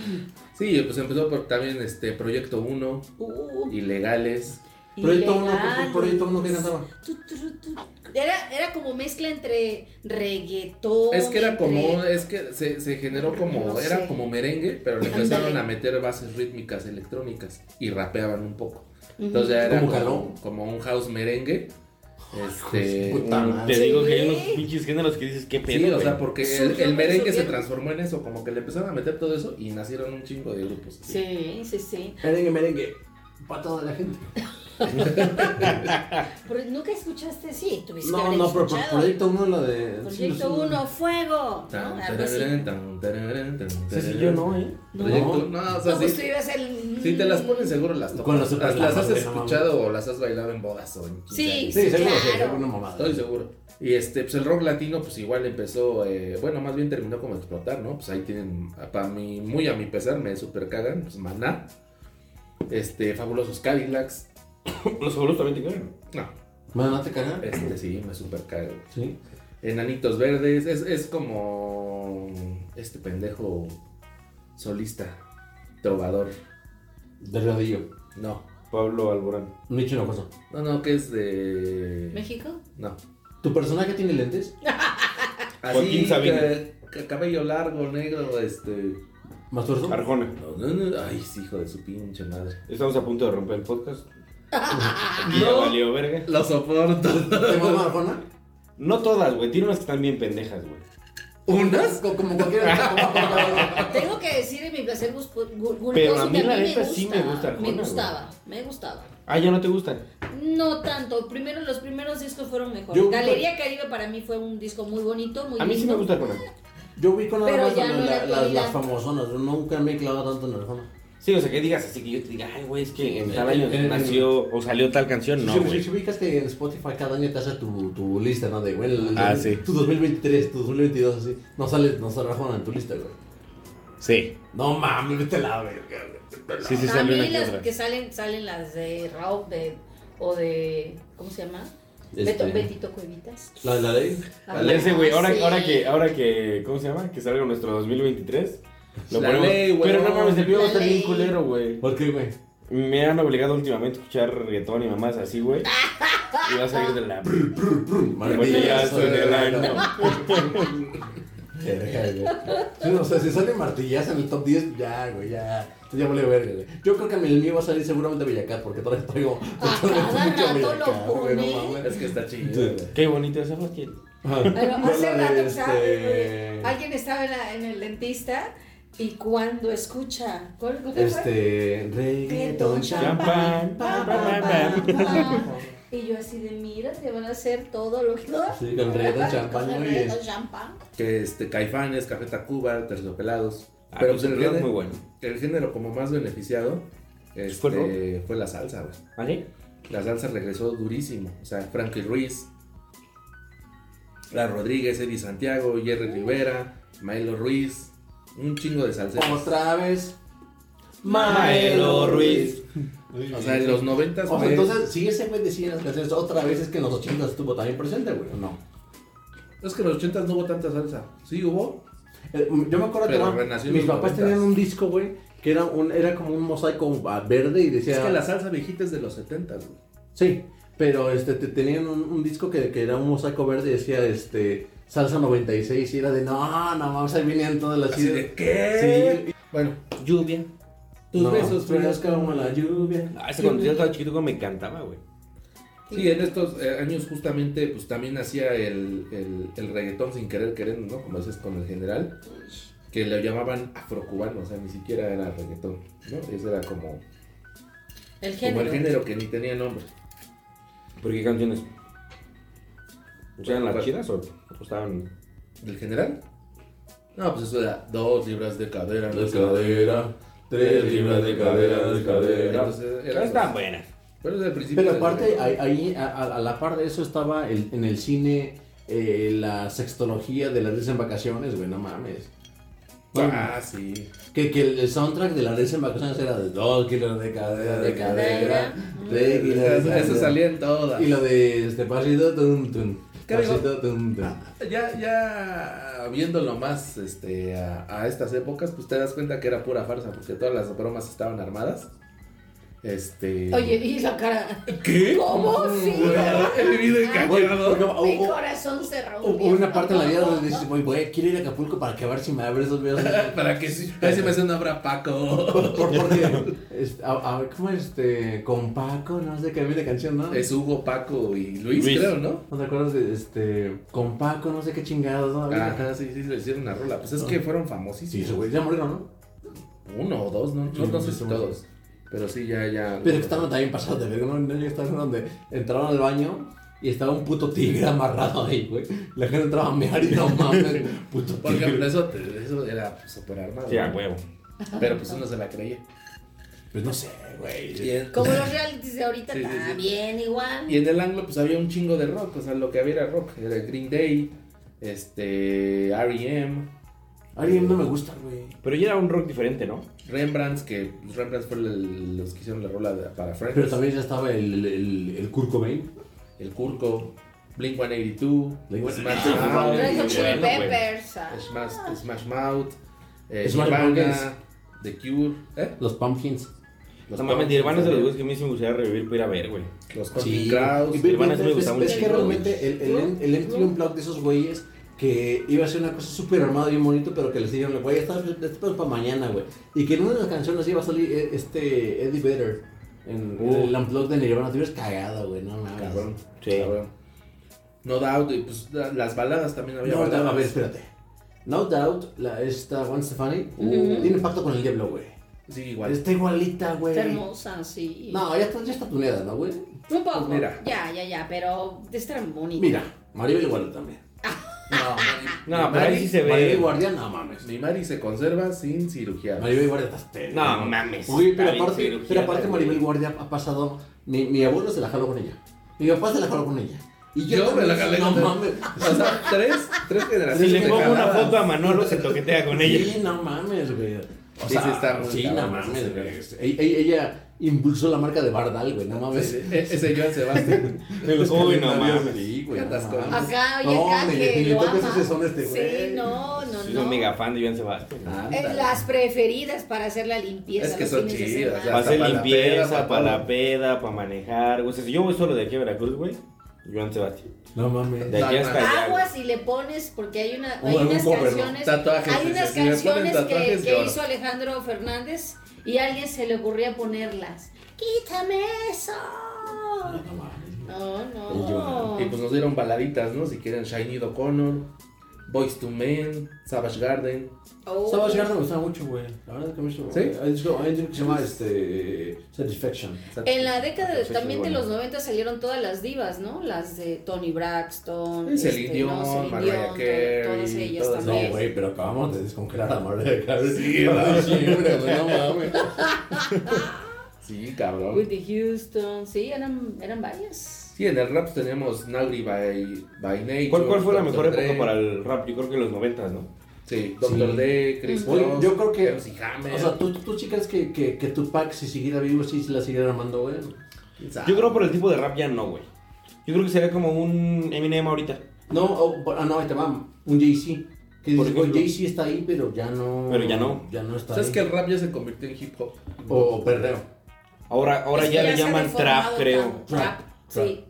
Sí, pues empezó por también este Proyecto 1, Uh, Ilegales. Proyecto uno, ilegales. proyecto uno, ¿qué cantaba? Tu, tu, tu, tu. Era, era como mezcla entre reggaetón. Es que era como, entre- es que se, se generó como, No era sé. como merengue, pero le empezaron Ándale. a meter bases rítmicas electrónicas y rapeaban un poco. Ujú. Entonces ya era ¿Cómo como, como un house merengue. Este, puta un- madre. Te digo que hay Sí. unos pinches géneros que dices, qué pedo. sí, o güey? sea, porque el, Surgió, el merengue se surgieron. transformó en eso, como que le empezaron a meter todo eso y nacieron un chingo de grupos. Sí, sí, sí. Merengue, merengue. Patada de la gente. Pero nunca escuchaste, sí, tuviste que No, haber no, pero por Pues escuchado. proyecto uno, la de. Proyecto 1, fuego. Ah, pues Tan, ¿no? Algo así. tararán, tan, tararán, tan, Sí, sí, tararán. yo no, ¿eh? Proyecto- no, o sea, No, pues sí. tú ibas el. Si te las pones seguro las Con tomas. los Las, super las has lamas, ¿eh? escuchado o las has bailado en bodas o en Sí, quince Sí, sí, seguro, sí, claro. seguro, una mamada. Estoy seguro. Y este, pues el rock latino, pues igual empezó, eh, bueno, más bien terminó como a explotar, ¿no? Pues ahí tienen, para mí, muy a mi pesar, me super cagan, pues Maná, este, Fabulosos Cadillacs, Los abuelos también te caen. no, Bueno, no te cagas. este sí, me super cagan. Sí. Enanitos Verdes, es, es como este pendejo solista, trovador, Del rodillo. no, Pablo Alborán. Nicho Hinojosa. no, no, que es de... Mm, ¿México? No. ¿Tu personaje tiene lentes? Así, Joaquín Sabina. ca- ca- cabello largo, negro, este... ¿Masturzo? Arjona. No, no, no, Ay, sí, hijo de su pinche madre. Estamos a punto de romper el podcast. Aquí ya valió verga. Lo soporto. ¿Te mama Arjona? No todas, güey. Tiene unas que están bien pendejas, güey. ¿Unas? Como, como cualquiera. Tengo que decir en mi placer gus- gu- guloso Pero a mí, que la neta, sí me gusta Arjona, Me güey. gustaba, me gustaba. Ah, ya no te gustan. No tanto, primero los primeros discos fueron mejores. Yo- Galería Caribe para mí fue un disco muy bonito, muy pues, A mí sí me lindo. gusta Arjona. Yo vi con nada Pero más ya la- no la- era las, comida. las famosonas. Nunca me he clavado tanto en Arjona. Sí, o sea, que digas así que yo te diga, ay, güey, es que en tal año En- en- nació o salió tal canción. No, si, güey. si ubicas que en Spotify cada año te hace tu, tu lista, ¿no? De, güey, el- Ah, el- sí. tu 2023, tu 2022, así. No sale, no sale Arjona en tu lista, güey. Sí. No mames, vete a la verga, güey. Sí, sí, sale También una que las otra. que salen, salen las de Raúl de, o de, ¿cómo se llama? Este- Beto- Betito Cuevitas. La de la ley. Ah, Ese, güey, ahora, sí. ahora que, ahora que, ¿cómo se llama? Que salga nuestro 2023. Lo La ponemos. ley, güey. Pero no mames, el video va a La estar bien ley. culero, güey. ¿Por qué, güey? Me han obligado últimamente a escuchar reggaetón y mamás así, güey. Y va a salir de la. Martillazo en el año. Verga, güey. Sí, no, o sea, si sale martillazo en el top 10, ya, güey, ya. Ya vale verga, güey. Yo creo que el mío va a salir seguramente Bellacat, porque todavía traigo. todavía mucho cada rato lo Bellacat, güey, no pone. mames. Es que está chido. Sí. Qué bonito esa fue Pero hace No, la de rato, este- ¿sabes? Alguien estaba en, la- en el dentista y cuando escucha. ¿cuál- cuál fue? Este. Reggaeton champán. Pa, pa, pa, pa. Y yo así de mira, te van a hacer todo lo que. Sí, con reggaeton champán, Con muy bien. reggaetón champán. que este Caifanes, Café Tacuba, Terciopelados. Ah, pero pues, el Terciopelados género, muy bueno. el género como más beneficiado este, ¿Fue el fue, la salsa, güey. ¿Ah, sí? La salsa regresó durísimo. O sea, Frankie Ruiz, La Rodríguez, Eddie Santiago, Jerry Rivera, Milo Ruiz, un chingo de salsa. Otra vez. Maelo Ruiz. O sea, en los O 90 sea, entonces, si ese güey decía en las canciones otra vez, es que en los 80 estuvo también presente, güey, ¿o no? Es que en los 80 no hubo tanta salsa. Sí hubo. Eh, Yo me acuerdo Pero que renació era- en mis los papás 90s. tenían un disco, güey, que era, un, era como un mosaico ah, verde y decía... Es que la salsa viejita es de los 70, güey. Sí, pero este, te- tenían un, un disco que, que era un mosaico verde y decía, este, salsa 96 y era de, no, no, vamos, ahí venían todas las... Así de, ¿qué? Sí. Bueno. Lluvia. Tus No, besos fríos como la lluvia. Ah, ese cuando yo estaba chiquito como me encantaba, güey. Sí, en estos eh, años justamente pues también hacía el, el, el reggaetón sin querer queriendo, ¿no? Como haces con el general, que le llamaban afrocubano, o sea, ni siquiera era reggaetón, ¿no? Ese era como, El como género. el género que ni tenía nombre. ¿Por qué canciones? ¿Eran las chidas o o estaban? ¿Del general? No, pues eso era dos libras de cadera. De no sé. cadera, tres libras de cadera, de cadera. Entonces, era- pues, Están buenas. Pero desde el principio... Pero del aparte, reggaetón. ahí, ahí, a, a- a la par de eso estaba el- en el cine eh, la sextología de la risa en vacaciones, güey, no mames. Ah, sí. Que, que el, el soundtrack de la risa en vacaciones era de dos kilos de cadera, de De cadera, cadera. tres kilos de Eso- eso cadera". salía en todas. Y lo de este pasito, tum, tum, ¿Qué digo? Ah, pasito, tum, tum. Ya, ya viéndolo más este, a, a estas épocas, pues te das cuenta que era pura farsa, porque todas las bromas estaban armadas. Este. Oye, y la cara. ¿Qué? ¿Cómo? Sí. He vivido Güey, engañado. porque hubo- Mi hubo- corazón se rompió. Ah, hubo una parte de la vida donde dices, güey, güey, quiero ir a Acapulco para que a ver si me abre esos videos. Para que sí. Ahí se me hace una obra Paco. Por- porque, este, a- a- ¿cómo este? Con Paco, no sé qué había de canción, ¿no? Es Hugo, Paco y Luis, Luis. creo, ¿no? ¿No te acuerdas de este? Con Paco, no sé qué chingados, ¿no? Había Ah, acá- sí, sí, le hicieron una rola. Pues es que fueron famosísimos. Ah. Sí, ese güey, ya murieron, ¿no? Uno o dos, no, no, no sé si todos. Pero sí, ya, ya. Pero que estaban también pasados de verga, ¿no? No, yo estaba en donde entraron al baño y estaba un puto tigre amarrado ahí, güey. La gente entraba a mear y no mames, puto Porque tigre. eso, te- eso era súper armado. Sí, ah, a ¿no? huevo. Pero pues uno se la creía. Pues no sé, güey. Y en- Como los realities de ahorita Sí, sí, sí. también, igual. Y en el anglo, pues había un chingo de rock. O sea, lo que había era rock. Era Green Day, este, R.E.M., Alguien no me gusta, güey. Pero ya era un rock diferente, ¿no? Rembrandts, que pues, Rembrandts fue el- los que hicieron la rola de- para Friends. Pero también ya estaba el, el, el Kurt Cobain. El Curco, Blink 182, Blink- Smash Ah, Red Hot Mouth, eh, Chili bueno, güey. Peppers. ah. Smash, Smash Mouth, eh, Smash Nirvana, Burgers. The Cure, ¿eh? Los Pumpkins. Los No mames, Pumpkins Nirvana es de también, los güeyes que a mí sí me gustaría revivir para ir a ver, güey. Los Counting Crows. Y ve- Nirvana ve- sí me ves- gustaba ves un que chingo, realmente el, el, el, MTV Unplugged de esos güeyes que iba a ser una cosa súper armada bien bonito, pero que les dijeron, güey, esto esto es para mañana, güey. Y que en una de las canciones iba a salir eh, este Eddie Vedder en, en Uh. el Unplugged de Nirvana. Te hubieras cagado, güey, no mames. Cabrón, Sí. cabrón. No Doubt, y pues la- las baladas también había. No, baladas. a ver, espérate. No Doubt, la, esta Gwen Stefani, tiene pacto con el diablo, güey. Sí, igual. Está igualita, güey. Está hermosa, sí. No, ya está, ya está tuneada, ¿no, güey? Un poco. Mira. Ya, ya, ya, pero está bonita. Mira, Maribel igual también. No, pero ahí sí se ve. Maribel Guardia, no mames. Mi Mari se conserva sin cirugía. Maribel Guardia estás pendejo. Uy, pero aparte, pero aparte Maribel Guardia ha pasado. Mi, mi abuelo se la jaló con ella. Mi papá se la jaló con ella. Y yo, Yo me también, la jalé No con- mames. O sea, tres, tres Si generaciones. le de pongo una jaladas. foto a Manolo, se toquetea con ella. Sí, no mames, güey. O Sí, sea, sí está muy sí, no cabrón, sí, mames, sí, güey. sí. E- e- Ella impulsó la marca de Bardal, güey, no mames. Sí, sí. E- ese Joan Sebastián. De los Uy, no comentarios, mames. Sí, güey. Qué no atascón. mames. Acá, oye, No, acá ni le- que ni le lo toques ama. ese son este, Sí, güey. no, no, Soy no. un mega fan de Joan Sebastián. Ah, Eh, Ándale. Las preferidas para hacer la limpieza. Es que los son fines de chidas, ya. semana. Para hasta hacer para la limpieza, peda, para para la todo. peda, para manejar. güey. O sea, si yo voy solo de aquí a Veracruz, güey, Joan Sebastián. No mames. De aquí No, hasta no. allá. güey. Aguas y le pones, porque hay, una, O hay algún unas cover, ¿no? canciones, Tatuajes, hay sí, unas sí, sí, me ponen canciones que, tatuajes, que lloro. hizo Alejandro Fernández y a alguien se le ocurría ponerlas. ¡Quítame eso! No mames. No, Y yo, no. Y pues nos dieron baladitas, ¿no? Si quieren, Shiny Do Connor, Boys to Men, Savage Garden. Oh. Estaba llegando, me gustaba mucho, güey. La verdad es que me gustó. ¿Sí? Hay un disco- hay un disco que se llama este, Satisfaction. En la década de- Sí, sí, también de bueno. los 90 salieron todas las divas, ¿no? Las de Tony Braxton, este, Sí, Celine Dion, Celine Mariah Dion, to- Carey, todas ellas todas No, también. güey, pero acabamos de descongelar a Mariah Carey. Sí, No, ¿verdad? sí, güey, güey, no mames. Sí, cabrón. Whitney Houston, sí, eran, eran varias. Sí, en el rap pues teníamos Nauri by, by Nature. ¿Cuál, cuál fue la Dr. mejor época Dre. para el rap? Yo creo que los 90, ¿no? Sí, Doctor Sí. D, Chris Oye, Cross, yo creo que- MC Hammer. O sea, ¿tú, tú sí crees que, que, que Tupac, si siguiera vivo, sí se la siguiera armando, güey? Yo creo por el tipo de rap ya no, güey. Yo creo que sería como un Eminem ahorita. No, oh, por- ah, no, ahí te va. Un Jay-Z. Que Por dice, güey, ejemplo. Jay-Z está ahí, pero ya no. Pero ya no. Ya no está ¿Sabes Pues ahí. que el rap ya se convirtió en hip hop? O, o perreo. Ahora, ahora Es que ya, le se ha llaman reformado trap, tan- creo. Trap, sí.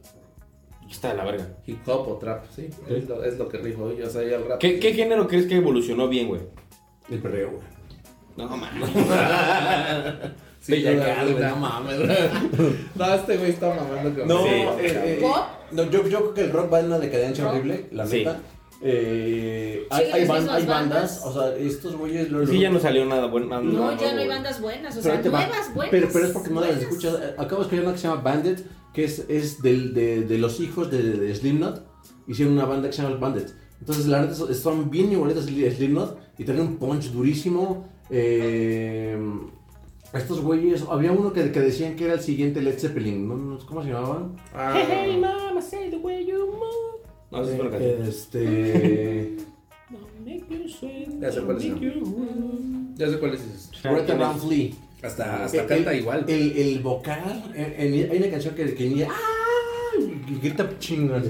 Está de la verga. Hip hop o trap, sí. Es lo, es lo que rijo hoy. O sea, ya el rap. ¿Qué, qué género crees que evolucionó bien, güey? El perreo, güey. No, man. Sí, Bella duda Cat, güey, alguna. no mames, güey. No, este güey está mamando con No, Sí. eh, eh, eh, ¿Pop? no, yo, yo creo que el rock va en una decadencia horrible, la Sí. neta. Eh, hay, Sí, hay las ban- mismas hay bandas, bandas. o sea, estos güeyes lo- Sí, lo- ya no salió nada bueno. nada No, nuevo, ya no hay güey. bandas buenas, pero o sea, ahí te va. nuevas buenas. Pero, pero es porque no las buenas. escuchas. Eh, Acabo de escuchar una que se llama Bandit, que es, es del- de, de los hijos de, de Slipknot. Hicieron una banda que se llama Bandit. Entonces, la neta, son- son bien igualitas a Slipknot y tienen un punch durísimo. Eh, estos güeyes, había uno que, que decían que era el siguiente Led Zeppelin, ¿no? no sé ¿cómo se llamaban? Ah, Hey, mama, say the way you move. Ah, No, esa es una canción. Eh, Este. Ya sé cuáles son. Ya sé cuáles es. Greta Van Fleet. Hasta, Ah, hasta El- canta el- igual. El, el vocal. en- en- hay una canción que, que inicia, ¡ah! y grita chingón.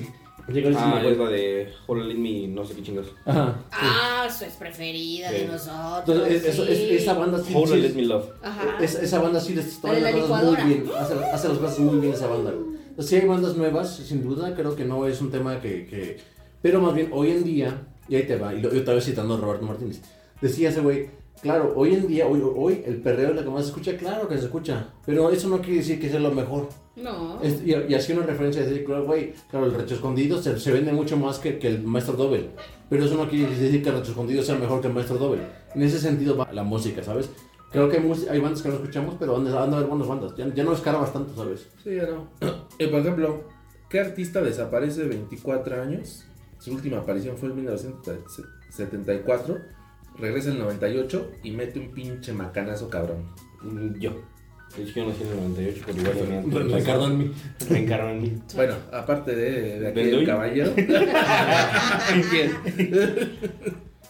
Llega el Ah, cine, es la güey. de Hola Let Me, no sé qué chingados. Ajá. Ah, eso es preferida Sí. de nosotros. Entonces, es- eso- es- Ah, sí. esa banda sí. Hola sí- Let Me Love. Ajá. E-, es- esa banda sí les La de la licuadora. muy bien. Hace, hace las cosas muy bien esa banda. güey. Entonces, sí hay bandas nuevas, sin duda. Creo que no es un tema que. que- pero más bien, hoy en día. Y ahí te va. Y lo- yo estaba citando a Roberto Martínez. Decía ese güey. Claro, hoy en día, hoy, hoy el perreo es lo que más se escucha, claro que se escucha, pero eso no quiere decir que sea lo mejor. No. Es- y, y hacía una referencia de decir, claro, güey, claro, el Recho Escondido se, se vende mucho más que, que el Maestro Doble. Pero eso no quiere decir que el Recho Escondido sea mejor que el Maestro Doble. En ese sentido va la música, ¿sabes? Creo que hay, mus- hay bandas que no escuchamos, pero han de, han de haber buenas bandas. Ya, ya no escarbas tanto, ¿sabes? Sí, ya no. Y por ejemplo, ¿qué artista desaparece 24 años? Su última aparición fue en 1974. Regresa en el 98 y mete un pinche macanazo cabrón. Mm, Yo. De hecho, yo nací en el 98, pero igual tenía antes. Ricardo en mí. Reencarnó en mí. Bueno, aparte de, de aquel ¿Benduy? caballero. ¿Quién?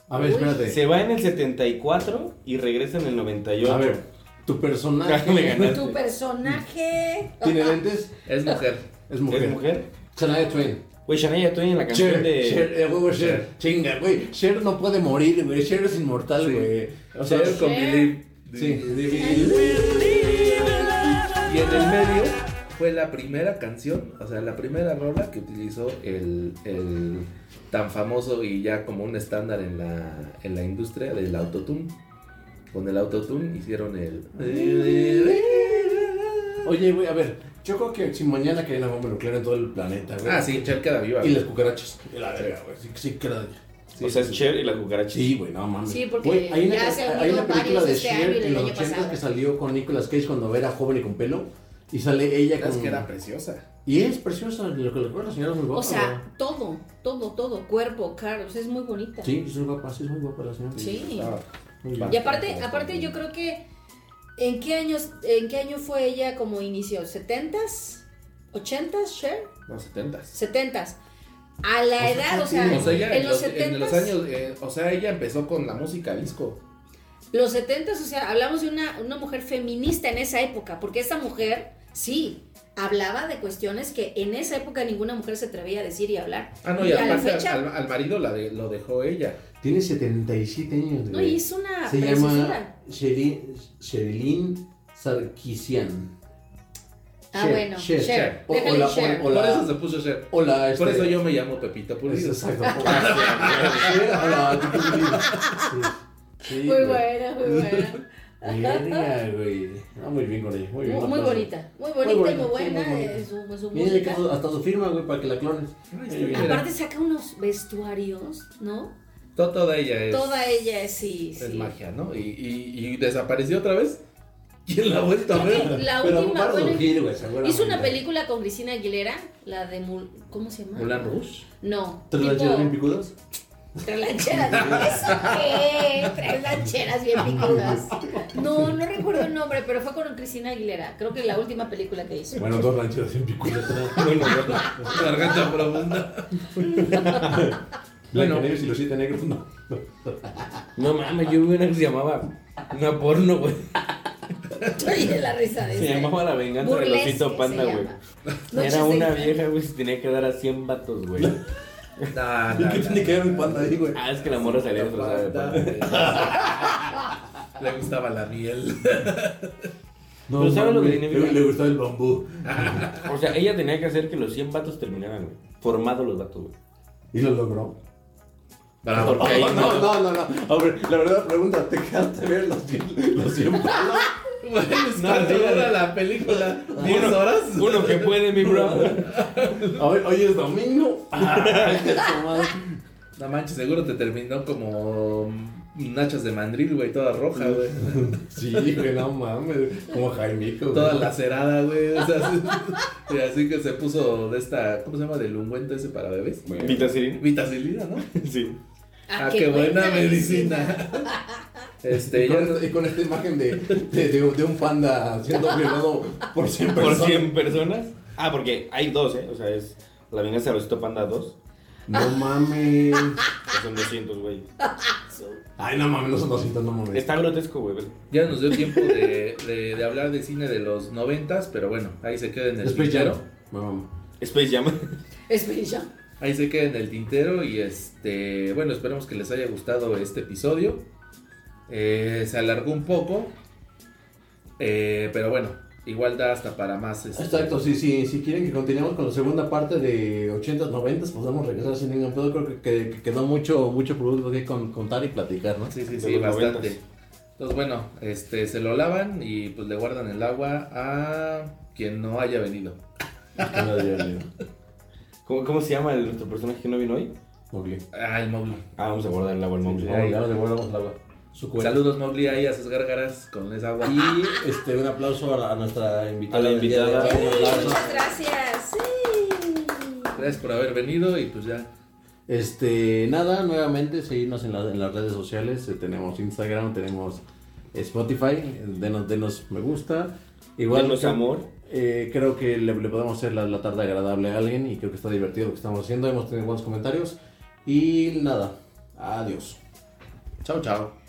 A ver, espérate. Se va en el 74 y regresa en el 98. A ver, tu Me personaje ganaste. Pues Tu personaje. tiene lentes, Es mujer. es ¿Es mujer. mujer? Shania Twain. Güey, Shania estoy en la canción Cher, de. Cher, eh, huevo Cher, Cher. chinga, güey. Cher no puede morir, güey. Cher es inmortal, Sí. güey. O sea, Cher con Believe. Sí. Ah. Y en el medio fue la primera canción, o sea, la primera rola que utilizó el, el tan famoso y ya como un estándar en la, en la industria del autotune. Con el autotune hicieron el... Oye, güey, a ver, yo creo que si mañana cae una bomba nuclear en todo el planeta, güey. Ah, sí, Cher queda viva. Y las cucarachas. Y la verga, güey. Sí, sí, que la- o sea, es Cher y la cucaracha. Sí, güey, no mames. Sí, porque Güey, hay una, ya se han hay unido una película varios de este año y Cher del en los año 80 pasado. que salió con Nicolas Cage cuando era joven y con pelo. Y sale ella Es que era preciosa. Y es preciosa, lo que recuerdo, la señora es muy guapa. O sea, todo, todo, todo, cuerpo, cara, o sea, es muy bonita. ¿no? Sí, es muy guapa, sí, es muy guapa la señora. Sí. Estaba muy Y guapa. aparte, aparte yo creo que ¿en qué años en qué año fue ella como inició? ¿70s? ¿80s, Cher? Los setentas. 70s. A la edad, o sea, ella en los 70s, los años, eh, o sea, ella empezó con la música disco. los 70s, o sea, hablamos de una, una mujer feminista en esa época, porque esa mujer sí hablaba de cuestiones que en esa época ninguna mujer se atrevía a decir y hablar. Ah, no, y, a la aparte fecha, al, al marido la de- lo dejó ella. Tiene 77 años de no, y es una Se preciosura. llama Sheri- Sherilyn Sarkisian. Ah, bueno, Cher. O, o Déjale la, Cher. o- o la- Por eso se puso Cher. Hola, Por este- eso yo me llamo Pepito Pulido. Exacto. Hola, Tito Pulido. Sí, sí, Muy güey. buena, muy buena. Verga, güey. Ah, muy bien con ella. Muy, bien, Muy, un muy aplauso. bonita, muy bonita, y muy sí, buena, bonita. eh, su, su Mira, música. que hasta su firma, güey, para que la clones. Muy bien. Aparte saca unos vestuarios, ¿no? To- Toda ella es, Toda ella es sí, es sí. magia, ¿no? Y, y- y desapareció otra vez. ¿Quién la ha vuelto a ver? La Pero última, para bueno, surgir, güey, seguramente. hizo una película con Cristina Aguilera, la de Mul- ¿cómo se llama? Mulan Rush. No, ¿Tres lancheras bien tipo picudas? tres lancheras. ¿Eso qué? Tres lancheras bien picudas. No, no recuerdo el nombre, pero fue con Cristina Aguilera. Creo que la última película que hizo. Bueno, dos lancheras bien picudas. Bueno, Garganta profunda. Blancanieves y los siete negros, no. No mames, yo vi una que se llamaba una porno, güey. Oye, la risa de Se este. llamaba La Venganza del Burlesque Osito se Panda, güey. llama. Era Noches de una engaño. vieja, güey, se tenía que dar a 100 vatos, güey. Nah, ¿Y nah, qué nah. tiene que ver un panda ahí, güey? Ah, es que la morra salía disfrazada de panda. Le gustaba la miel. No, Pero ¿sabes lo que mames, significa? le- Le gustaba el bambú. O sea, ella tenía que hacer que los 100 vatos terminaran, güey. Formados los vatos, güey. ¿Y lo logró? Bravo. Porque ahí No, no, no, no, A ver, la verdad, pregunta, ¿te quedaste a ver los 100 los 100 palos? Güey, ¿cuánto no, dura no. la película? ¿10 horas? Uno que puede, mi bro. Hoy, hoy es domingo. Ah, qué tomado. No manches, seguro te terminó como mm, nachas de mandril, güey, toda roja, güey. Sí, güey, no mames. Como Jaimico, güey. Toda lacerada, güey. O sea, sí. y así que se puso de esta, ¿cómo se llama? Del ungüento ese para bebés. Pita Sirin. Vitacilina, ¿no? Sí. Ah, Ah, qué buena medicina. Y Este, ya con, esta- y con esta imagen de, de, de- de un panda siendo violado por 100 Por personas. 100 personas. Ah, porque hay dos, ¿eh? O sea, es La Venganza del Osito Panda 2. No mames. Que son 200, güey. Ay, no mames, no son 200, no mames. Está grotesco, güey. ya nos dio tiempo de, de- de hablar de cine de los noventas, pero bueno, ahí se queda en el Después ya tintero. no. No, Space Jam. Es bella. Ahí se queda en el tintero y este, bueno, esperemos que les haya gustado este episodio. Eh, se alargó un poco, eh, pero bueno, igual da hasta para más. este, Exacto, pues, sí, sí, si quieren que continuemos con la segunda parte de 80s, 90s, podemos regresar sin ningún pedo. Creo que, que- que quedó mucho, mucho producto que con- contar y platicar, ¿no? Sí, sí, De sí, los bastante. noventas. Entonces, bueno, este, se lo lavan y pues le guardan el agua a quien no haya venido. Que no había leído. ¿Cómo, ¿Cómo se llama el, nuestro personaje que no vino hoy? Mowgli. Ah, el Mowgli. Ah, vamos a guardar el agua al Mowgli. Vamos, ya nos devolvemos el agua. Su cuerpo. Saludos, Mowgli, ahí a sus gárgaras con esa agua. Y este, un aplauso a, la- a nuestra invitada. A la del día de invitada. hoy, un aplauso. Muchas gracias. Sí. Gracias por haber venido y pues ya. Este, nada, nuevamente seguirnos en, la- en las redes sociales. eh, tenemos Instagram, tenemos Spotify. eh, Denos, denos me gusta. Igual Denos creo- amor. eh, creo que le, le podemos hacer la, la tarde agradable a alguien y creo que está divertido lo que estamos haciendo. Hemos tenido buenos comentarios. Y nada, adiós. Chao, chao.